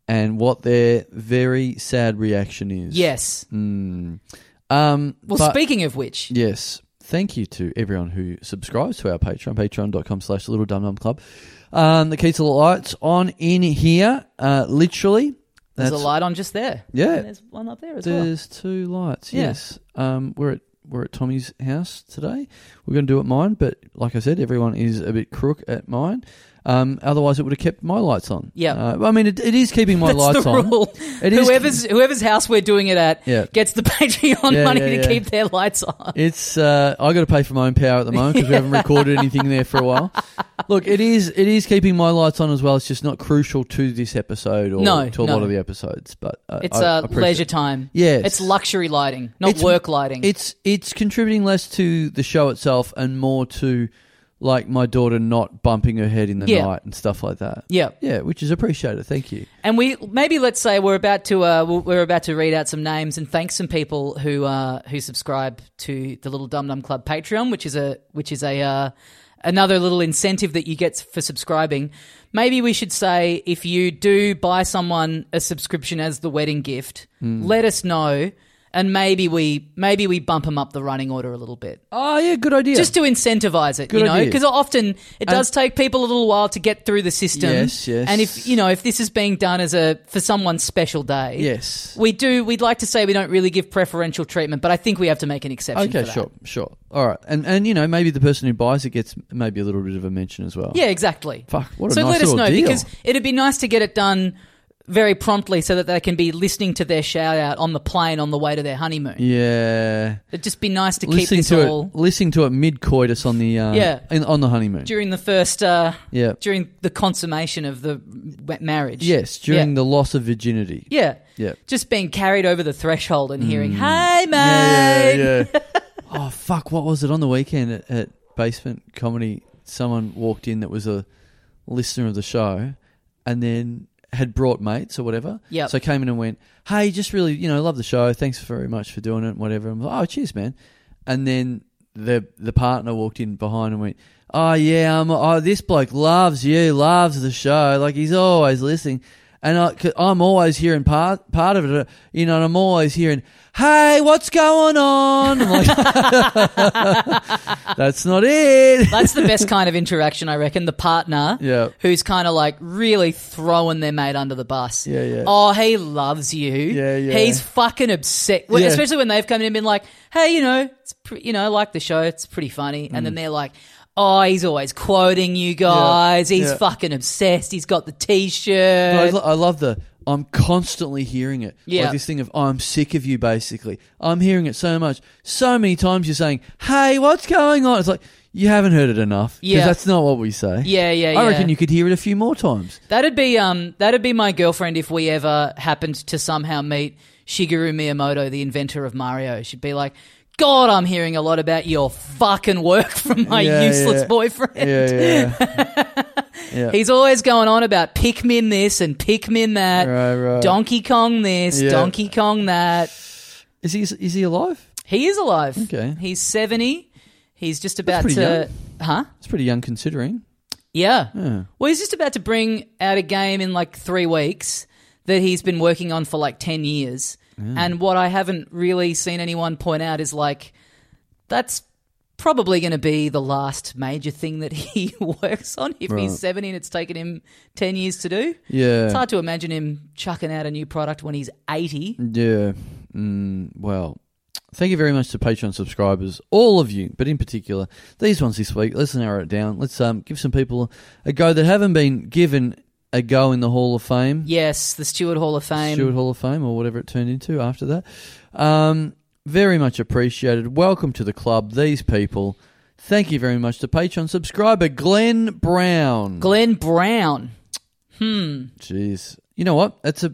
S2: and what their very sad reaction is.
S1: Yes.
S2: Mm. Um,
S1: Well,
S2: but-
S1: speaking of which,
S2: Yes. Thank you to everyone who subscribes to our Patreon, patreon.com slash little dum dum club. Um, the keys to the lights on in here, uh, literally.
S1: there's a
S2: That's-
S1: light on just there.
S2: Yeah.
S1: And there's one up there as well.
S2: There's two lights.
S1: Yeah.
S2: Yes. Um, we're at we're at Tommy's house today. We're going to do it at mine, but like I said, everyone is a bit crook at mine. Um, otherwise, it would have kept my lights on.
S1: Yeah.
S2: Uh, I mean, it, it is keeping my
S1: That's
S2: lights
S1: the
S2: on.
S1: rule.
S2: It is-
S1: whoever's whoever's house we're doing it at
S2: Yeah.
S1: gets the Patreon
S2: Yeah,
S1: money
S2: yeah,
S1: to
S2: yeah.
S1: keep their lights on.
S2: It's uh, I got to pay for my own power at the moment because we haven't recorded anything there for a while. Look, it is it is keeping my lights on as well. It's just not crucial to this episode or
S1: No,
S2: to a
S1: no.
S2: lot of the episodes. But uh,
S1: It's
S2: I- I
S1: uh,
S2: appreciate
S1: leisure
S2: it.
S1: time.
S2: Yeah,
S1: it's luxury lighting, not
S2: It's-
S1: work lighting.
S2: It's it's contributing less to the show itself and more to like my daughter not bumping her head in the
S1: Yeah.
S2: night and stuff like that.
S1: yeah,
S2: Yeah, which is appreciated. Thank you.
S1: and we maybe let's say we're about to uh, we'll- we're about to read out some names and thank some people who uh, who subscribe to the Little Dum Dum Club Patreon, which is a which is a uh, another little incentive that you get for subscribing. Maybe we should say if you do buy someone a subscription as the wedding gift, let us know, and maybe we maybe we bump them up the running order a little bit.
S2: Oh yeah, good idea.
S1: just to incentivize it,
S2: Good
S1: you know,
S2: idea.
S1: because often it does take people a little while to get through the system.
S2: Yes, yes.
S1: And if you know, if this is being done as a for someone's special day,
S2: yes.
S1: we do. We'd like to say we don't really give preferential treatment, but I think we have to make an exception.
S2: Okay,
S1: for that.
S2: sure, sure. All right, and and you know maybe the person who buys it gets maybe a little bit of a mention as well.
S1: Yeah, exactly.
S2: Fuck, what a
S1: so
S2: nice
S1: let us
S2: little
S1: know
S2: deal.
S1: because it'd be nice to get it done very promptly so that they can be listening to their shout out on the plane on the way to their honeymoon.
S2: Yeah.
S1: It'd just be nice to keep
S2: listening
S1: this
S2: to
S1: all
S2: it, listening to it mid coitus on the uh,
S1: Yeah.
S2: in, on the honeymoon.
S1: during the first uh,
S2: yeah.
S1: during the consummation of the w- marriage.
S2: yes, during
S1: Yeah.
S2: the loss of virginity.
S1: Yeah.
S2: Yeah. Mm.
S1: Just being carried over the threshold and hearing, hey, mate.
S2: Yeah, yeah, yeah. oh fuck! What was it on the weekend at, at Basement Comedy? Someone walked in that was a listener of the show, and then had brought mates or whatever.
S1: Yep.
S2: So came in and went, "Hey, just really, you know, love the show. Thanks very much for doing it. and Whatever." I'm like, "Oh, cheers, man." And then the the partner walked in behind and went, "Oh yeah, I'm. Oh, this bloke loves you. Loves the show. Like he's always listening." And I, am always hearing part part of it, uh, you know. And I'm always hearing, "Hey, what's going on?" I'm like, "That's not it."
S1: That's the best kind of interaction, I reckon. The partner
S2: Yeah.
S1: who's kind of like really throwing their mate under the bus.
S2: Yeah, yeah.
S1: Oh, he loves you.
S2: Yeah, yeah.
S1: He's fucking obsessed. Well,
S2: Yeah.
S1: Especially when they've come in and been like, hey, you know, it's pre- you know, I like the show. It's pretty funny. And
S2: Mm.
S1: then they're like, oh, he's always quoting you guys. He's
S2: yeah.
S1: fucking obsessed. He's got the t
S2: I,
S1: shirt.
S2: lo- I love the. I'm constantly hearing it.
S1: Uh, Yeah.
S2: Like this thing of I'm sick of you. Basically, I'm hearing it so much, so many times. You're saying, "Hey, what's going on?" It's like you haven't heard it enough. 'cause
S1: Yeah.
S2: that's not what we say.
S1: Yeah, yeah,
S2: I
S1: yeah.
S2: reckon you could hear it a few more times.
S1: That'd be um that'd be my girlfriend if we ever happened to somehow meet Shigeru Miyamoto, the inventor of Mario. She'd be like, God, I'm hearing a lot about your fucking work from my
S2: Yeah,
S1: useless
S2: yeah.
S1: boyfriend.
S2: Yeah, yeah. yeah.
S1: He's always going on about Pikmin this and Pikmin that,
S2: Right, right.
S1: Donkey Kong this,
S2: Yeah.
S1: Donkey Kong that.
S2: is he is he alive?
S1: He is alive.
S2: Okay.
S1: He's 70. He's just about
S2: pretty
S1: to. Huh?
S2: It's pretty young considering.
S1: Yeah.
S2: Yeah.
S1: Well, he's just about to bring out a game in like three weeks that he's been working on for like 10 years. And what I haven't really seen anyone point out is like, that's probably going to be the last major thing that he works on if
S2: Right.
S1: he's 70 and it's taken him 10 years to do.
S2: Yeah.
S1: It's hard to imagine him chucking out a new product when he's 80.
S2: Yeah. Mm, well, thank you very much to Patreon subscribers, all of you, but in particular these ones this week. Let's narrow it down. Let's um, give some people a go that haven't been given a go in the Hall of Fame,
S1: Yes, the Stewart Hall of Fame.
S2: Stewart Hall of Fame, or whatever it turned into after that. Um, very much appreciated. Welcome to the club, these people. Thank you very much to Patreon subscriber Glenn Brown.
S1: Glenn Brown.
S2: Jeez, you know what? That's a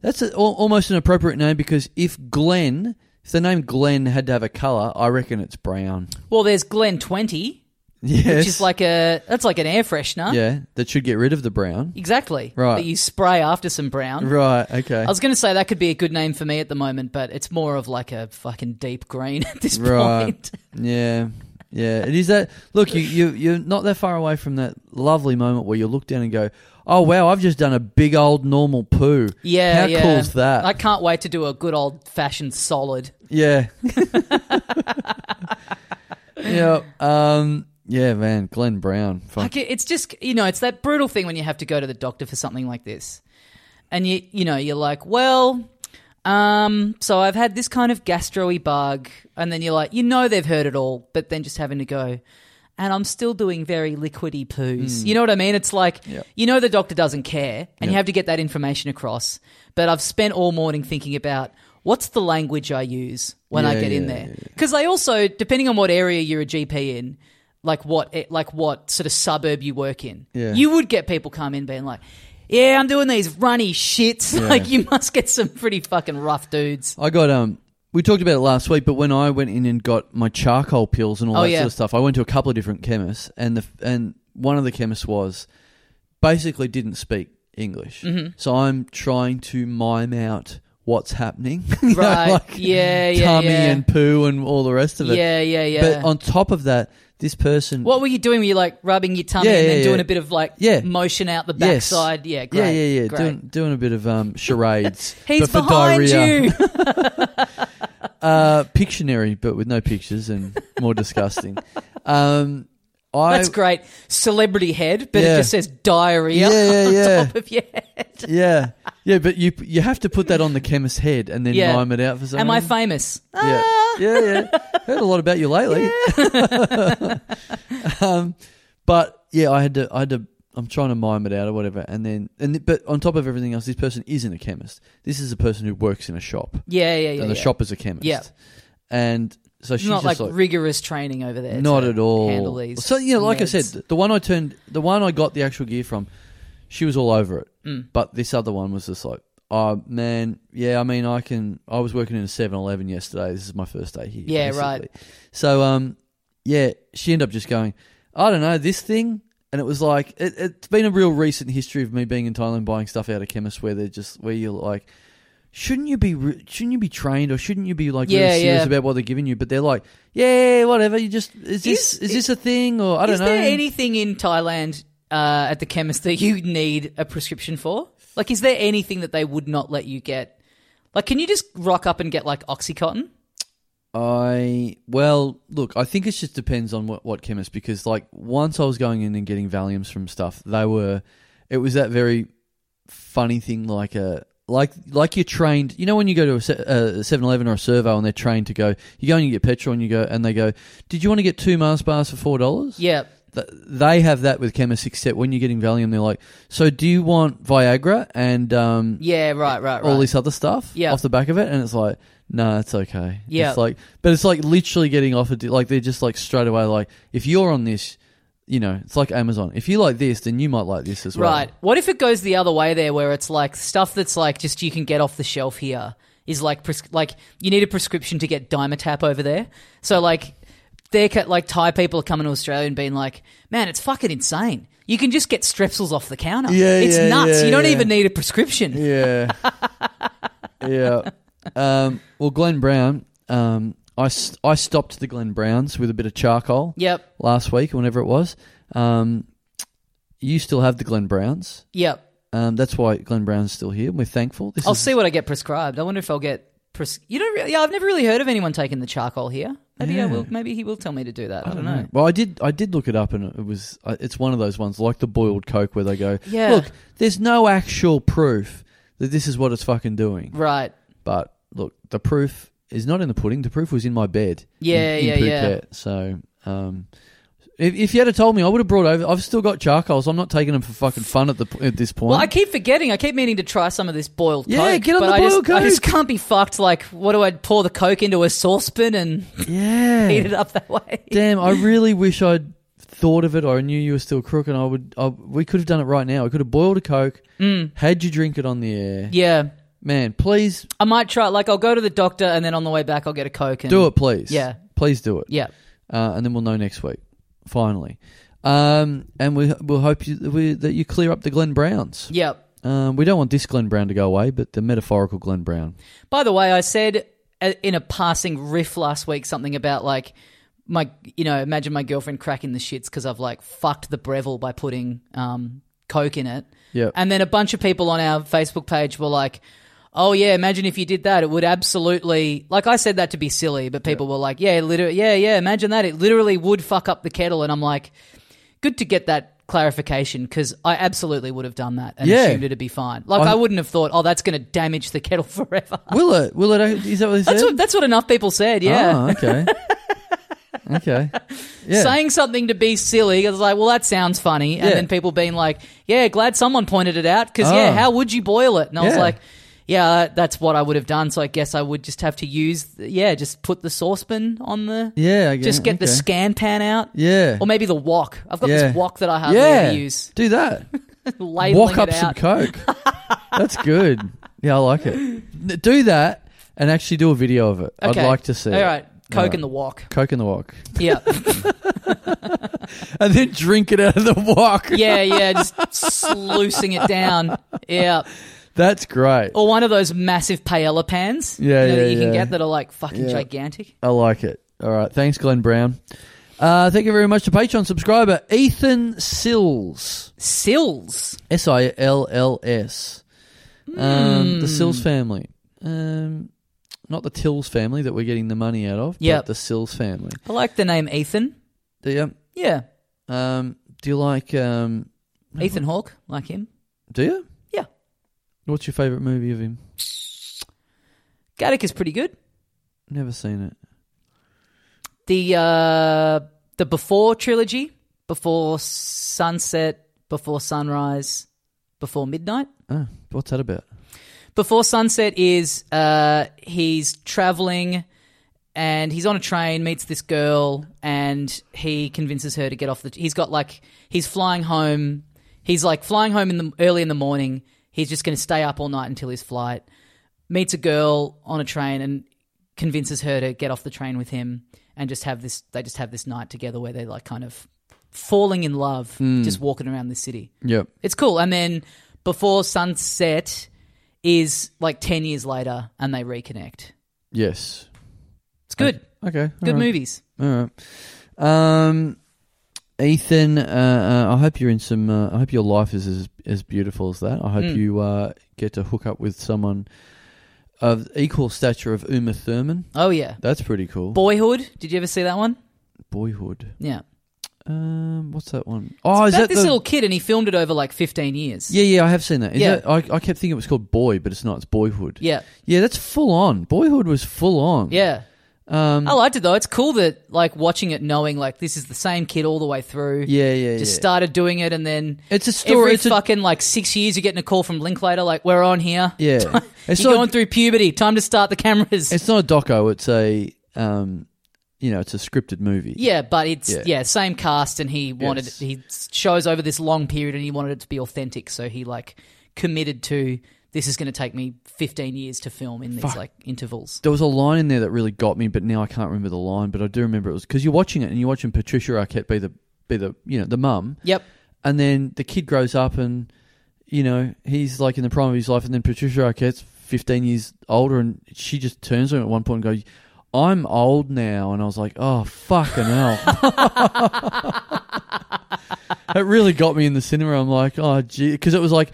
S2: that's a, al- almost an appropriate name because if Glenn, if the name Glenn had to have a color, I reckon it's brown.
S1: Well, there's Glenn 20,
S2: Yes,
S1: which is like a, that's like an air freshener.
S2: yeah, that should get rid of the brown.
S1: Exactly.
S2: Right.
S1: That you spray after some brown.
S2: Right. Okay.
S1: I was going to say that could be a good name for me at the moment, but it's more of like a fucking deep green at this
S2: Right.
S1: point.
S2: yeah. Yeah, it is that. Look, you, you, you're not that far away from that lovely moment where you look down and go, oh, wow, I've just done a big old normal poo.
S1: Yeah.
S2: How
S1: yeah.
S2: cool's that?
S1: I can't wait to do a good old fashioned solid.
S2: Yeah. yeah. Um, yeah, man. Glenn Brown. Fuck.
S1: Like it- it's just you know, it's that brutal thing when you have to go to the doctor for something like this, and you you know you're like, well, Um, so I've had this kind of gastroy bug, and then you're like, you know, they've heard it all, but then just having to go. And I'm still doing very liquidy
S2: Hmm.
S1: poos. You know what I mean? It's like you know the doctor doesn't care, and you have to get that information across. But I've spent all morning thinking about what's the language I use when I
S2: Yeah,
S1: get in
S2: yeah,
S1: there, because they also, depending on what area you're a GP in, like what eh, like what sort of suburb you work in,
S2: Yeah.
S1: you would get people come in being like. Yeah, I'm doing these runny shits. Like, you must get some pretty fucking rough dudes.
S2: I got um. We talked about it last week, but when I went in and got my charcoal pills and all
S1: Oh,
S2: that
S1: yeah.
S2: sort of stuff, I went to a couple of different chemists, and the and one of the chemists was basically didn't speak English.
S1: Mm-hmm.
S2: So I'm trying to mime out what's happening, You know,
S1: Right. Yeah, yeah,
S2: tummy
S1: yeah.
S2: and poo and all the rest of it.
S1: Yeah, yeah, yeah.
S2: But on top of that, this person
S1: what were you doing? Were you like rubbing your tummy
S2: Yeah,
S1: and then
S2: yeah,
S1: doing
S2: yeah.
S1: a bit of like
S2: Yeah.
S1: motion out the
S2: Yes.
S1: backside? Yeah, great.
S2: yeah, yeah, yeah,
S1: Great.
S2: doing doing a bit of um charades.
S1: He's
S2: but for
S1: behind
S2: diarrhea.
S1: you.
S2: Uh, Pictionary, but with no pictures and more disgusting. Um, I
S1: That's great. Celebrity head, but it
S2: Yeah.
S1: just says diarrhea
S2: Yeah, yeah,
S1: on
S2: yeah.
S1: top of your head.
S2: yeah, yeah, but you you have to put that on the chemist's head and then
S1: Yeah.
S2: mime it out for some.
S1: Am I Ah.
S2: reason.
S1: famous?
S2: Yeah, yeah, yeah. Heard a lot about you lately. um, but yeah, I had to. I had to. I'm trying to mime it out or whatever, and then and th- but on top of everything else, this person isn't a chemist. This is a person who works in a shop,
S1: Yeah, yeah, yeah.
S2: and the
S1: yeah.
S2: shop is a chemist.
S1: Yeah.
S2: and so she's
S1: Not
S2: just
S1: like, rigorous training over there.
S2: not
S1: to
S2: at all.
S1: Handle these.
S2: So you know, like I
S1: meds.
S2: said, th- the one I turned, the one I got the actual gear from, she was all over it.
S1: Mm.
S2: But this other one was just like, oh man, yeah. I mean, I can. I was working in a 7-Eleven yesterday. This is my first day here.
S1: Yeah, right.
S2: So um, yeah, she ended up just going, I don't know this thing. And it was like it, it's been a real recent history of me being in Thailand buying stuff out of chemists where they're just where you're like, shouldn't you be re- shouldn't you be trained or shouldn't you be like
S1: Yeah,
S2: really serious
S1: yeah.
S2: about what they're giving you? But they're like, yeah, whatever. You just is this
S1: Is-
S2: is, this a thing or I don't
S1: Is
S2: know.
S1: there anything in Thailand uh, at the chemist that you need a prescription for? Like, is there anything that they would not let you get? Like, can you just rock up and get like OxyContin?
S2: I well, look, I think it just depends on what what chemist because like once I was going in and getting Valiums from stuff, they were it was that very funny thing like a like like you're trained you know when you go to a se- a 7-eleven or a servo and they're trained to go you go and you get petrol and you go and they go did you want to get two mars bars for four dollars
S1: Yeah.
S2: Th- they have that with chemists, except when you're getting Valium, they're like, so do you want Viagra and um,
S1: Yeah, right, right, right.
S2: all this other stuff
S1: Yeah.
S2: off the back of it? And it's like, no, it's okay.
S1: Yeah.
S2: It's like, but it's like literally getting offered, to- like, they're just like straight away, like, if you're on this, you know, it's like Amazon. If you like this, then you might like this as well.
S1: right. What if it goes the other way there where it's like stuff that's like just you can get off the shelf here is like pres- like you need a prescription to get Dimetap over there. So like they're ca- like Thai people are coming to Australia and being like, "Man, it's fucking insane. You can just get strepsils off the counter.
S2: Yeah,
S1: it's
S2: yeah,
S1: nuts.
S2: yeah,
S1: you don't
S2: yeah.
S1: even need a prescription."
S2: Yeah. yeah. Um, well, Glenn Brown, um, I, st- I stopped the Glenn Browns with a bit of charcoal.
S1: Yep.
S2: last week, or whenever it was. Um, you still have the Glenn Browns.
S1: Yep.
S2: Um, that's why Glenn Brown's still here. and We're thankful. This
S1: I'll
S2: is,
S1: see what I get prescribed. I wonder if I'll get. Pres- you don't really. Yeah, I've never really heard of anyone taking the charcoal here. Maybe I
S2: Yeah.
S1: will. Maybe he will tell me to do that. I, don't know.
S2: Mm. Well, I did. I did look it up, and it was. uh, It's one of those ones like the boiled Coke, where they go,
S1: Yeah.
S2: "Look, there's no actual proof that this is what it's fucking doing."
S1: Right.
S2: But look, the proof is not in the pudding. The proof was in my bed.
S1: Yeah,
S2: in, in
S1: yeah, yeah.
S2: Phuket. So. Um, if, if you had have told me, I would have brought over. I've still got charcoals. I'm not taking them for fucking fun at the at this point.
S1: Well, I keep forgetting. I keep meaning to try some of this boiled
S2: Yeah,
S1: coke.
S2: get on
S1: but
S2: the
S1: I just, I
S2: boiled
S1: just
S2: Coke.
S1: can't be fucked. Like, what do I pour the coke into a saucepan and
S2: yeah,
S1: heat it up that way?
S2: Damn, I really wish I'd thought of it or I knew you were still crook and I would I, we could have done it right now. I could have boiled a Coke,
S1: Mm.
S2: had you drink it on the air.
S1: Yeah,
S2: Man, please
S1: I might try. Like, I'll go to the doctor and then on the way back, I'll get a coke. And,
S2: do it, please.
S1: Yeah.
S2: Please do it.
S1: Yeah.
S2: Uh, and then we'll know next week. Finally. Um, and we we'll hope you, we, that you clear up the Glen Browns.
S1: Yep.
S2: Um, we don't want this Glen Brown to go away, but the metaphorical Glen Brown.
S1: By the way, I said uh, in a passing riff last week something about like my, you know, imagine my girlfriend cracking the shits because I've like fucked the Breville by putting um, coke in it.
S2: Yep.
S1: And then a bunch of people on our Facebook page were like, "Oh yeah, imagine if you did that. It would absolutely." Like I said that to be silly, but people were like, "Yeah, literally, yeah, yeah. Imagine that. It literally would fuck up the kettle." And I'm like, "Good to get that clarification because I absolutely would have done that and
S2: Yeah.
S1: assumed it'd be fine. Like
S2: I'm-
S1: I, wouldn't have thought, oh, that's going to damage the kettle forever.
S2: Will it? Will it? Is that what they said?
S1: That's what, that's what enough people said. Yeah.
S2: Oh, okay. okay. Yeah.
S1: saying something to be silly. I was like, well, that sounds funny. And
S2: Yeah.
S1: then people being like, yeah, glad someone pointed it out because, yeah,
S2: Oh.
S1: how would you boil it? And I was
S2: Yeah.
S1: like, yeah, uh, that's what I would have done. So I guess I would just have to use, yeah, just put the saucepan on the,
S2: yeah. I get
S1: just
S2: it.
S1: get the
S2: Okay.
S1: scan pan out.
S2: Yeah.
S1: Or maybe the wok. I've got
S2: Yeah.
S1: this wok that I hardly
S2: yeah.
S1: ever use.
S2: Do that.
S1: Labeling
S2: Walk up
S1: it
S2: some
S1: out.
S2: coke. That's good. Yeah, I like it. N- Do that and actually do a video of it.
S1: Okay.
S2: I'd like to see.
S1: All
S2: it.
S1: right. Coke
S2: All right.
S1: in the wok.
S2: Coke in the wok,
S1: Yeah.
S2: and then drink it out of the wok.
S1: Yeah, yeah. Just sluicing it down. Yeah.
S2: That's great.
S1: Or one of those massive paella pans.
S2: Yeah,
S1: you know,
S2: yeah,
S1: that you can
S2: yeah.
S1: get that are like fucking
S2: Yeah.
S1: gigantic.
S2: I like it. All right. Thanks, Glenn Brown. Uh, thank you very much to Patreon subscriber Ethan Sills.
S1: Sills.
S2: S I L L S. Um, The Sills family. Um, not the Tills family that we're getting the money out of,
S1: Yep.
S2: but the Sills family.
S1: I like the name Ethan.
S2: Do you,
S1: Yeah.
S2: um, do you like. Um,
S1: Ethan Hawke, like him.
S2: do you?
S1: Yeah.
S2: What's your favourite movie of him?
S1: Gattaca's pretty good.
S2: Never seen it.
S1: The uh the before trilogy, before sunset, before sunrise, before midnight.
S2: Oh, what's that about?
S1: Before Sunset is uh, he's traveling and he's on a train, meets this girl, and he convinces her to get off the. He's got like he's flying home. He's like flying home in the early in the morning. He's just going to stay up all night until his flight. Meets a girl on a train and convinces her to get off the train with him and just have this. They just have this night together where they're like kind of falling in love, just walking around the city.
S2: Yep.
S1: It's cool. And then before sunset is like 10 years later and they reconnect.
S2: Yes.
S1: It's good.
S2: Okay. all
S1: Good
S2: right.
S1: movies.
S2: All right. Um, Ethan, uh, uh, I hope you're in some. Uh, I hope your life is as, as beautiful as that. I hope
S1: Mm.
S2: you uh, get to hook up with someone of equal stature of Uma Thurman.
S1: Oh, yeah.
S2: That's pretty cool.
S1: Boyhood. Did you ever see that one?
S2: Boyhood.
S1: Yeah.
S2: Um, what's that one? Oh, is
S1: About
S2: that
S1: this
S2: the?
S1: little kid and he filmed it over like 15 years.
S2: yeah, yeah, I have seen that. Is
S1: Yeah.
S2: that- I, I kept thinking it was called Boy, but it's not. It's Boyhood.
S1: Yeah.
S2: yeah, that's full on. Boyhood was full on.
S1: Yeah.
S2: um,
S1: I liked it though. It's cool that like watching it knowing like this is the same kid all the way through.
S2: yeah, yeah,
S1: Just
S2: yeah.
S1: started doing it and then
S2: It's a story.
S1: every
S2: it's a-
S1: fucking like six years you're getting a call from Linklater like we're on here.
S2: yeah. it's
S1: You're
S2: not-
S1: going through puberty. Time to start the cameras.
S2: It's not a doco. It's a, um, you know, it's a scripted movie.
S1: Yeah, but it's
S2: Yeah.
S1: yeah, same cast, and he wanted
S2: Yes.
S1: he shows over this long period, and he wanted it to be authentic, so he like committed to this is going to take me fifteen years to film in these
S2: Fuck.
S1: like intervals.
S2: There was a line in there that really got me, but now I can't remember the line. But I do remember it was because you're watching it and you're watching Patricia Arquette be the be the you know the mum,
S1: Yep.
S2: and then the kid grows up and you know he's like in the prime of his life, and then Patricia Arquette's 15 years older, and she just turns to him at one point and goes, "I'm old now," and I was like, "Oh fucking hell." it really got me in the cinema. I'm like, oh, gee, because it was like,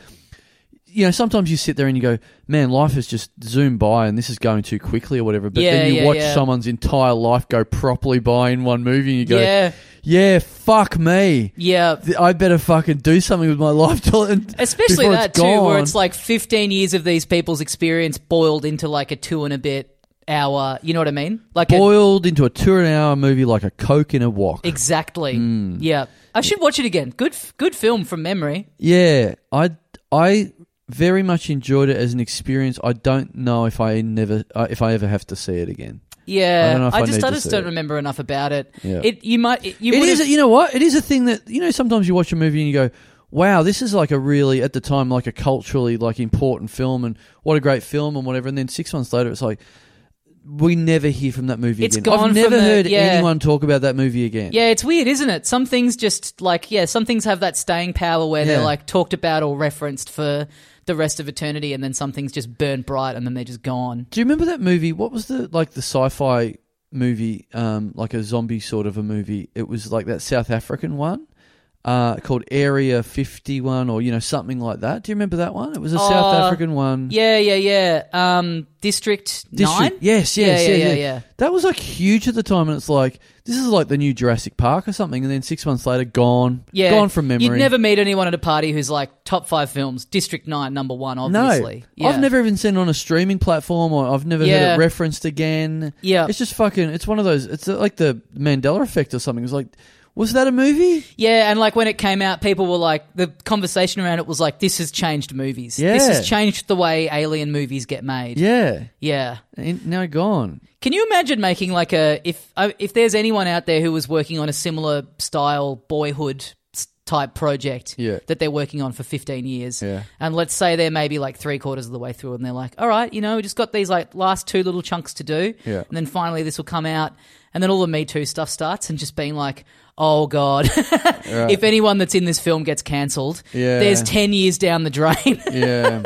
S2: you know, sometimes you sit there and you go, man, life has just zoomed by and this is going too quickly or whatever. But
S1: Yeah,
S2: then you
S1: yeah,
S2: watch
S1: yeah.
S2: someone's entire life go properly by in one movie and you go,
S1: yeah.
S2: yeah, fuck me.
S1: Yeah.
S2: Th- I better fucking do something with my life till and
S1: Especially
S2: before
S1: that
S2: it's
S1: too, where
S2: gone.
S1: it's like fifteen years of these people's experience boiled into like a two and a bit hour. You know what I mean? Like a, E
S2: boiled into a two and an hour movie like a coke in a wok.
S1: exactly.
S2: Hmm.
S1: Yeah. I should watch it again. Good, f- good film from memory.
S2: yeah, I I very much enjoyed it as an experience. I don't know if I never uh, if I ever have to see it again.
S1: Yeah,
S2: I don't know if I need
S1: just I
S2: to
S1: just
S2: see
S1: don't
S2: it.
S1: remember enough about it.
S2: Yeah.
S1: It you might it, you
S2: It
S1: would
S2: is,
S1: have-
S2: you know what? It is a thing that you know. Sometimes you watch a movie and you go, "Wow, this is like a really at the time like a culturally like important film, and what a great film and whatever." And then six months later, it's like we never hear from that movie
S1: It's
S2: again.
S1: gone
S2: I've never
S1: from the-
S2: heard
S1: yeah.
S2: anyone talk about that movie again.
S1: Yeah, it's weird, isn't it? Some things just like yeah, some things have that staying power where
S2: Yeah.
S1: they're like talked about or referenced for the rest of eternity, and then some things just burn bright and then they're just gone.
S2: Do you remember that movie? What was the like the sci-fi movie, um, like a zombie sort of a movie? It was like that South African one. Uh, called Area 51 or you know something like that. Do you remember that one? It was a South
S1: Uh,
S2: African one.
S1: Yeah, yeah, yeah. Um, District,
S2: District.
S1: Nine.
S2: Yes,
S1: Yeah,
S2: yes,
S1: yeah,
S2: yeah,
S1: yeah,
S2: yeah,
S1: yeah.
S2: That was like huge at the time, and it's like this is like the new Jurassic Park or something, and then six months later, gone,
S1: Yeah,
S2: gone from memory.
S1: You'd never meet anyone at a party who's like top five films, District Nine, number one, obviously.
S2: No,
S1: Yeah.
S2: I've never even seen it on a streaming platform, or I've never
S1: Yeah.
S2: heard it referenced again.
S1: Yeah.
S2: it's just fucking. It's one of those. It's like the Mandela effect or something. It's like, was that a movie?
S1: Yeah, and like when it came out, people were like, the conversation around it was like, this has changed movies. This
S2: Yeah.
S1: has changed the way alien movies get made.
S2: Yeah,
S1: Yeah.
S2: In- now gone.
S1: Can you imagine making like a if I- if there's anyone out there who was working on a similar style boyhood s- type project
S2: Yeah.
S1: that they're working on for 15 years
S2: Yeah.
S1: and let's say they're maybe like three quarters of the way through and they're like all right you know we just got these like last two little chunks to do
S2: Yeah.
S1: and then finally this will come out and then all the me too stuff starts and just being like oh god if anyone that's in this film gets cancelled
S2: Yeah.
S1: there's 10 years down the drain
S2: Yeah,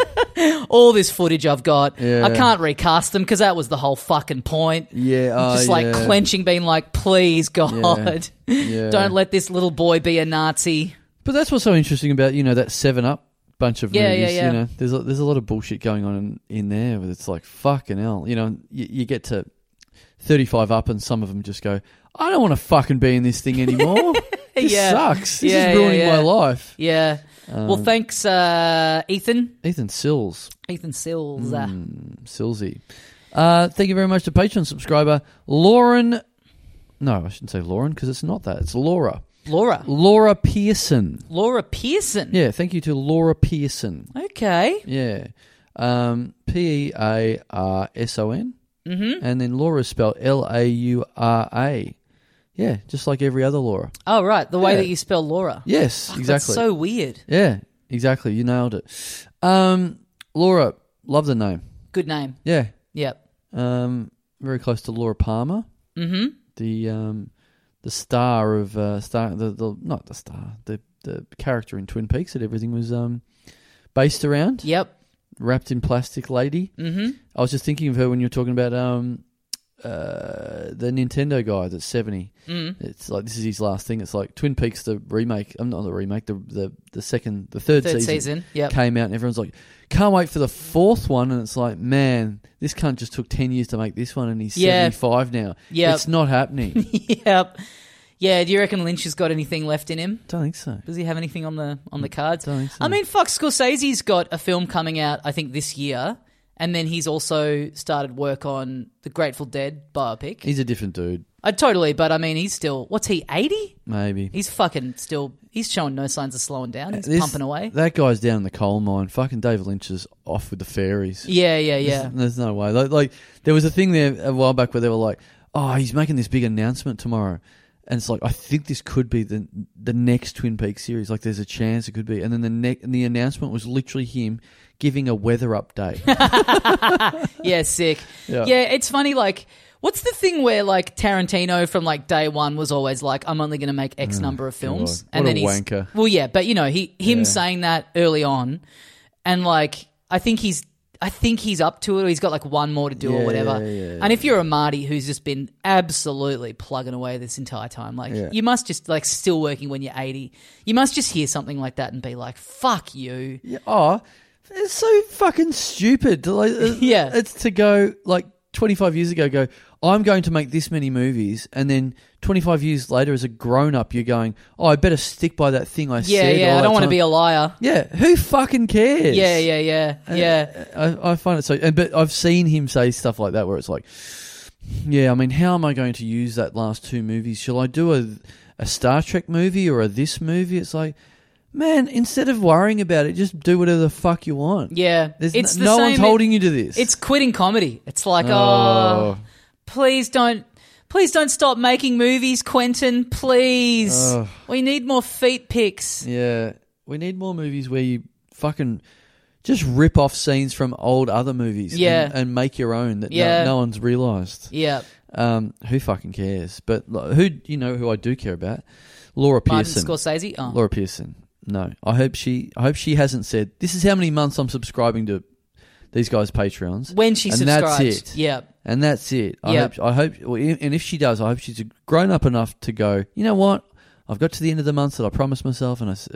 S1: all this footage I've got.
S2: Yeah.
S1: I can't recast them because that was the whole fucking point.
S2: Yeah, oh,
S1: just like
S2: yeah.
S1: clenching, being like, please, God,
S2: Yeah.
S1: don't let this little boy be a Nazi.
S2: but that's what's so interesting about you know that Seven Up bunch of
S1: Yeah,
S2: movies.
S1: yeah, yeah.
S2: You know, there's a, there's a lot of bullshit going on in, in there, but it's like fucking hell. You know, you, you get to thirty five up, and some of them just go, I don't want to fucking be in this thing anymore. This
S1: Yeah.
S2: sucks. This
S1: Yeah, yeah,
S2: is ruining
S1: yeah.
S2: my life.
S1: Yeah. well,
S2: Um,
S1: thanks, uh, Ethan.
S2: Ethan Sills.
S1: Ethan Sills.
S2: Hmm.
S1: Uh,
S2: Silsey. Uh, thank you very much to Patreon subscriber Lauren. No, I shouldn't say Lauren because it's not that. It's Laura.
S1: Laura.
S2: Laura Pearson.
S1: Laura Pearson.
S2: Yeah, thank you to Laura Pearson.
S1: Okay.
S2: Yeah. Um, P E A R S O N. Mm-hmm. And then Laura is spelled L A U R A. Yeah, just like every other Laura.
S1: Oh, right. The way
S2: Yeah.
S1: that you spell Laura.
S2: Yes,
S1: Fuck,
S2: exactly.
S1: That's so weird.
S2: yeah, exactly. You nailed it. Um, Laura, love the name.
S1: Good name.
S2: Yeah,
S1: Yep.
S2: um, very close to Laura Palmer, mm-hmm. the um, the star of uh, star the, the not the star the the character in Twin Peaks that everything was um, based around,
S1: Yep.
S2: wrapped in plastic lady. Mm-hmm. I was just thinking of her when you were talking about um, uh, the Nintendo guy that's seventy. Mm. It's like this is his last thing. It's like Twin Peaks the remake. I'm not the remake. The the the second the third,
S1: Third
S2: season
S1: season. Yep.
S2: came out and everyone's like, can't wait for the fourth one. And it's like, man, this cunt just took 10 years to make this one and he's
S1: Yeah.
S2: 75 now.
S1: Yep.
S2: It's not happening.
S1: yep. Yeah. Do you reckon Lynch has got anything left in him?
S2: Don't think so.
S1: Does he have anything on the on the cards?
S2: Mm, Don't think so.
S1: I mean, fuck, Scorsese's got a film coming out, I think, this year, and then he's also started work on the Grateful Dead biopic.
S2: He's a different dude,
S1: I totally, but I mean, he's still what's he eighty?
S2: maybe.
S1: He's fucking still. He's showing no signs of slowing down. He's
S2: This-
S1: pumping away.
S2: That guy's down in the coal mine. Fucking David Lynch is off with the fairies.
S1: yeah, yeah, yeah.
S2: There's, there's no way. Like, like, there was a thing there a while back where they were like, "Oh, he's making this big announcement tomorrow," and it's like, I think this could be the the next Twin Peaks series. Like, there's a chance it could be. And then the ne- and the announcement was literally him giving a weather update.
S1: yeah, sick.
S2: Yeah.
S1: Yeah. it's funny. Like, what's the thing where like Tarantino from like day one was always like, "I'm only going to make X number of films,"
S2: God. Mm, What a
S1: he's
S2: wanker.
S1: well, yeah, but you know, he him
S2: Yeah.
S1: saying that early on, and like, I think he's. I think he's up to it, or he's got like one more to do,
S2: Yeah,
S1: or whatever.
S2: yeah, yeah,
S1: And if you're a Marty who's just been absolutely plugging away this entire time, like
S2: Yeah.
S1: you must just like still working when you're 80, you must just hear something like that and be like, "Fuck you."
S2: Yeah, oh, it's so fucking stupid. to, Like, uh,
S1: Yeah.
S2: it's to go like 25 years ago. Go, I'm going to make this many movies, and then 25 years later, as a grown up, you're going, oh, I better stick by that thing I
S1: Yeah,
S2: said.
S1: yeah.
S2: all
S1: I
S2: that
S1: don't want to
S2: time."
S1: be a liar.
S2: Yeah, who fucking cares?
S1: Yeah, yeah, yeah, yeah.
S2: I, I find it so, and but I've seen him say stuff like that where it's like, yeah, I mean, how am I going to use that last two movies? Shall I do a a Star Trek movie or a this movie? It's like, man, instead of worrying about it, just do whatever the fuck you want.
S1: Yeah,
S2: There's
S1: it's
S2: n-
S1: the
S2: no
S1: same, e-
S2: one's holding you to this.
S1: It's quitting comedy. It's like, oh, please don't, please don't stop making movies, Quentin. Please,
S2: Oh.
S1: we need more feet pics.
S2: yeah, we need more movies where you fucking just rip off scenes from old other movies.
S1: Yeah.
S2: and, and make your own that no-
S1: Yeah.
S2: no, one's realised.
S1: Yeah,
S2: Um, who fucking cares? But like, who you know who I do care about? Laura
S1: Martin
S2: Pearson.
S1: Scorsese. Oh.
S2: Laura Pearson. No, I hope she. I hope she hasn't said this is how many months I'm subscribing to these guys' Patreons.
S1: when she
S2: and
S1: subscribes,
S2: that's it.
S1: yeah,
S2: And that's it. I
S1: Yeah.
S2: hope. I hope. well, i- And if she does, I hope she's grown up enough to go. You know what? I've got to the end of the month that I promised myself, and I. s-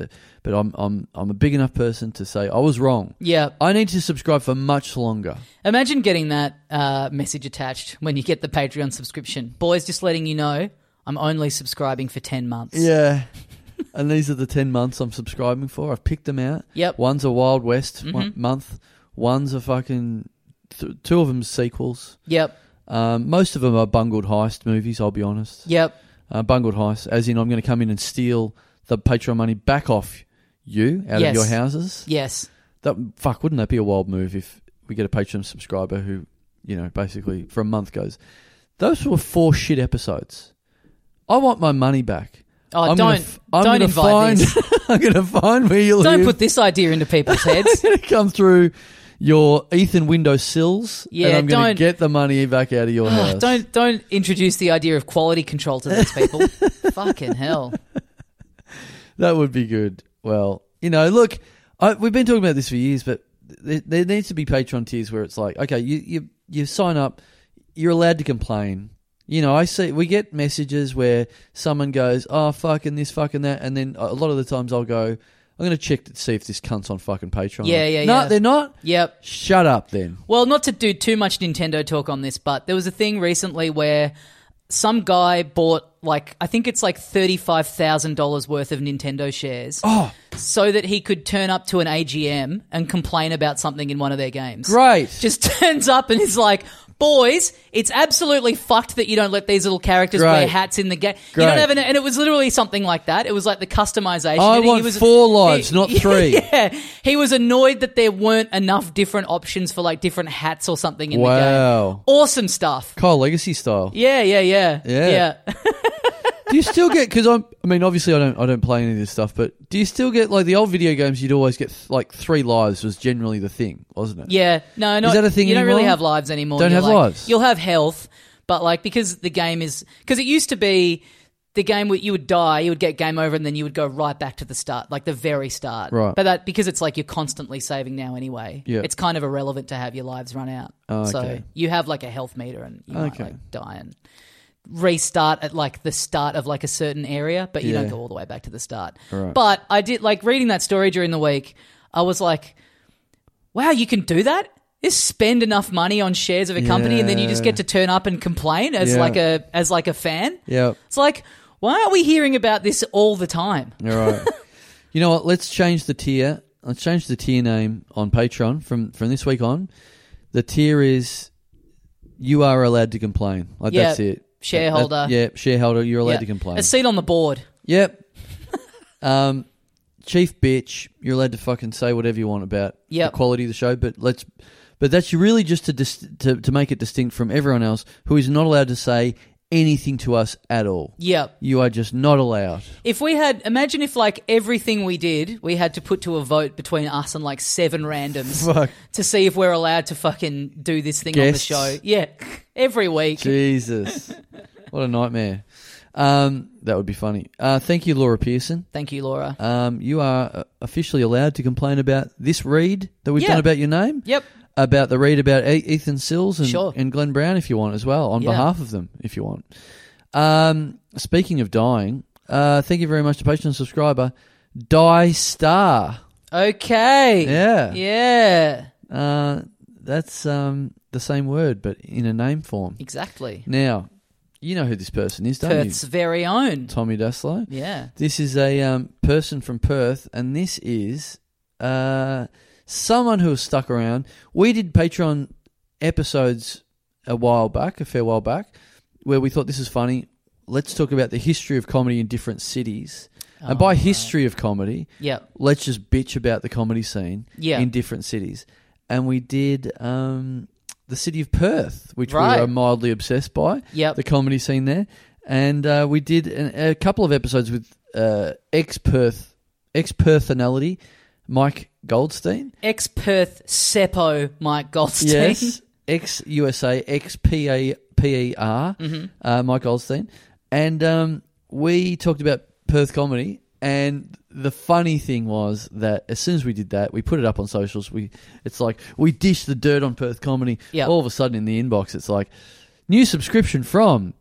S2: But I'm I'm I'm a big enough person to say I was wrong.
S1: yeah.
S2: I need to subscribe for much longer.
S1: Imagine getting that uh, message attached when you get the Patreon subscription. Boys, just letting you know, I'm only subscribing for 10 months.
S2: Yeah. and these are the 10 months I'm subscribing for. I've picked them out.
S1: Yep.
S2: One's a Wild West one-
S1: Mhm.
S2: month. One's a fucking. Th- two of them's sequels.
S1: Yep.
S2: Um, most of them are bungled heist movies, I'll be honest.
S1: Yep.
S2: Uh, bungled heist, as in I'm going to come in and steal the Patreon money back off you out
S1: Yes.
S2: of your houses.
S1: Yes.
S2: That Fuck, wouldn't that be a wild move if we get a Patreon subscriber who, you know, basically for a month goes, those were four shit episodes. I want my money back.
S1: Oh,
S2: I'm
S1: don't
S2: gonna f- I'm
S1: don't
S2: gonna
S1: invite
S2: find,
S1: this.
S2: I'm going to find where you
S1: Don't
S2: live.
S1: put this idea into people's heads.
S2: I'm going to come through your Ethan window sills, and
S1: Yeah,
S2: I'm going
S1: don't-
S2: to get the money back out of your
S1: Ugh,
S2: house.
S1: Ah, don't don't introduce the idea of quality control to these people. Fucking hell.
S2: That would be good. Well, you know, look, I, we've been talking about this for years, but there, there needs to be Patreon tiers where it's like, okay, you, you you sign up, you're allowed to complain. You know, I see we get messages where someone goes, "Oh, fucking this, fucking that," and then a lot of the times I'll go, "I'm going to check to see if this cunt's on fucking Patreon."
S1: Yeah, yeah,
S2: no,
S1: yeah.
S2: they're not.
S1: Yep.
S2: Shut up, then.
S1: Well, not to do too much Nintendo talk on this, but there was a thing recently where some guy bought like I think it's like thirty-five thousand dollars worth of Nintendo shares,
S2: Oh,
S1: so that he could turn up to an AGM and complain about something in one of their games.
S2: great.
S1: Just turns up and is like, "Boys, it's absolutely fucked that you don't let these little characters wear
S2: Great.
S1: hats in the game. You
S2: Great.
S1: don't have an." And it was literally something like that. It was like the customization.
S2: I
S1: and
S2: want four lives, not three.
S1: Yeah, he was annoyed that there weren't enough different options for like different hats or something in the game.
S2: wow,
S1: Awesome stuff.
S2: Kyle Legacy style.
S1: Yeah, yeah, yeah,
S2: Yeah.
S1: yeah.
S2: do you still get because I'm I mean obviously I don't I don't play any of this stuff but do you still get like the old video games you'd always get like three lives was generally the thing wasn't it
S1: Yeah, no, not,
S2: that a thing
S1: You don't
S2: anymore?
S1: really have lives anymore.
S2: Don't
S1: You're
S2: have
S1: like-
S2: lives.
S1: You'll have health, but like because the game is because it used to be the game where you would die, you would get game over, and then you would go right back to the start, like the very start.
S2: Right.
S1: But that because it's like you're constantly saving now anyway.
S2: Yeah.
S1: It's kind of irrelevant to have your lives run out.
S2: Oh,
S1: So
S2: okay.
S1: you have like a health meter, and you might
S2: Okay.
S1: like die and restart at like the start of like a certain area, but you
S2: Yeah.
S1: don't go all the way back to the start. But I did like reading that story during the week. I was like, wow, you can do that? Just spend enough money on shares of a company and then you just
S2: Yeah.
S1: get to turn up and complain as
S2: Yeah.
S1: like a as like a fan.
S2: yeah
S1: It's like, why aren't we hearing about this all the time?
S2: all right you know what let's change the tier let's change the tier name on Patreon from from this week on the tier is you are allowed to complain like
S1: Yeah.
S2: that's it
S1: Shareholder.
S2: That- yeah shareholder you're allowed
S1: Yeah.
S2: to complain
S1: A seat on the board.
S2: yep um chief bitch you're allowed to fucking say whatever you want about
S1: Yep.
S2: the quality of the show, but let's. But that's really just to, dis- to to make it distinct from everyone else who is not allowed to say anything to us at all.
S1: Yep.
S2: You are just not allowed.
S1: If we had imagine if like everything we did we had to put to a vote between us and like seven randoms
S2: Fuck.
S1: to see if we're allowed to fucking do this thing
S2: Guests.
S1: on the show. Yeah. Every week.
S2: Jesus, what a nightmare. Um, that would be funny. Uh, thank you, Laura Pearson.
S1: Thank you, Laura.
S2: Um, you are uh, officially allowed to complain about this read that we've
S1: Yeah.
S2: done about your name.
S1: Yep.
S2: About the read about E- Ethan Sills and,
S1: Sure.
S2: and Glenn Brown, if you want, as well, on
S1: Yeah.
S2: behalf of them, if you want. Um, speaking of dying, uh, thank you very much to Patreon subscriber Die Star.
S1: Okay.
S2: Yeah.
S1: Yeah.
S2: Uh, that's um, the same word, but in a name form.
S1: Exactly.
S2: Now, you know who this person is, don't
S1: Perth's very own.
S2: you? Tommy Daslow.
S1: Yeah.
S2: This is a um, person from Perth, and this is uh, someone who has stuck around. We did Patreon episodes a while back, a fair while back, where we thought this is funny. Let's talk about the history of comedy in different cities.
S1: Oh,
S2: and by history of comedy,
S1: Yep.
S2: let's just bitch about the comedy scene
S1: Yeah.
S2: in different cities. And we did um, the city of Perth, which
S1: Right.
S2: we were mildly obsessed by
S1: Yep.
S2: the comedy scene there. And uh, we did an, a couple of episodes with uh, ex Perth, ex Perthonality, Mike Goldstein.
S1: Ex Perth Seppo Mike Goldstein.
S2: Yes. Ex USA, ex PER, E
S1: Mm-hmm.
S2: uh, Mike Goldstein. And um, we talked about Perth comedy. And the funny thing was that as soon as we did that, we put it up on socials. We It's like we dished the dirt on Perth comedy.
S1: Yeah.
S2: All of a sudden in the inbox, it's like new subscription from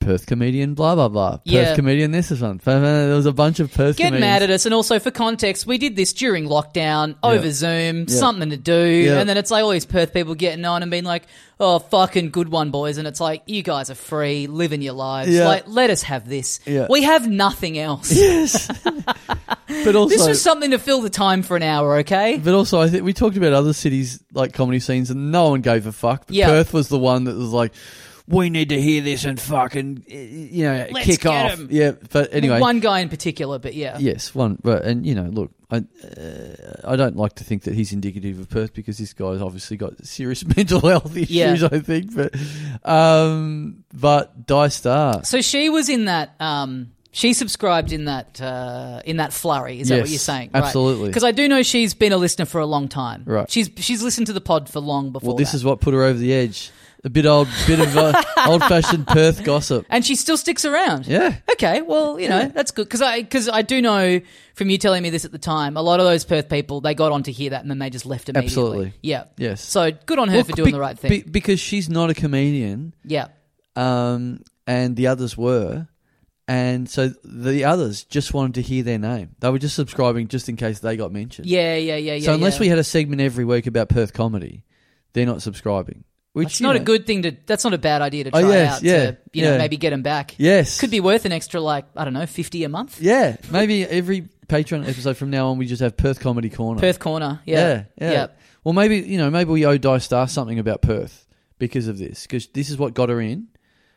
S2: Perth comedian, blah blah blah. Perth
S1: Yeah.
S2: comedian, this is one. There was a bunch of Perth.
S1: Get
S2: comedians.
S1: mad at us, and also for context, we did this during lockdown over Zoom, something to do,
S2: Yeah.
S1: and then it's like all these Perth people getting on and being like, "Oh, fucking good one, boys," and it's like you guys are free, living your lives.
S2: Yeah.
S1: Like, let us have this.
S2: Yeah.
S1: We have nothing else.
S2: Yes, but also
S1: This was something to fill the time for an hour, okay?
S2: But also, I think we talked about other cities like comedy scenes, and no one gave a fuck. But
S1: Yeah.
S2: Perth was the one that was like, "We need to hear this and fucking eh, you know
S1: Let's
S2: kick
S1: get
S2: off."
S1: 'em.
S2: Yeah, but anyway,
S1: One guy in particular, but yeah.
S2: yes, one. But and you know, look, I uh, I don't like to think that he's indicative of Perth because this guy's obviously got serious mental health issues.
S1: Yeah.
S2: I think, but um, but Die Star,
S1: So she was in that. Um, she subscribed in that uh, in that flurry. Is that what
S2: Yes,
S1: you're saying?
S2: absolutely.
S1: Because I do know she's been a listener for a long time.
S2: Right.
S1: She's she's listened to the pod for long before.
S2: well, this
S1: that.
S2: is what put her over the edge. A bit old, bit of uh, old-fashioned Perth gossip.
S1: and she still sticks around.
S2: Yeah.
S1: Okay. Well, you know that's good because I because I do know from you telling me this at the time. A lot of those Perth people they got on to hear that and then they just left immediately.
S2: Absolutely.
S1: Yeah.
S2: Yes.
S1: So good on her
S2: Well,
S1: for doing
S2: be-
S1: the right thing.
S2: be- because she's not a comedian.
S1: yeah.
S2: um, and the others were. And so the others just wanted to hear their name. They were just subscribing just in case they got mentioned.
S1: Yeah. Yeah. Yeah. Yeah.
S2: so unless
S1: yeah.
S2: we had a segment every week about Perth comedy, they're not subscribing. Which
S1: It's
S2: you
S1: not a
S2: know-
S1: good thing to. That's not a bad idea to
S2: Oh,
S1: try
S2: yes,
S1: out
S2: yeah,
S1: to you know
S2: yeah.
S1: maybe get them back.
S2: Yes,
S1: Could be worth an extra like I don't know fifty a month.
S2: Yeah, maybe every Patreon episode from now on, we just have Perth comedy corner.
S1: Perth corner. Yeah.
S2: yeah, Well, maybe you know, maybe we owe Die Star something about Perth because of this, because this is what got her in.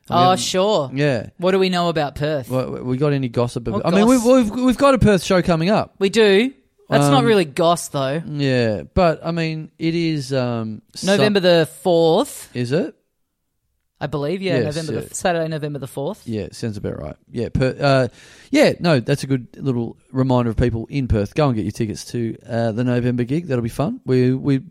S2: I
S1: Oh
S2: mean,
S1: sure.
S2: yeah.
S1: What do we know about Perth?
S2: Well, we got any gossip? About,
S1: What
S2: I mean, we've,
S1: goss?
S2: we've we've got a Perth show coming up.
S1: We do. That's not
S2: Um,
S1: really goss though.
S2: Yeah, but I mean, it is um,
S1: November
S2: some-
S1: the fourth.
S2: is it?
S1: I believe, yeah,
S2: Yes,
S1: November
S2: yeah.
S1: The, Saturday, November the fourth.
S2: Yeah, sounds about right. Yeah, per, uh, yeah. No, that's a good little reminder of people in Perth. Go and get your tickets to uh, the November gig. That'll be fun. We we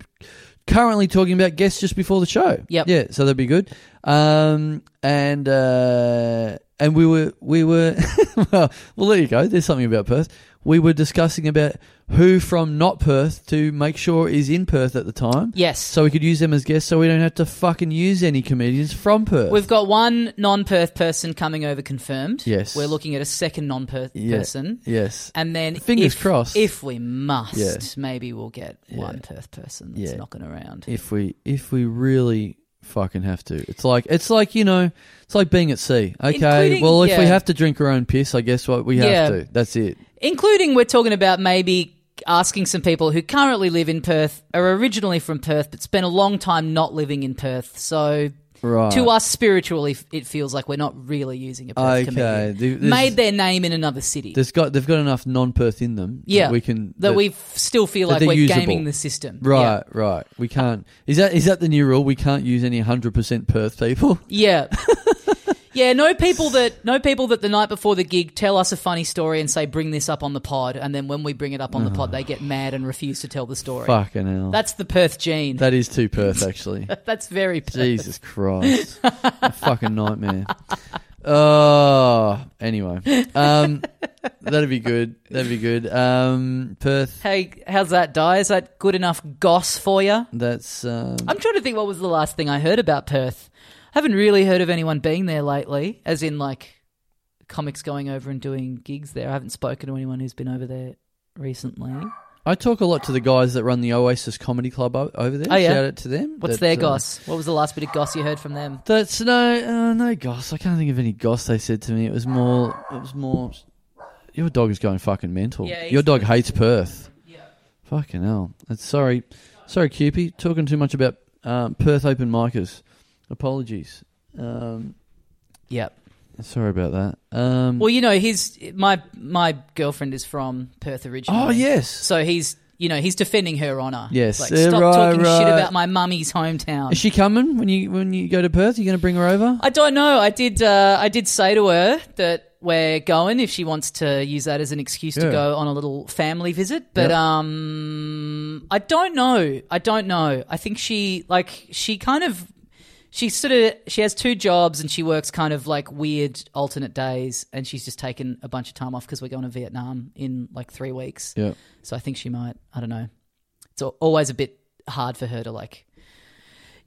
S2: currently talking about guests just before the show.
S1: Yep.
S2: Yeah, so that'd be good. Um, and uh, and we were we were well, well, there you go. There's something about Perth. We were discussing about who from not Perth to make sure is in Perth at the time.
S1: Yes.
S2: So we could use them as guests, so we don't have to fucking use any comedians from Perth.
S1: We've got one non-Perth person coming over confirmed.
S2: Yes.
S1: We're looking at a second non-Perth
S2: Yeah.
S1: person.
S2: Yes.
S1: And then
S2: Fingers
S1: if,
S2: crossed.
S1: If we must,
S2: Yeah.
S1: maybe we'll get
S2: Yeah.
S1: one Perth person that's
S2: Yeah.
S1: knocking around.
S2: If we if we really fucking have to, it's like it's like you know, it's like being at sea. Okay,
S1: Including-
S2: well if we
S1: yeah.
S2: have to drink our own piss, I guess what we have
S1: Yeah.
S2: to. That's it.
S1: Including we're talking about maybe asking some people who currently live in Perth, are originally from Perth, but spent a long time not living in Perth. So
S2: Right.
S1: to us spiritually f- it feels like we're not really using a Perth
S2: Okay,
S1: comedian.
S2: th- this-
S1: Made their name in another city.
S2: There's got they've got enough non Perth in them.
S1: yeah,
S2: that we can
S1: that, we f- still feel
S2: that
S1: like
S2: they're
S1: we're
S2: usable.
S1: gaming the system.
S2: Right, right. We can't. Is that is that the new rule? We can't use any hundred percent Perth people.
S1: Yeah. Yeah, no people that no people that the night before the gig tell us a funny story and say bring this up on the pod, and then when we bring it up on the
S2: Ah.
S1: pod, they get mad and refuse to tell the story.
S2: Fucking hell.
S1: That's the Perth gene.
S2: that is too Perth actually.
S1: That's very Perth.
S2: Jesus Christ. a fucking nightmare. Oh, anyway. Um, that'd be good. That'd be good. Um, Perth,
S1: Hey, how's that, Di? Is that good enough goss for you?
S2: that's. Um,
S1: I'm trying to think what was the last thing I heard about Perth. I haven't really heard of anyone being there lately, as in like comics going over and doing gigs there. I haven't spoken to anyone who's been over there recently.
S2: I talk a lot to the guys that run the Oasis Comedy Club o- over there.
S1: Oh, yeah.
S2: Shout out to them.
S1: What's
S2: That,
S1: their
S2: uh,
S1: goss? What was the last bit of goss you heard from them?
S2: That's no, uh, no goss. I can't think of any goss they said to me. It was more, it was more. Your dog is going fucking mental.
S1: Yeah, he's-
S2: Your dog hates Perth. Fucking hell. That's, sorry, sorry, Cupie. Talking too much about um, Perth open micers. Apologies. Um,
S1: Yep.
S2: sorry about that. Um,
S1: Well, you know, his my my girlfriend is from Perth originally.
S2: oh yes.
S1: So he's you know he's defending her honour.
S2: Yes.
S1: Like,
S2: Yeah,
S1: stop
S2: right,
S1: talking shit
S2: right.
S1: about my mummy's hometown.
S2: is she coming when you when you go to Perth? Are you going to bring her over?
S1: I don't know. I did. Uh, I did say to her that we're going if she wants to use that as an excuse to
S2: Yeah.
S1: go on a little family visit. But
S2: Yep.
S1: um, I don't know. I don't know. I think she like she kind of she sort of she has two jobs and she works kind of like weird alternate days and she's just taken a bunch of time off because we're going to Vietnam in like three weeks.
S2: yeah.
S1: So I think she might. I don't know. It's al- always a bit hard for her to like.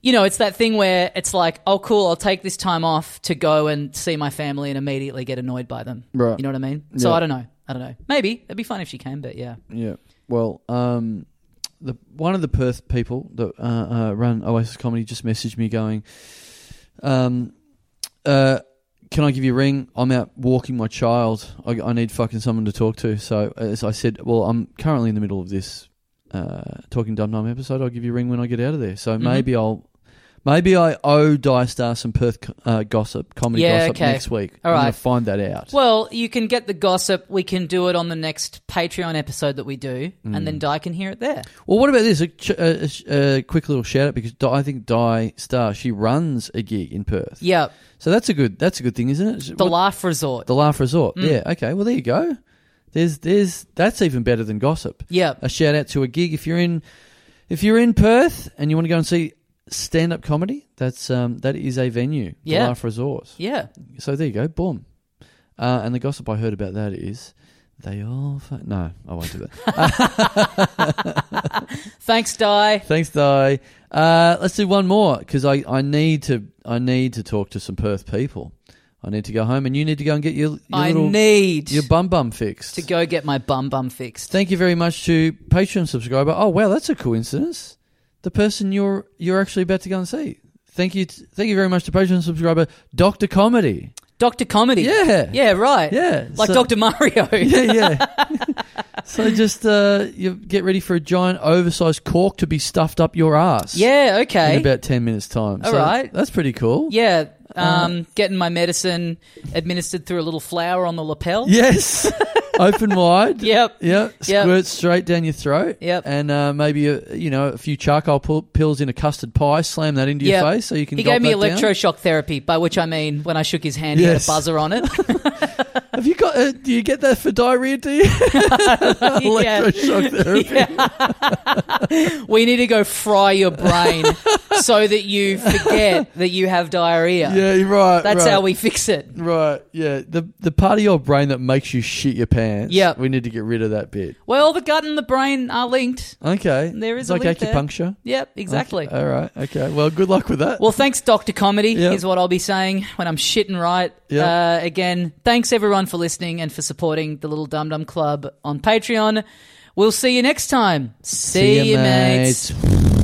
S1: you know, it's that thing where it's like, oh, cool, I'll take this time off to go and see my family and immediately get annoyed by them.
S2: Right.
S1: You know what I mean? So
S2: Yeah.
S1: I don't know. I don't know. Maybe it'd be fun if she came, but yeah.
S2: Yeah. Well, um, the one of the Perth people that uh, uh, run Oasis Comedy just messaged me going, um, uh, "Can I give you a ring? I'm out walking my child. I, I need fucking someone to talk to." So as I said, well, I'm currently in the middle of this uh, talking dumb dumb episode. I'll give you a ring when I get out of there. So
S1: Mhm.
S2: maybe I'll. Maybe I owe Die Star some Perth co- uh, gossip, comedy
S1: Yeah,
S2: gossip
S1: okay.
S2: next week.
S1: All
S2: I'm gonna
S1: right.
S2: find that out.
S1: Well, you can get the gossip. We can do it on the next Patreon episode that we do, and
S2: Mm.
S1: then Di can hear it there.
S2: Well, what about this? A, ch- a, a sh- a quick little shout out because Di, I think Di Star she runs a gig in Perth,
S1: Yeah,
S2: so that's a good that's a good thing, isn't it?
S1: the Mm.
S2: What-
S1: laugh resort.
S2: the laugh resort. Yeah. Okay. Well, there you go. There's there's that's even better than gossip.
S1: yeah,
S2: A shout out to a gig if you're in if you're in Perth and you want to go and see stand up comedy. That's um that is a venue. The
S1: Yeah.
S2: Laugh Resort.
S1: yeah.
S2: So there you go. Boom. Uh, and the gossip I heard about that is they all fu- no I won't do that.
S1: Thanks, Di.
S2: Thanks, Di. Uh, let's do one more because I, I need to I need to talk to some Perth people. I need to go home, and you need to go and get your, your
S1: I
S2: little
S1: need
S2: your bum bum fixed.
S1: to go get my bum bum fixed.
S2: Thank you very much to Patreon subscriber. Oh wow, that's a coincidence. The person you're you're actually about to go and see. Thank you, t- thank you very much to Patreon subscriber Doctor Comedy.
S1: Doctor Comedy.
S2: Yeah.
S1: yeah, right.
S2: Yeah,
S1: like
S2: so-
S1: Doctor Mario.
S2: Yeah, yeah. so just uh, you get ready for a giant oversized cork to be stuffed up your ass.
S1: Yeah, okay.
S2: in about 10 minutes time.
S1: All
S2: so
S1: right.
S2: That's pretty cool.
S1: yeah,
S2: Uh-huh.
S1: um, getting my medicine administered through a little flower on the lapel.
S2: Yes. Open wide.
S1: Yep.
S2: Yep.
S1: Yep.
S2: Squirt straight down your throat.
S1: Yep.
S2: And uh, maybe a, you know a few charcoal pu- pills in a custard pie. Slam that into
S1: Yep.
S2: your face so you can.
S1: He
S2: gulp
S1: gave me
S2: that down.
S1: electroshock therapy, by which I mean when I shook his hand, he had a
S2: Yes.
S1: buzzer on it.
S2: Have you got? Uh, do you get that for diarrhea? Do you? Electroshock therapy.
S1: We need to go fry your brain so that you forget that you have diarrhea.
S2: Yeah, you're right.
S1: That's
S2: right.
S1: how we fix it.
S2: Right. Yeah. The the part of your brain that makes you shit your pants.
S1: Yep.
S2: We need to get rid of that bit.
S1: Well, the gut and the brain are linked.
S2: Okay.
S1: There is
S2: it's
S1: a
S2: like
S1: link there.
S2: acupuncture.
S1: Yep, exactly.
S2: All right. Okay. Well, good luck with that.
S1: Well, thanks, Dr. Comedy,
S2: Yep.
S1: is what I'll be saying when I'm shitting right.
S2: Yep.
S1: Uh, again, thanks everyone for listening and for supporting the Little Dum Dum Club on Patreon. We'll see you next time. See,
S2: See ya,
S1: you, mates.
S2: mates.